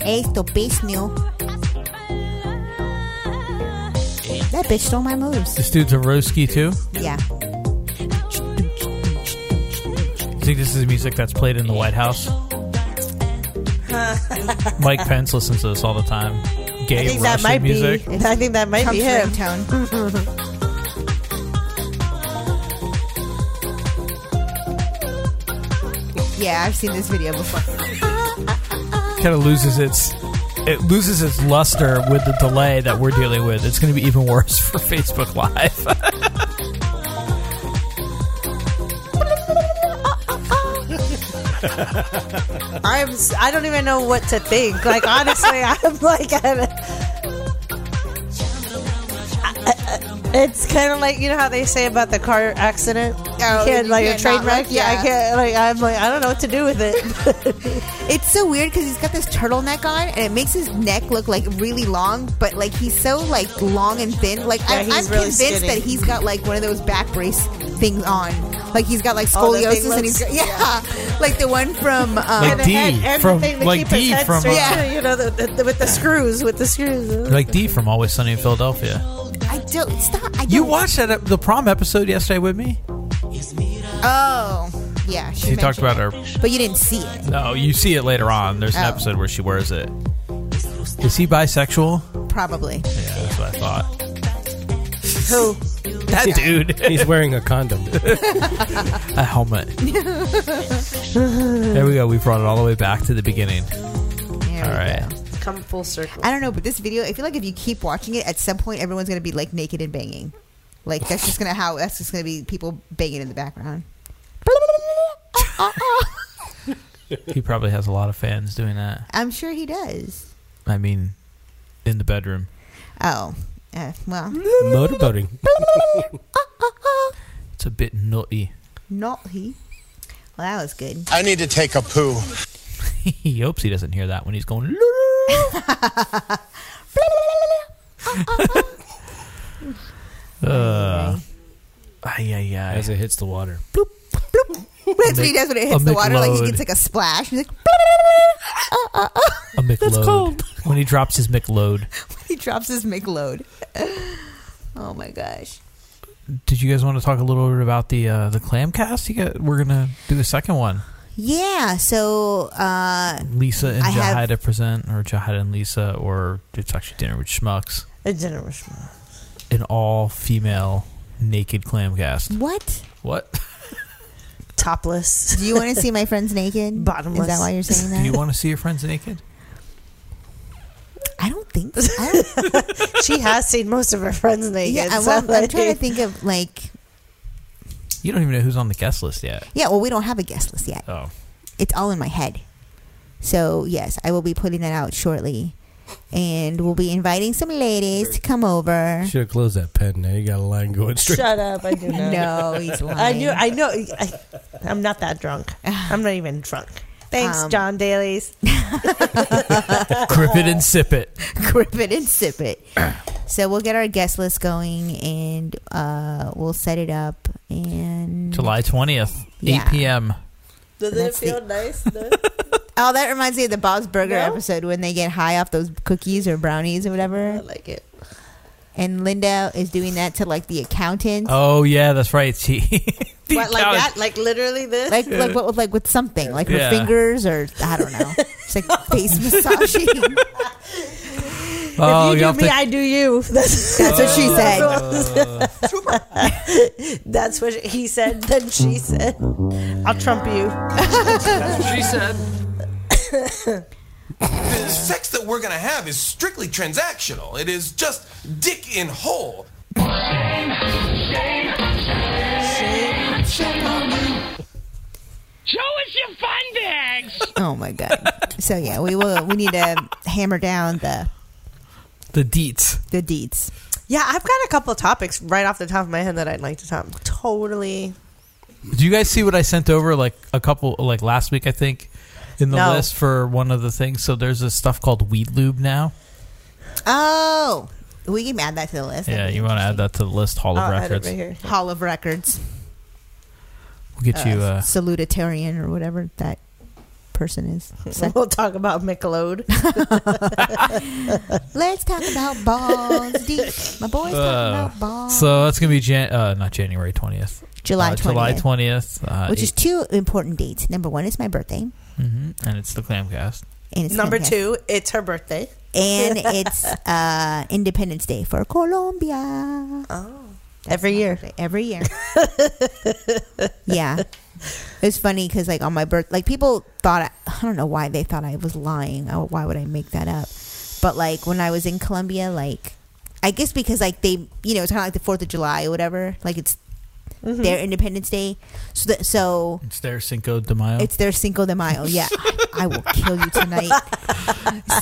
[SPEAKER 4] Esto bitch new. That bitch stole my moves.
[SPEAKER 7] This dude's a Roski too.
[SPEAKER 4] Yeah.
[SPEAKER 7] You think this is the music that's played in the White House? Mike Pence listens to this all the time. Gay
[SPEAKER 6] I think that
[SPEAKER 7] Russian
[SPEAKER 6] might
[SPEAKER 7] music.
[SPEAKER 6] be. I think that might be him.
[SPEAKER 4] Trump's ringtone. yeah, I've seen this video before.
[SPEAKER 7] Kind of loses its it loses its luster with the delay that we're dealing with. It's going to be even worse for Facebook Live.
[SPEAKER 6] I'm. s- I don't even know what to think. Like honestly, I'm like. I'm, it's kind of like you know how they say about the car accident. Oh,
[SPEAKER 4] you
[SPEAKER 6] like a
[SPEAKER 4] can't
[SPEAKER 6] train
[SPEAKER 4] not
[SPEAKER 6] wreck.
[SPEAKER 4] look,
[SPEAKER 6] Yeah,
[SPEAKER 4] yeah.
[SPEAKER 6] I can't. Like I'm like I don't know what to do with it.
[SPEAKER 4] It's so weird because he's got this turtleneck on, and it makes his neck look like really long, but like he's so like long and thin. Like I,
[SPEAKER 6] Yeah, he's
[SPEAKER 4] I'm
[SPEAKER 6] really
[SPEAKER 4] convinced
[SPEAKER 6] skinny.
[SPEAKER 4] that he's got like one of those back brace things on. Like he's got like
[SPEAKER 6] Oh, the thing
[SPEAKER 4] scoliosis, and
[SPEAKER 6] looks-
[SPEAKER 4] he's got, yeah, like the one from um,
[SPEAKER 6] Uh,
[SPEAKER 7] Like And the D head- and the from- thing that like keep his D head from, straight, uh,
[SPEAKER 4] yeah,
[SPEAKER 6] you know, the, with the screws, with the screws.
[SPEAKER 7] like D from Always Sunny in Philadelphia.
[SPEAKER 4] I don't stop. I don't.
[SPEAKER 7] You watched that ep- the prom episode yesterday with me?
[SPEAKER 4] Oh, yeah.
[SPEAKER 7] She talked
[SPEAKER 4] mentioned
[SPEAKER 7] about her.
[SPEAKER 4] it. but you didn't see it.
[SPEAKER 7] No, you see it later on. There's an
[SPEAKER 4] Oh.
[SPEAKER 7] episode where she wears it. Is he bisexual?
[SPEAKER 4] Probably.
[SPEAKER 7] Yeah, that's what I thought.
[SPEAKER 4] Who?
[SPEAKER 7] That dude.
[SPEAKER 5] He's wearing a condom.
[SPEAKER 7] a helmet. There we go. We brought it all the way back to the beginning.
[SPEAKER 4] There
[SPEAKER 7] all
[SPEAKER 4] we
[SPEAKER 7] right.
[SPEAKER 6] Come full circle.
[SPEAKER 4] I don't know, but this video, I feel like if you keep watching it, at some point everyone's gonna be like naked and banging. Like that's just gonna how that's just gonna be people banging in the background.
[SPEAKER 7] He probably has a lot of fans doing that.
[SPEAKER 4] I'm sure he does.
[SPEAKER 7] I mean, in the bedroom.
[SPEAKER 4] Oh, uh, well,
[SPEAKER 7] Motorboating. it's a bit nutty.
[SPEAKER 4] not he. Well, that was good.
[SPEAKER 7] I need to take a poo. he hopes he doesn't hear that when he's going. Uh, ay, ay, ay.
[SPEAKER 5] As it hits the water.
[SPEAKER 4] That's what he does when it hits
[SPEAKER 7] A
[SPEAKER 4] the water. Like he
[SPEAKER 7] McLeod.
[SPEAKER 4] gets like a splash. He's like,
[SPEAKER 7] A McLoad. When he drops his McLoad.
[SPEAKER 4] he drops his McLoad. oh my gosh.
[SPEAKER 7] Did you guys want to talk a little bit about the uh, the clam cast? You got, we're gonna do the second one.
[SPEAKER 4] Yeah. So uh,
[SPEAKER 7] Lisa and
[SPEAKER 4] I have-
[SPEAKER 7] Jahida present, or Jahida and Lisa, or it's actually dinner with schmucks.
[SPEAKER 6] A dinner with schmucks.
[SPEAKER 7] An all female naked clam cast.
[SPEAKER 4] What?
[SPEAKER 7] What?
[SPEAKER 6] Topless.
[SPEAKER 4] Do you want to see my friends naked? Bottomless. Is that why you're saying that?
[SPEAKER 7] Do you want to see your friends naked?
[SPEAKER 6] she has seen most of her friends naked.
[SPEAKER 4] Yeah, I'm,
[SPEAKER 6] so,
[SPEAKER 4] I'm, I'm
[SPEAKER 6] like-
[SPEAKER 4] trying to think of like.
[SPEAKER 7] You don't even know who's on the guest list yet.
[SPEAKER 4] Yeah, well, we don't have a guest list yet.
[SPEAKER 7] Oh.
[SPEAKER 4] It's all in my head. So, yes, I will be putting that out shortly. And we'll be inviting some ladies to come over.
[SPEAKER 5] Should have closed that pen. Now you got a line going straight.
[SPEAKER 6] Shut up! I do not.
[SPEAKER 4] No, he's
[SPEAKER 6] I
[SPEAKER 4] lying.
[SPEAKER 6] knew. I know. I, I'm not that drunk. I'm not even drunk. Thanks,
[SPEAKER 4] Um,
[SPEAKER 6] John Daly's.
[SPEAKER 7] Grip it and sip it.
[SPEAKER 4] Grip it and sip it. so, we'll get our guest list going and uh, we'll set it up. And
[SPEAKER 7] July 20th, 8
[SPEAKER 4] Yeah.
[SPEAKER 7] p.m.
[SPEAKER 4] Ah,
[SPEAKER 6] Does
[SPEAKER 4] it feel
[SPEAKER 6] nice?
[SPEAKER 4] Oh, that reminds me of the Bob's Burger episode when they get high off those cookies or brownies or whatever. I
[SPEAKER 6] like it.
[SPEAKER 4] And Linda is doing that to like the accountant.
[SPEAKER 7] Oh, yeah, that's right. She,
[SPEAKER 6] What, like that? Like literally this?
[SPEAKER 4] like like what, like with something like her
[SPEAKER 7] Yeah.
[SPEAKER 4] fingers or I don't know. It's like face massaging.
[SPEAKER 7] Oh,
[SPEAKER 6] if
[SPEAKER 7] you
[SPEAKER 6] you
[SPEAKER 7] have
[SPEAKER 6] do me,
[SPEAKER 7] to-
[SPEAKER 6] I do you. That's,
[SPEAKER 4] That's what she said.
[SPEAKER 6] Super. That's what he said. Then
[SPEAKER 7] Mm.
[SPEAKER 6] she said, "I'll trump you."
[SPEAKER 9] That's what she said. the sex that we're gonna have is strictly transactional. It is just dick in hole.
[SPEAKER 13] Show us your fun bags.
[SPEAKER 4] Oh my god. So yeah, we will. We need to hammer down the
[SPEAKER 7] the deets.
[SPEAKER 4] The deets.
[SPEAKER 6] Yeah, I've got a couple topics right off the top of my head that I'd like to talk. Totally.
[SPEAKER 7] Do you guys see what I sent over like a couple like last week? I think in the
[SPEAKER 6] No.
[SPEAKER 7] list for one of the things. So there's this stuff called weed lube now.
[SPEAKER 4] Oh, we can add that to the list.
[SPEAKER 7] Yeah, you want to add that to the list Hall
[SPEAKER 6] Oh,
[SPEAKER 7] of Records.
[SPEAKER 4] Hall of Records.
[SPEAKER 7] We'll get you. Uh,
[SPEAKER 4] salutatorian or whatever that person is.
[SPEAKER 6] We'll talk about Michelode.
[SPEAKER 4] Let's talk about balls deep. My boy's
[SPEAKER 7] uh,
[SPEAKER 4] talking about balls.
[SPEAKER 7] so that's gonna be Jan- uh, not January twentieth,
[SPEAKER 4] July
[SPEAKER 7] uh, July
[SPEAKER 4] 20th.
[SPEAKER 7] twentieth, uh,
[SPEAKER 4] which is two important dates. Number one is my birthday,
[SPEAKER 7] hmm and it's the Clamcast.
[SPEAKER 4] and it's
[SPEAKER 6] Number
[SPEAKER 4] Comcast.
[SPEAKER 6] two, it's her birthday,
[SPEAKER 4] and it's uh, Independence Day for Colombia. Oh,
[SPEAKER 6] every year.
[SPEAKER 4] every year. yeah, it's funny because like on my birth, like people thought I, I don't know why they thought I was lying. Oh, why would I make that up? But like when I was in Colombia, like I guess because like they, you know, it's kind of like the Fourth of July or whatever. Like it's
[SPEAKER 6] Mm-hmm.
[SPEAKER 7] Mhm.
[SPEAKER 4] their Independence Day, so that, so
[SPEAKER 7] It's their Cinco de Mayo.
[SPEAKER 4] it's their Cinco de Mayo. Yeah, I will kill you tonight.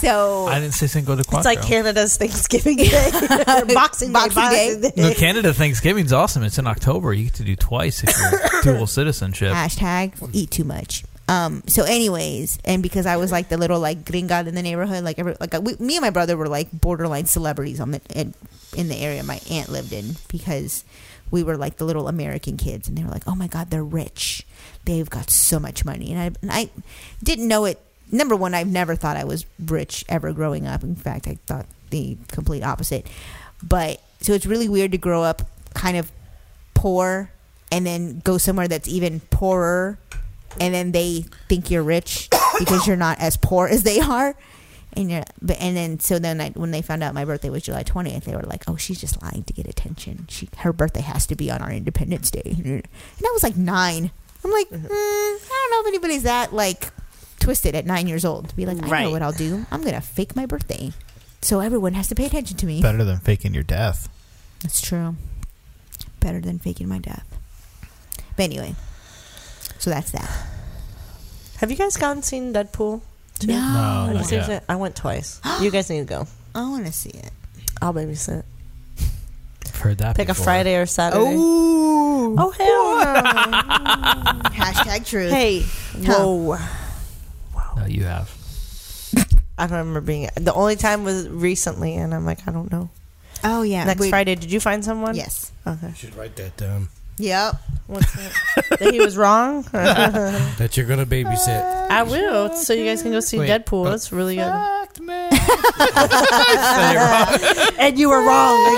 [SPEAKER 4] So
[SPEAKER 7] I didn't say Cinco de Cuatro.
[SPEAKER 6] It's like Canada's Thanksgiving Day, Or Boxing, Day, Boxing Day.
[SPEAKER 7] No, Canada Thanksgiving's awesome. It's in October. You get to do twice if you're dual citizenship.
[SPEAKER 4] Hashtag eat too much. Um. So, anyways, and because I was like the little like gringa in the neighborhood, like every like we, me and my brother were like borderline celebrities on the in, in the area my aunt lived in because we were like the little American kids, and they were like, oh my god, they're rich, they've got so much money, and I and I didn't know it. Number one, I've never thought I was rich ever growing up. In fact, I thought the complete opposite. But so it's really weird to grow up kind of poor and then go somewhere that's even poorer and then they think you're rich because you're not as poor as they are and you're but and then so then I, when they found out my birthday was july 20th they were like oh she's just lying to get attention she her birthday has to be on our independence day and i was like nine i'm like mm, i don't know if anybody's that like twisted at nine years old to be like i know
[SPEAKER 7] Right.
[SPEAKER 4] what i'll do i'm gonna fake my birthday so everyone has to pay attention to me
[SPEAKER 20] Better than faking your death.
[SPEAKER 4] that's true. Better than faking my death. But anyway, so that's that.
[SPEAKER 6] Have you guys gone and seen Deadpool? too?
[SPEAKER 4] No. No,
[SPEAKER 6] It
[SPEAKER 4] not yet.
[SPEAKER 6] seems that- I went twice. you guys need to go.
[SPEAKER 4] I want to see it.
[SPEAKER 6] I'll babysit.
[SPEAKER 7] I've heard that.
[SPEAKER 6] Pick
[SPEAKER 7] before.
[SPEAKER 6] a Friday or Saturday.
[SPEAKER 4] Oh,
[SPEAKER 6] oh hell
[SPEAKER 4] no. Hashtag truth.
[SPEAKER 6] Hey, whoa.
[SPEAKER 7] No, you have.
[SPEAKER 6] I don't remember being. The only time was recently, and I'm like, I don't know.
[SPEAKER 4] Oh yeah.
[SPEAKER 6] Next
[SPEAKER 4] we-
[SPEAKER 6] Friday, did you find someone?
[SPEAKER 4] Yes.
[SPEAKER 6] Okay.
[SPEAKER 5] should write that down.
[SPEAKER 4] Yep.
[SPEAKER 6] What's that? that he was wrong. I
[SPEAKER 5] that you're gonna babysit.
[SPEAKER 6] will, so you guys can go see
[SPEAKER 5] Wait,
[SPEAKER 6] Deadpool.
[SPEAKER 5] uh,
[SPEAKER 6] It's really good. and you were wrong.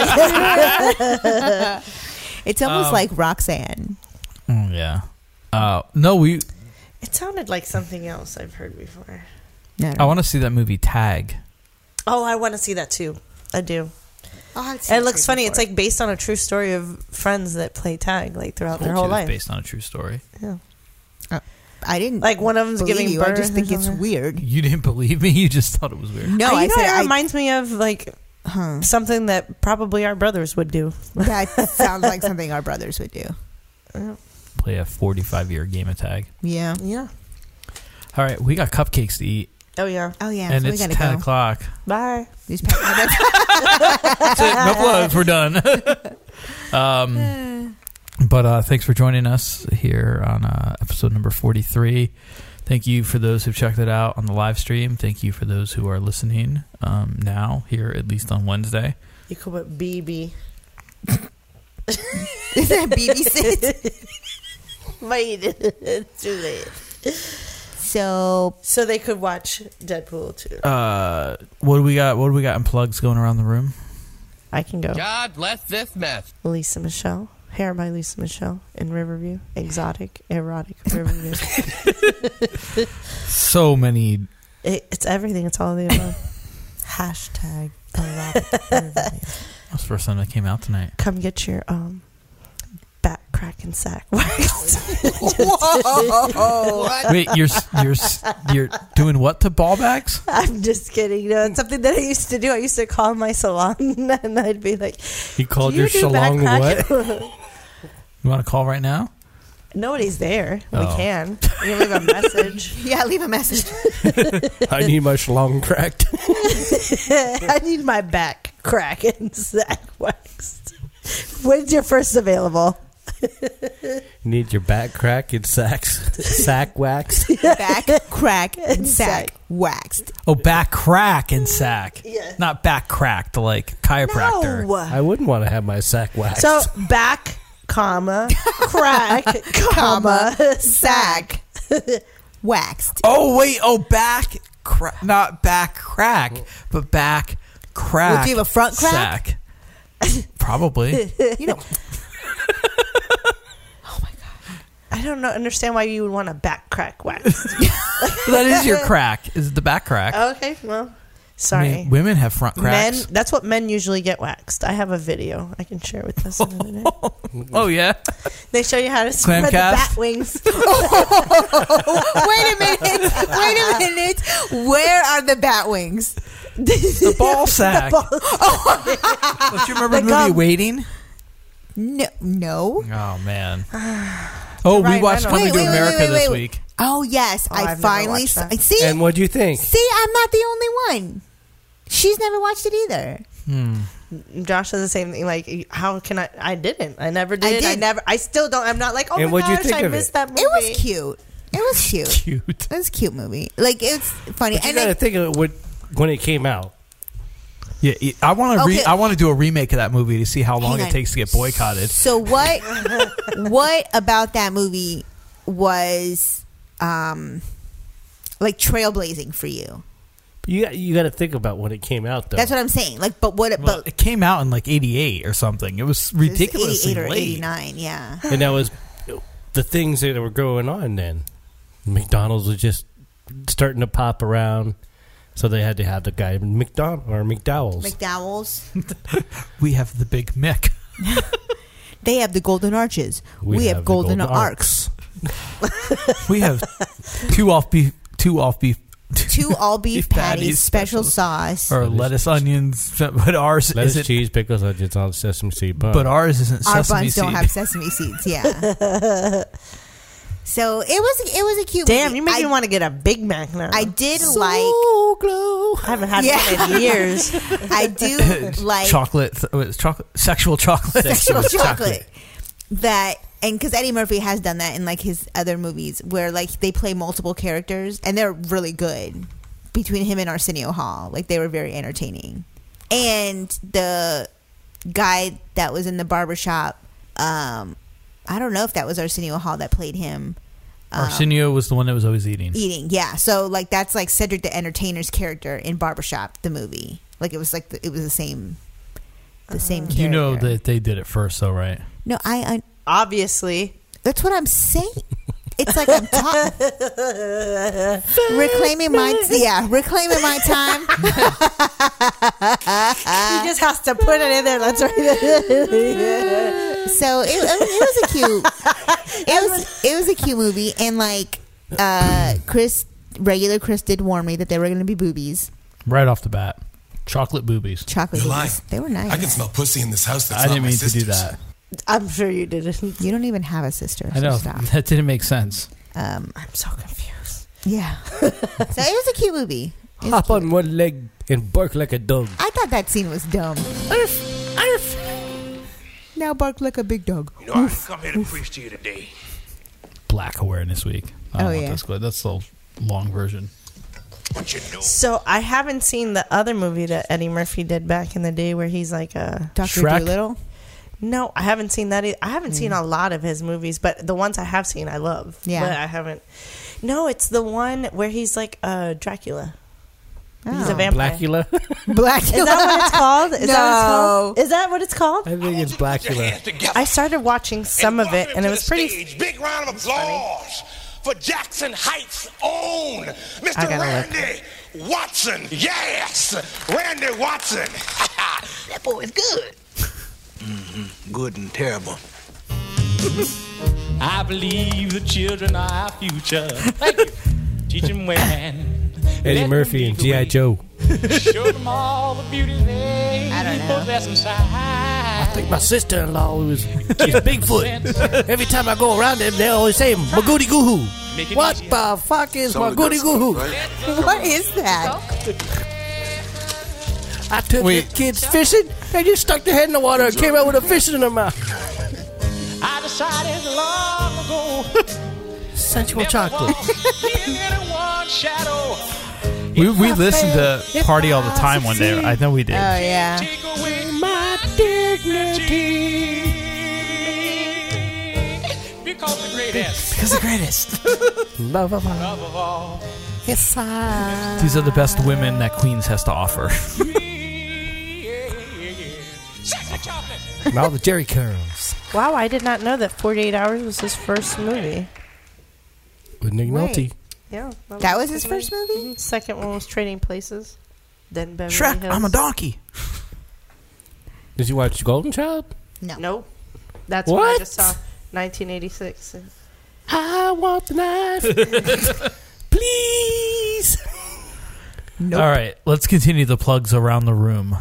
[SPEAKER 4] it's almost
[SPEAKER 7] Um,
[SPEAKER 4] like Roxanne.
[SPEAKER 7] Mm, yeah. Uh, no, we.
[SPEAKER 6] it sounded like something else I've heard before.
[SPEAKER 7] I want to see that movie Tag.
[SPEAKER 6] Oh, I want to see that too. I do.
[SPEAKER 4] Oh,
[SPEAKER 6] it looks funny. It's like based on a true story of friends that play tag like throughout their
[SPEAKER 7] Which
[SPEAKER 6] whole
[SPEAKER 7] is
[SPEAKER 6] life.
[SPEAKER 7] based on a true story.
[SPEAKER 6] Yeah.
[SPEAKER 4] Uh, I didn't
[SPEAKER 6] like one of them's
[SPEAKER 4] believe
[SPEAKER 6] giving
[SPEAKER 4] you.
[SPEAKER 6] birth.
[SPEAKER 4] I just
[SPEAKER 6] or
[SPEAKER 4] think it's
[SPEAKER 6] something.
[SPEAKER 4] weird.
[SPEAKER 7] You didn't believe me. You just thought it was weird.
[SPEAKER 4] No,
[SPEAKER 6] Uh, you
[SPEAKER 4] I
[SPEAKER 6] know,
[SPEAKER 4] said
[SPEAKER 6] it
[SPEAKER 4] I-
[SPEAKER 6] reminds me of like something that probably our brothers would do.
[SPEAKER 4] That sounds like something our brothers would do.
[SPEAKER 7] Play a forty-five year game of tag.
[SPEAKER 4] Yeah.
[SPEAKER 6] Yeah.
[SPEAKER 7] All right, we got cupcakes to eat,
[SPEAKER 6] Oh yeah.
[SPEAKER 4] Oh yeah.
[SPEAKER 7] and
[SPEAKER 4] so
[SPEAKER 7] it's
[SPEAKER 4] we gotta
[SPEAKER 7] ten
[SPEAKER 4] go.
[SPEAKER 7] o'clock.
[SPEAKER 6] Bye.
[SPEAKER 4] These
[SPEAKER 7] That's it. No plugs. We're done. um, but uh, thanks for joining us here on uh, episode number 43. Thank you for those who've checked it out on the live stream. Thank you for those who are listening um, now, here at least on Wednesday.
[SPEAKER 6] You call it BB.
[SPEAKER 4] Is that babysit?
[SPEAKER 6] Wait, it's too late.
[SPEAKER 4] So,
[SPEAKER 6] so they could watch Deadpool too.
[SPEAKER 7] Uh, what do we got? What do we got in plugs going around the room?
[SPEAKER 6] I can go.
[SPEAKER 8] God bless this mess.
[SPEAKER 6] Lisa Michelle, hair by Lisa Michelle in Riverview, exotic, erotic Riverview.
[SPEAKER 7] So many
[SPEAKER 6] it, it's everything. It's all of the above. Hashtag
[SPEAKER 7] That's the first time that came out tonight.
[SPEAKER 6] Come get your um, back crack and sack.
[SPEAKER 7] Wait, you're s- you're s- you're doing what to ball bags?
[SPEAKER 6] I'm just kidding. You know, it's something that I used to do. I used to call my salon, and I'd be like,
[SPEAKER 7] You called
[SPEAKER 6] "Do you
[SPEAKER 7] your
[SPEAKER 6] do back
[SPEAKER 7] salon
[SPEAKER 6] crack?"
[SPEAKER 7] You want to call right now?
[SPEAKER 6] Nobody's there.
[SPEAKER 7] Oh.
[SPEAKER 6] We can. You can leave a message.
[SPEAKER 4] yeah, leave a message.
[SPEAKER 5] I need my schlong cracked.
[SPEAKER 6] I need my back crack and sack waxed. When's your first available?
[SPEAKER 5] Need your back crack and sacks. Sack wax.
[SPEAKER 4] back crack and sack waxed.
[SPEAKER 7] Oh, back crack and sack. Not back cracked like chiropractor.
[SPEAKER 6] No.
[SPEAKER 5] I wouldn't want to have my sack waxed.
[SPEAKER 6] So back, comma, crack, comma, sack,
[SPEAKER 4] waxed.
[SPEAKER 7] Oh wait, oh back crack, not back crack, but back crack.
[SPEAKER 4] Well, do you have a front
[SPEAKER 7] Sack.
[SPEAKER 4] crack?
[SPEAKER 7] Probably.
[SPEAKER 4] you know,
[SPEAKER 6] Oh I don't know, understand why you would want a back crack wax.
[SPEAKER 7] that is your crack. Is it the back crack?
[SPEAKER 4] Oh,
[SPEAKER 6] Oh, Okay, well,
[SPEAKER 7] I
[SPEAKER 6] sorry.
[SPEAKER 7] mean, women have front
[SPEAKER 6] Men,
[SPEAKER 7] cracks.
[SPEAKER 6] that's what men usually get waxed. I have a video I can share with us. in a minute.
[SPEAKER 7] Oh yeah.
[SPEAKER 6] They show you how to spread the
[SPEAKER 7] Clamcast?
[SPEAKER 6] bat wings.
[SPEAKER 4] wait a minute. Wait a minute. Where are the bat wings?
[SPEAKER 7] The ball sack. Don't you remember the, movie Waiting?
[SPEAKER 4] No, no.
[SPEAKER 7] Oh man. Oh, we watched Coming
[SPEAKER 4] Wait,
[SPEAKER 7] to
[SPEAKER 4] wait, wait,
[SPEAKER 7] America
[SPEAKER 4] wait, wait,
[SPEAKER 7] this
[SPEAKER 4] wait.
[SPEAKER 7] week.
[SPEAKER 4] Oh yes,
[SPEAKER 6] I've
[SPEAKER 4] I
[SPEAKER 6] never
[SPEAKER 4] finally
[SPEAKER 6] watched
[SPEAKER 4] saw,
[SPEAKER 6] that.
[SPEAKER 4] see.
[SPEAKER 5] And what do you think?
[SPEAKER 4] See, I'm not the only one. She's never watched it either.
[SPEAKER 7] Mm.
[SPEAKER 6] Josh says the same thing. Like, how can I? I didn't. I never did. I,
[SPEAKER 4] did.
[SPEAKER 6] never. I still don't. I'm not like. Oh
[SPEAKER 4] And
[SPEAKER 6] my
[SPEAKER 4] what'd you
[SPEAKER 6] gosh!
[SPEAKER 4] think
[SPEAKER 6] I
[SPEAKER 4] of
[SPEAKER 6] missed
[SPEAKER 4] it?
[SPEAKER 6] that
[SPEAKER 4] It
[SPEAKER 6] movie.
[SPEAKER 4] was cute. It was cute.
[SPEAKER 7] Cute.
[SPEAKER 4] It was a cute movie. Like it's funny.
[SPEAKER 5] But you
[SPEAKER 4] and
[SPEAKER 5] got to
[SPEAKER 4] I-
[SPEAKER 5] think of what when it came out.
[SPEAKER 7] Yeah, y- I want to. Re-
[SPEAKER 4] Okay.
[SPEAKER 7] I want to do a remake of that movie to see how long
[SPEAKER 4] Hang
[SPEAKER 7] it
[SPEAKER 4] on.
[SPEAKER 7] takes to get boycotted.
[SPEAKER 4] So what what about that movie was um like trailblazing for you?
[SPEAKER 5] You you got to think about when it came out though.
[SPEAKER 4] That's what I'm saying. Like but what
[SPEAKER 7] Well,
[SPEAKER 4] but
[SPEAKER 7] it came out in like '88 or something. It was
[SPEAKER 4] it was
[SPEAKER 7] ridiculously
[SPEAKER 4] 88 or
[SPEAKER 7] late.
[SPEAKER 4] 89, yeah.
[SPEAKER 5] and that was the things that were going on then. McDonald's was just starting to pop around, so they had to have the guy McDonald or McDowell's.
[SPEAKER 4] McDowell's.
[SPEAKER 7] We have the Big Mick.
[SPEAKER 4] They have the golden arches. We, have, golden, arcs.
[SPEAKER 7] we have two off beef, two off beef,
[SPEAKER 4] Two all beef patties,
[SPEAKER 7] patties,
[SPEAKER 4] special sauce.
[SPEAKER 7] or lettuce, onions. But ours
[SPEAKER 5] Lettuce,
[SPEAKER 7] is it,
[SPEAKER 5] cheese, pickles, onions on sesame seed bun.
[SPEAKER 7] But ours isn't
[SPEAKER 4] Our
[SPEAKER 7] sesame
[SPEAKER 4] buns don't
[SPEAKER 7] seed.
[SPEAKER 4] have sesame seeds, yeah. so it was it was a cute
[SPEAKER 6] Damn,
[SPEAKER 4] movie.
[SPEAKER 6] you make
[SPEAKER 4] I-
[SPEAKER 6] me want to get a Big Mac now.
[SPEAKER 4] I did like
[SPEAKER 5] glow.
[SPEAKER 6] I haven't had one in years.
[SPEAKER 4] I do like
[SPEAKER 7] chocolate, th- what is it, chocolate, sexual chocolate,
[SPEAKER 4] sexual chocolate. That and because Eddie Murphy has done that in like his other movies where like they play multiple characters and they're really good. Between him and Arsenio Hall, like they were very entertaining. And the guy that was in the barbershop, um, I don't know if that was Arsenio Hall that played him. um,
[SPEAKER 7] Arsenio was the one that was always eating.
[SPEAKER 4] eating. Yeah. So like that's like Cedric the Entertainer's character in Barbershop the movie. Like it was like the, it was the same the same character.
[SPEAKER 7] Uh-huh. You know that they did it first, though, right?
[SPEAKER 4] No, I, I
[SPEAKER 6] obviously
[SPEAKER 4] that's what I'm saying. It's like I'm talking reclaiming my yeah, reclaiming my time.
[SPEAKER 6] he just has to put it in there. That's right.
[SPEAKER 4] So it, it was a cute it was it was a cute movie and like uh Chris regular Chris did warn me that there were going to be boobies,
[SPEAKER 7] Right off the bat, chocolate boobies.
[SPEAKER 4] chocolate
[SPEAKER 9] You're lying.
[SPEAKER 4] boobies. They were nice.
[SPEAKER 9] I can smell pussy in this house. That's
[SPEAKER 7] I
[SPEAKER 9] not
[SPEAKER 7] didn't
[SPEAKER 9] my
[SPEAKER 7] mean to do
[SPEAKER 9] sister's.
[SPEAKER 7] that.
[SPEAKER 6] I'm sure you didn't.
[SPEAKER 4] You don't even have a sister.
[SPEAKER 7] I
[SPEAKER 4] so
[SPEAKER 7] know
[SPEAKER 4] Stop.
[SPEAKER 7] that didn't make sense.
[SPEAKER 4] Um,
[SPEAKER 6] I'm so confused.
[SPEAKER 4] Yeah. so it was a cute movie. It was
[SPEAKER 5] Hop
[SPEAKER 4] cute.
[SPEAKER 5] on one leg and bark like a dog.
[SPEAKER 4] I thought that scene was dumb. Arf, arf. Now bark like a big dog.
[SPEAKER 20] You know, I didn't come here to preach to you today.
[SPEAKER 7] Black Awareness Week. I don't
[SPEAKER 4] Oh,
[SPEAKER 7] want
[SPEAKER 4] yeah.
[SPEAKER 7] this clip. That's the long version.
[SPEAKER 20] What you know?
[SPEAKER 6] So I haven't seen the other movie that Eddie Murphy did back in the day where he's like a
[SPEAKER 4] Dr.
[SPEAKER 7] Shrek?
[SPEAKER 4] Doolittle. Mm.
[SPEAKER 6] No, I haven't seen that. ei- I haven't seen a lot of his movies, but the ones I have seen, I love.
[SPEAKER 4] Yeah.
[SPEAKER 6] but I haven't. No, it's the one where he's like uh, Dracula. He's a vampire.
[SPEAKER 5] Blackula.
[SPEAKER 4] Black.
[SPEAKER 6] Is that what it's called? Is that what it's called?
[SPEAKER 4] No.
[SPEAKER 6] Is that what it's called?
[SPEAKER 5] I think it's Blackula.
[SPEAKER 6] I started watching some of it, and it was pretty.
[SPEAKER 20] Stage. Big round of applause for Jackson Heights' own Mr.
[SPEAKER 6] I gotta look.
[SPEAKER 20] Randy Watson, yes! Randy Watson. that boy is good.
[SPEAKER 25] Good and terrible. I believe the children are our future. Thank you. Teach 'em when.
[SPEAKER 5] Eddie Murphy and G.I. Joe.
[SPEAKER 25] Show them all the beauty they possess inside.
[SPEAKER 5] I think my sister in law was Bigfoot. Every time I go around them, they always say Magoody Goohoo. What the fuck is
[SPEAKER 4] Some of the
[SPEAKER 5] Magoody
[SPEAKER 4] good stuff,
[SPEAKER 5] Goohoo?
[SPEAKER 4] What is that?
[SPEAKER 5] I took the kids fishing. They just stuck their head in the water and came out with a fish in their mouth.
[SPEAKER 25] I decided long ago.
[SPEAKER 5] Sensual chocolate.
[SPEAKER 7] We, we listened to Uh, Party All the Time one day. I know we did.
[SPEAKER 4] Oh yeah.
[SPEAKER 25] My dignity. Because the greatest.
[SPEAKER 7] Because the greatest.
[SPEAKER 5] Love of all.
[SPEAKER 25] Love of all.
[SPEAKER 4] Yes, I.
[SPEAKER 7] These are the best women that Queens has to offer.
[SPEAKER 5] and all the Jerry curls.
[SPEAKER 6] Wow, I did not know that 48 Hours was his first movie.
[SPEAKER 5] With Nick
[SPEAKER 6] Wait.
[SPEAKER 5] Nolte.
[SPEAKER 6] Yeah.
[SPEAKER 4] That was his first
[SPEAKER 6] movie? Mm-hmm. Second one was Trading Places. Then Beverly
[SPEAKER 7] Shrek,
[SPEAKER 6] Hills.
[SPEAKER 7] I'm a donkey.
[SPEAKER 5] Did you watch Golden Child?
[SPEAKER 4] No.
[SPEAKER 6] Nope. That's what, I just saw. 1986.
[SPEAKER 5] I want the knife. Please.
[SPEAKER 7] All right, let's continue the plugs around the room.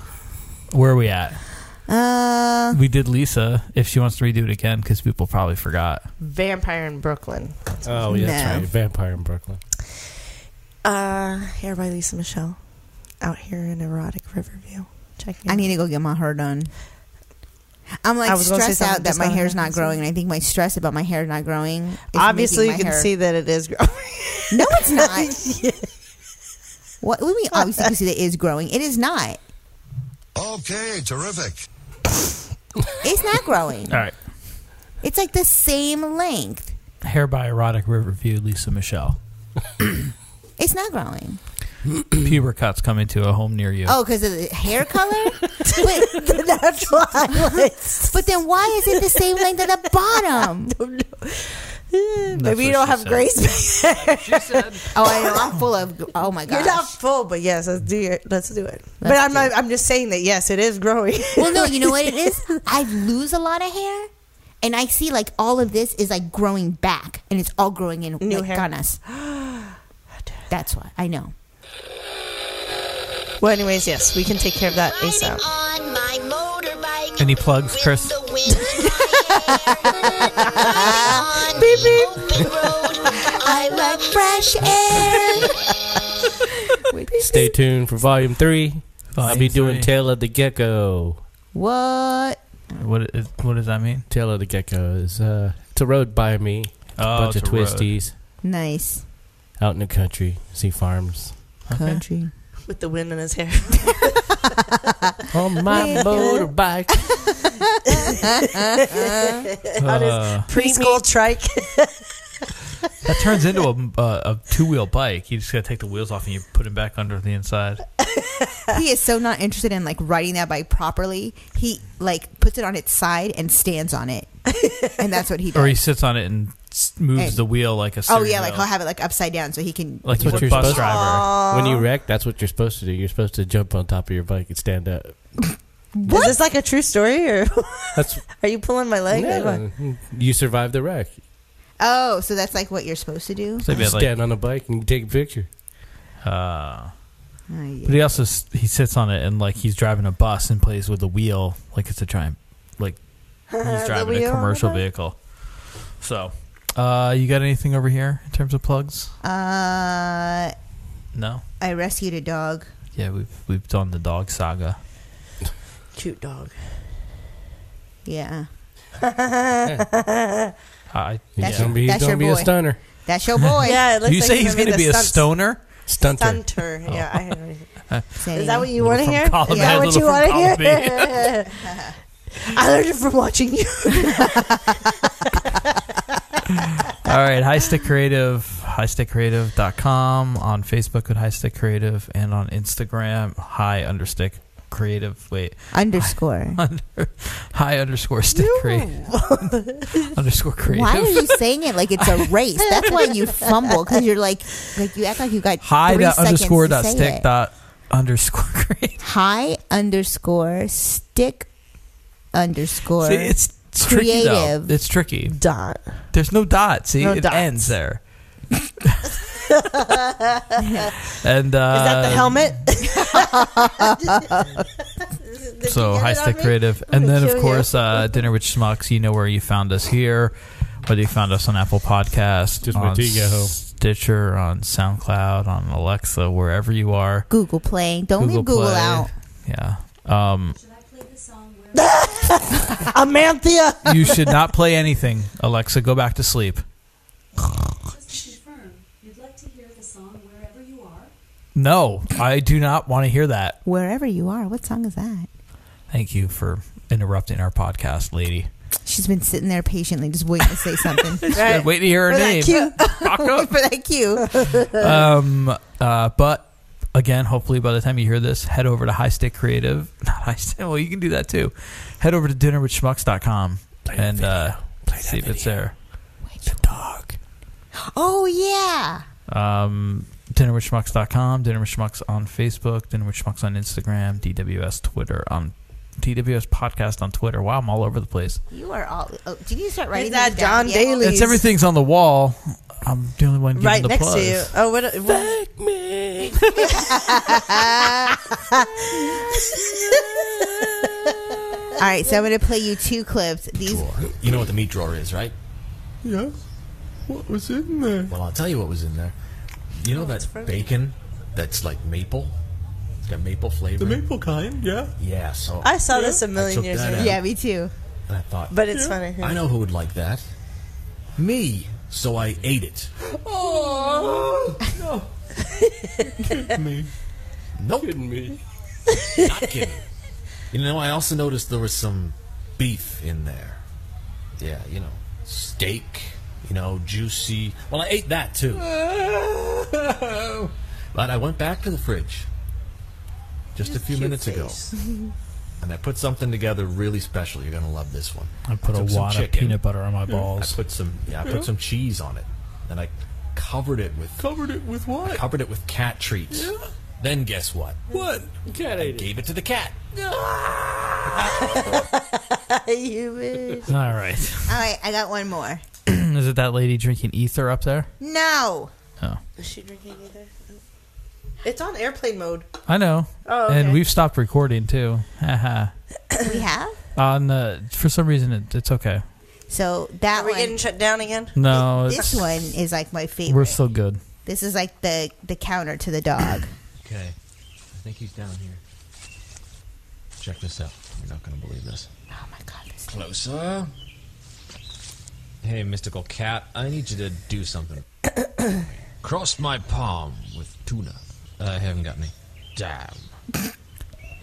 [SPEAKER 7] Where are we at?
[SPEAKER 4] Uh,
[SPEAKER 7] We did Lisa if she wants to redo it again because people probably forgot.
[SPEAKER 6] Vampire in Brooklyn.
[SPEAKER 5] Oh, yeah, that's right. Vampire in Brooklyn.
[SPEAKER 6] Uh, here by Lisa Michelle, out here in erotic Riverview. Checking.
[SPEAKER 4] I need to go get my hair done. I'm
[SPEAKER 6] I
[SPEAKER 4] like
[SPEAKER 6] was gonna say
[SPEAKER 4] stressed out
[SPEAKER 6] something,
[SPEAKER 4] that
[SPEAKER 6] just
[SPEAKER 4] my
[SPEAKER 6] not
[SPEAKER 4] hair's not
[SPEAKER 6] happening.
[SPEAKER 4] growing, and I think my stress about my hair not growing. Is
[SPEAKER 6] Obviously, you
[SPEAKER 4] making my
[SPEAKER 6] can
[SPEAKER 4] hair-
[SPEAKER 6] see that it is growing.
[SPEAKER 4] No, it's not. What what do you mean? Obviously, you can see that it is growing. It is not.
[SPEAKER 21] Okay, terrific.
[SPEAKER 4] Oh It's not growing.
[SPEAKER 7] All right,
[SPEAKER 4] It's like the same length.
[SPEAKER 7] hair by erotic Riverview, Lisa Michelle.
[SPEAKER 4] It's not growing.
[SPEAKER 7] Puber cuts coming to a home near you.
[SPEAKER 4] Oh, because of the hair color? Wait, the natural highlights. But then why is it the same length at the bottom?
[SPEAKER 6] Maybe you don't have grace. she said,
[SPEAKER 4] "Oh, I know. I'm full of. Oh my
[SPEAKER 6] You're
[SPEAKER 4] gosh.
[SPEAKER 6] not full, but yes, let's do it. Let's do it. but I'm not. I'm just saying that yes, it is growing.
[SPEAKER 4] Well, no, you know what it is? I lose a lot of hair, and I see like all of this is like growing back, and it's all growing in
[SPEAKER 6] New
[SPEAKER 4] like,
[SPEAKER 6] hair.
[SPEAKER 4] on us. That's why I know.
[SPEAKER 6] Well, anyways, yes, we can take care of that ASAP.
[SPEAKER 19] On my motorbike.
[SPEAKER 7] Any plugs, Chris?
[SPEAKER 19] The wind in my hair. beep, beep. Open road. I love fresh air.
[SPEAKER 5] Stay tuned for Volume 3. I'll be doing Tale of the Gecko.
[SPEAKER 4] What?
[SPEAKER 7] What is, what does that mean?
[SPEAKER 5] Tale of the Gecko is uh, it's a road by me.
[SPEAKER 7] Oh,
[SPEAKER 5] bunch of
[SPEAKER 7] it's a road.
[SPEAKER 5] twisties
[SPEAKER 4] Nice
[SPEAKER 5] out in the country. See farms.
[SPEAKER 4] country.
[SPEAKER 6] With the wind in his hair.
[SPEAKER 5] On my motorbike.
[SPEAKER 6] On
[SPEAKER 7] Uh.
[SPEAKER 6] his preschool trike.
[SPEAKER 7] That turns into a, uh, a two wheel bike. You just gotta take the wheels off and you put them back under the inside.
[SPEAKER 4] he is so not interested in like riding that bike properly. He like puts it on its side and stands on it, and that's what he does.
[SPEAKER 7] Or he sits on it and s- moves
[SPEAKER 4] And-
[SPEAKER 7] the wheel like a
[SPEAKER 4] oh
[SPEAKER 7] steering
[SPEAKER 4] yeah, like
[SPEAKER 7] wheel.
[SPEAKER 4] he'll have it like upside down so he can.
[SPEAKER 7] Like
[SPEAKER 5] That's
[SPEAKER 7] he's
[SPEAKER 5] what
[SPEAKER 7] a
[SPEAKER 5] you're
[SPEAKER 7] bus
[SPEAKER 5] supposed
[SPEAKER 7] driver.
[SPEAKER 4] Aw.
[SPEAKER 5] When you wreck, that's what you're supposed to do. You're supposed to jump on top of your bike and stand up.
[SPEAKER 6] Is this like a true story, or
[SPEAKER 5] That's
[SPEAKER 6] are you pulling my leg?
[SPEAKER 5] Yeah. you survive the wreck.
[SPEAKER 4] Oh, so that's like what you're supposed to do.
[SPEAKER 7] So- Maybe I'd like-
[SPEAKER 5] stand on a bike and take a picture.
[SPEAKER 7] Uh,
[SPEAKER 4] Oh, yeah.
[SPEAKER 7] But he also s- he sits on it and like he's driving a bus and plays with the wheel like it's a giant like he's
[SPEAKER 6] The
[SPEAKER 7] driving
[SPEAKER 6] wheel
[SPEAKER 7] a
[SPEAKER 6] on the
[SPEAKER 7] commercial
[SPEAKER 6] bike?
[SPEAKER 7] vehicle. So, uh, you got anything over here in terms of plugs?
[SPEAKER 4] Uh,
[SPEAKER 7] No.
[SPEAKER 4] I rescued a dog.
[SPEAKER 7] Yeah, we've we've done the dog saga.
[SPEAKER 6] Cute dog.
[SPEAKER 4] Yeah.
[SPEAKER 6] I,
[SPEAKER 7] I,
[SPEAKER 4] That's
[SPEAKER 5] yeah.
[SPEAKER 4] your-
[SPEAKER 5] Don't be,
[SPEAKER 4] that's
[SPEAKER 5] don't
[SPEAKER 4] your
[SPEAKER 5] be a
[SPEAKER 4] boy.
[SPEAKER 5] stunner.
[SPEAKER 4] That's your boy.
[SPEAKER 6] Yeah, it looks like he's gonna be the stunt-
[SPEAKER 7] stoner?
[SPEAKER 5] Stunter.
[SPEAKER 6] Stunter. Yeah, I heard. it. Is that what you
[SPEAKER 7] Little
[SPEAKER 6] want to
[SPEAKER 7] from
[SPEAKER 6] hear?
[SPEAKER 7] column
[SPEAKER 6] Is that
[SPEAKER 7] A,
[SPEAKER 6] what
[SPEAKER 7] little
[SPEAKER 6] you
[SPEAKER 7] from
[SPEAKER 6] want to
[SPEAKER 7] column B.
[SPEAKER 6] hear? I learned it from watching you.
[SPEAKER 7] All right, High Stick Creative, highstickcreative.com, on Facebook at High Stick Creative, and on Instagram, high understick creative. Wait.
[SPEAKER 4] Underscore.
[SPEAKER 7] Under, high underscore stick creative. underscore creative.
[SPEAKER 4] Why are you saying it like it's a race? That's why you fumble because you're like, like you act like you got
[SPEAKER 7] high
[SPEAKER 4] three
[SPEAKER 7] dot
[SPEAKER 4] seconds
[SPEAKER 7] underscore
[SPEAKER 4] to
[SPEAKER 7] dot
[SPEAKER 4] say
[SPEAKER 7] stick
[SPEAKER 4] it.
[SPEAKER 7] dot underscore creative.
[SPEAKER 4] High underscore stick underscore.
[SPEAKER 7] See, it's it's tricky though.
[SPEAKER 4] creative.
[SPEAKER 7] It's tricky.
[SPEAKER 6] Dot.
[SPEAKER 7] There's no dot. See,
[SPEAKER 6] No
[SPEAKER 7] it
[SPEAKER 6] dots.
[SPEAKER 7] ends there.
[SPEAKER 6] Is
[SPEAKER 7] And uh,
[SPEAKER 6] that the helmet?
[SPEAKER 7] So high stick creative,
[SPEAKER 6] I'm
[SPEAKER 7] and
[SPEAKER 6] gonna
[SPEAKER 7] then
[SPEAKER 6] kill
[SPEAKER 7] of
[SPEAKER 6] you.
[SPEAKER 7] course uh, dinner with schmucks. You know where you found us here, whether you found us on Apple Podcast,
[SPEAKER 5] wait
[SPEAKER 7] on
[SPEAKER 5] till you get home.
[SPEAKER 7] Stitcher, on SoundCloud, on Alexa, wherever you are.
[SPEAKER 4] Google Play. Don't leave Google
[SPEAKER 7] Play.
[SPEAKER 4] out.
[SPEAKER 7] Yeah. Um,
[SPEAKER 6] Amanthea.
[SPEAKER 7] you should not play anything, Alexa. Go back to sleep. No, I do not want to hear that.
[SPEAKER 4] Wherever you are, what song is that?
[SPEAKER 7] Thank you for interrupting our podcast, lady.
[SPEAKER 4] She's been sitting there patiently, just waiting to say something.
[SPEAKER 7] Right. Wait to hear her
[SPEAKER 4] For
[SPEAKER 7] name.
[SPEAKER 4] That cue. For that cue.
[SPEAKER 7] um, uh, but again, hopefully by the time you hear this, head over to High Stick Creative. Not High Stick. Well, you can do that too. Head over to dinnerwithschmucks.com and uh, see if it's there.
[SPEAKER 4] oh yeah.
[SPEAKER 7] Um, dinnerwithschmucks.com, Dinner with Schmucks on Facebook, Dinner with Schmucks on Instagram, DWS Twitter on DWS podcast on Twitter. Wow, I'm all over the place.
[SPEAKER 4] You are all. Oh, did you start writing
[SPEAKER 6] Is that
[SPEAKER 4] these
[SPEAKER 6] John
[SPEAKER 4] down? Yeah.
[SPEAKER 6] Daly?
[SPEAKER 7] It's everything's on the wall. I'm the only one giving
[SPEAKER 6] right
[SPEAKER 7] the
[SPEAKER 6] next
[SPEAKER 7] plugs.
[SPEAKER 6] to you. Oh, what? A, what?
[SPEAKER 7] me.
[SPEAKER 4] All right, so I'm going to play you two clips. These
[SPEAKER 3] You know what the meat drawer is, right?
[SPEAKER 4] yeah.
[SPEAKER 3] What was in there? Well, I'll tell you what was in there. You
[SPEAKER 6] Oh,
[SPEAKER 3] know that bacon that's like maple? It's got maple flavor. The maple kind, yeah. Yeah, so
[SPEAKER 6] I saw this a
[SPEAKER 3] I
[SPEAKER 6] million
[SPEAKER 3] took
[SPEAKER 6] years
[SPEAKER 3] that
[SPEAKER 6] ago.
[SPEAKER 3] out,
[SPEAKER 4] me too.
[SPEAKER 3] And I thought,
[SPEAKER 6] But it's Yeah. funny, yeah.
[SPEAKER 3] I know who would like that. Me. So I ate it.
[SPEAKER 20] Oh, no. Kidding me.
[SPEAKER 3] Nope.
[SPEAKER 20] Kidding me.
[SPEAKER 3] Not kidding. You know, I also noticed there was some beef in there. Yeah, you know, steak. You know, juicy. Well, I ate that too. But I went back to the fridge just a few minutes ago, and I put something together really special. You're gonna love this one.
[SPEAKER 7] I put
[SPEAKER 3] took
[SPEAKER 7] a
[SPEAKER 3] some
[SPEAKER 7] wad of
[SPEAKER 3] chicken.
[SPEAKER 7] peanut butter on my
[SPEAKER 3] Yeah.
[SPEAKER 7] balls.
[SPEAKER 3] I put some. Yeah, I put
[SPEAKER 7] Yeah.
[SPEAKER 3] some cheese on it, and I covered it with. Covered it with what? I covered it with cat treats.
[SPEAKER 20] Yeah.
[SPEAKER 3] Then guess what?
[SPEAKER 20] What? Cat
[SPEAKER 3] I gave it to the cat.
[SPEAKER 4] you wish.
[SPEAKER 7] All right.
[SPEAKER 4] All right, I got one more.
[SPEAKER 7] Is it that lady drinking ether up there?
[SPEAKER 4] No.
[SPEAKER 7] Oh.
[SPEAKER 6] Is she drinking either? It's on airplane mode.
[SPEAKER 7] I know.
[SPEAKER 6] Oh, okay.
[SPEAKER 7] And we've stopped recording too. Haha.
[SPEAKER 4] we have?
[SPEAKER 7] On the for some reason it, it's okay.
[SPEAKER 4] So that
[SPEAKER 6] Are we
[SPEAKER 4] one.
[SPEAKER 6] getting shut down again?
[SPEAKER 7] No,
[SPEAKER 4] This
[SPEAKER 7] it's-
[SPEAKER 4] one is like my favorite.
[SPEAKER 7] We're still good.
[SPEAKER 4] This is like the the counter to the dog.
[SPEAKER 3] Okay, I think he's down here. Check this out. You're not gonna believe this.
[SPEAKER 4] Oh my god. This
[SPEAKER 3] Closer. Hey, mystical cat, I need you to do something. Cross my palm with tuna. Uh, I haven't got any. Damn. But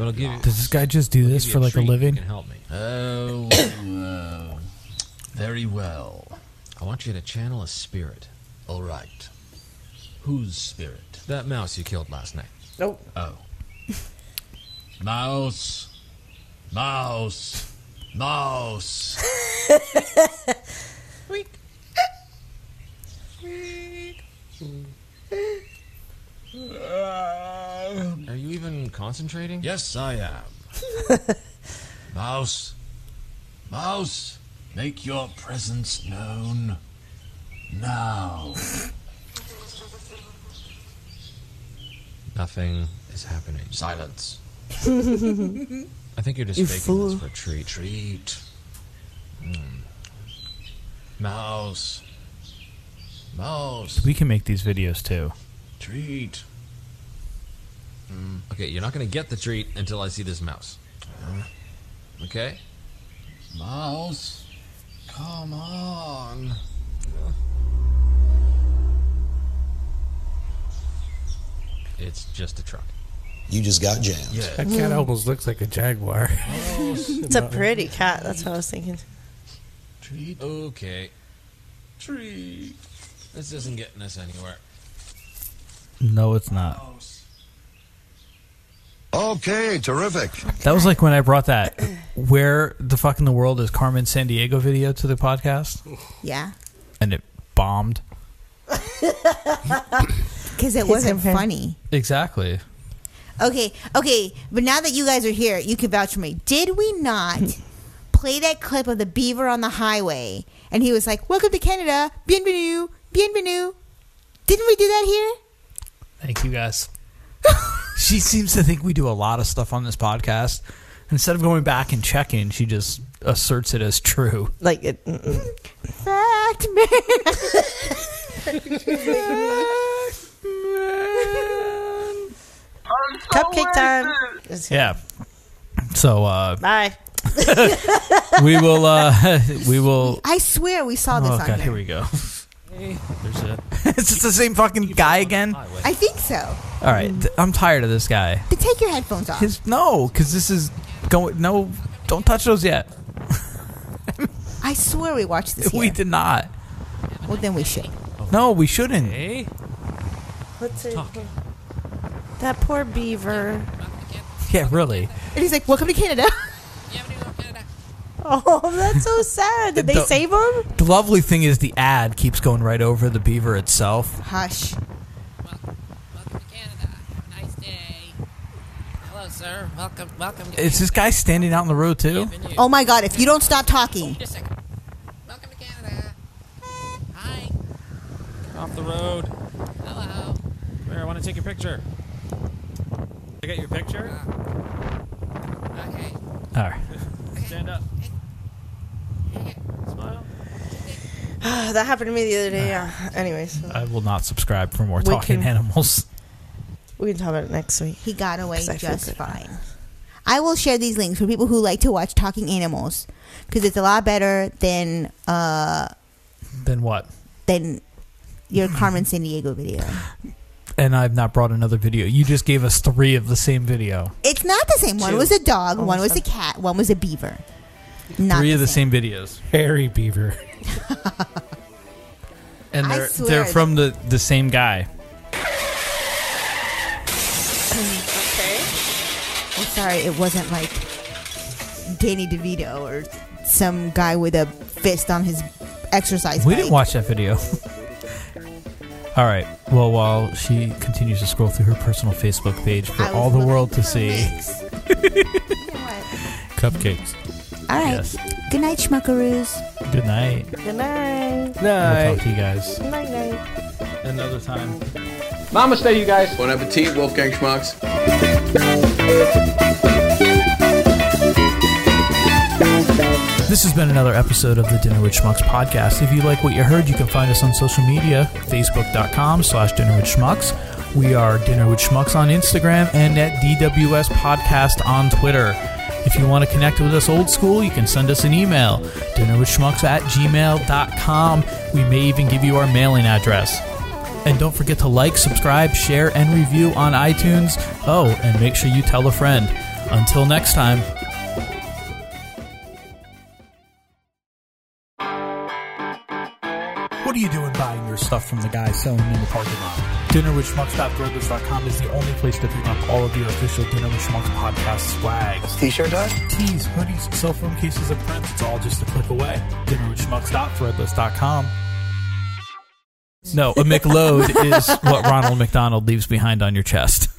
[SPEAKER 3] I'll give you.
[SPEAKER 7] Does this guy just do
[SPEAKER 3] I'll
[SPEAKER 7] this
[SPEAKER 3] give you
[SPEAKER 7] for like a
[SPEAKER 3] treat if you
[SPEAKER 7] living?
[SPEAKER 3] Can help me. Oh, uh, very well. I want you to channel a spirit. All right. Whose spirit? That mouse you killed last night.
[SPEAKER 6] Nope.
[SPEAKER 3] Oh. Mouse. Mouse. Mouse. Are you even concentrating? Yes, I am. Mouse. Mouse. Make your presence known. Now. Nothing is happening. Silence. I think you're just
[SPEAKER 20] You
[SPEAKER 3] faking
[SPEAKER 20] fool.
[SPEAKER 3] this for a treat. Treat. Mm. Mouse. Mouse.
[SPEAKER 7] We can make these videos too.
[SPEAKER 3] Treat. Hmm. Okay, you're not going to get the treat until I see this mouse. Okay? Mouse. Come on. It's just a truck.
[SPEAKER 22] You just got jammed.
[SPEAKER 3] Yeah.
[SPEAKER 5] That cat almost looks like a jaguar.
[SPEAKER 6] It's a pretty cat. That's what I was thinking.
[SPEAKER 3] Treat. Okay. Treat. This isn't getting us anywhere.
[SPEAKER 7] No, it's not.
[SPEAKER 21] Okay, terrific.
[SPEAKER 7] That was like when I brought that "Where the fuck in the world is Carmen San Diego" video to the podcast,
[SPEAKER 4] Yeah.
[SPEAKER 7] and it bombed.
[SPEAKER 4] Because it wasn't funny.
[SPEAKER 7] Exactly.
[SPEAKER 4] Okay, okay, but now that you guys are here, you can vouch for me. Did we not
[SPEAKER 7] Hmm.
[SPEAKER 4] play that clip of the beaver on the highway? And he was like, Welcome to Canada, bienvenue, bienvenue. Didn't we do that here?
[SPEAKER 7] Thank you guys. she seems to think we do a lot of stuff on this podcast. Instead of going back and checking, she just asserts it as true.
[SPEAKER 6] Like it.
[SPEAKER 4] Fact
[SPEAKER 6] Cupcake time.
[SPEAKER 7] Yeah. So uh
[SPEAKER 6] Bye.
[SPEAKER 7] we will uh we will
[SPEAKER 4] I swear we saw this
[SPEAKER 7] Oh
[SPEAKER 4] on
[SPEAKER 7] god,
[SPEAKER 4] here.
[SPEAKER 7] here we go. There's a It's just the same fucking guy again. All
[SPEAKER 4] I think so.
[SPEAKER 7] right, th- I'm tired of this guy.
[SPEAKER 4] Then take your headphones off.
[SPEAKER 7] His no, cuz this is going no, don't touch those yet.
[SPEAKER 4] I swear we watched this.
[SPEAKER 7] We
[SPEAKER 4] here.
[SPEAKER 7] did not.
[SPEAKER 4] Well, then we should.
[SPEAKER 7] No, we shouldn't.
[SPEAKER 6] What's it? That poor beaver.
[SPEAKER 7] Yeah, really.
[SPEAKER 4] And he's like, "Welcome to Canada."
[SPEAKER 6] Oh, that's so sad. Did they
[SPEAKER 7] The-
[SPEAKER 6] save him?
[SPEAKER 7] The lovely thing is the ad keeps going right over the beaver itself.
[SPEAKER 4] Hush.
[SPEAKER 13] Hello, sir. Welcome, welcome.
[SPEAKER 7] Is this guy standing out in the road too?
[SPEAKER 4] Oh my god! If you don't stop talking,
[SPEAKER 3] Off the road. Hello. Where? I want to take your picture. I get your picture.
[SPEAKER 13] Ah.
[SPEAKER 7] All right.
[SPEAKER 3] Stand up. Smile.
[SPEAKER 6] that happened to me the other day. Yeah. Anyways,
[SPEAKER 7] I will not subscribe for more
[SPEAKER 6] We
[SPEAKER 7] talking
[SPEAKER 6] can-
[SPEAKER 7] animals.
[SPEAKER 6] we can talk about it next week.
[SPEAKER 4] he got away
[SPEAKER 6] 'Cause Oh, I feel
[SPEAKER 4] just
[SPEAKER 6] good.
[SPEAKER 4] fine. I will share these links for people who like to watch talking animals because it's a lot better than uh
[SPEAKER 7] Then what?
[SPEAKER 4] than your Carmen San Diego video.
[SPEAKER 7] And I've not brought another video. You just gave us three of the same video.
[SPEAKER 4] It's not the same. One
[SPEAKER 6] Two.
[SPEAKER 4] was a dog,
[SPEAKER 6] Oh,
[SPEAKER 4] one was a
[SPEAKER 6] sorry.
[SPEAKER 4] cat, one was a beaver. Not
[SPEAKER 7] three
[SPEAKER 4] the
[SPEAKER 7] of the
[SPEAKER 4] same.
[SPEAKER 7] same, videos. Harry Beaver. and
[SPEAKER 4] I
[SPEAKER 7] they're
[SPEAKER 4] swear
[SPEAKER 7] they're
[SPEAKER 4] that-
[SPEAKER 7] from the, the same guy.
[SPEAKER 6] Okay.
[SPEAKER 4] I'm sorry, it wasn't like Danny DeVito or some guy with a fist on his exercise
[SPEAKER 7] We
[SPEAKER 4] bike.
[SPEAKER 7] didn't watch that video. all right. Well, while she continues to scroll through her personal Facebook page for
[SPEAKER 4] I was
[SPEAKER 7] all the
[SPEAKER 4] looking
[SPEAKER 7] world to
[SPEAKER 4] for
[SPEAKER 7] see,
[SPEAKER 4] links.
[SPEAKER 7] cupcakes.
[SPEAKER 4] All right.
[SPEAKER 7] Yes.
[SPEAKER 4] Good night, schmuckaroos.
[SPEAKER 7] Good night.
[SPEAKER 6] Good night.
[SPEAKER 7] We'll talk to you guys
[SPEAKER 6] Night night.
[SPEAKER 7] another time.
[SPEAKER 8] Namaste, you guys. Bon appetit, Wolfgang Schmucks.
[SPEAKER 7] This has been another episode of the Dinner with Schmucks podcast. If you like what you heard, you can find us on social media, facebook.com slash dinner with schmucks. We are Dinner with Schmucks on Instagram and at DWS Podcast on Twitter. If you want to connect with us old school, you can send us an email, dinnerwithschmucks at gmail.com. We may even give you our mailing address. And don't forget to like, subscribe, share, and review on iTunes. Oh, and make sure you tell a friend. Until next time. What are you doing buying your stuff from the guy selling in the parking lot? DinnerWithSchmucks.Groggers.com is the only place to pick up all of your official Dinner with Schmucks podcast swags.
[SPEAKER 22] T-shirt does?
[SPEAKER 7] Tees, hoodies, cell phone cases, and prints. It's all just a click away. DinnerWithSchmucks.Threadless.com. No, a McLeod is what Ronald McDonald leaves behind on your chest.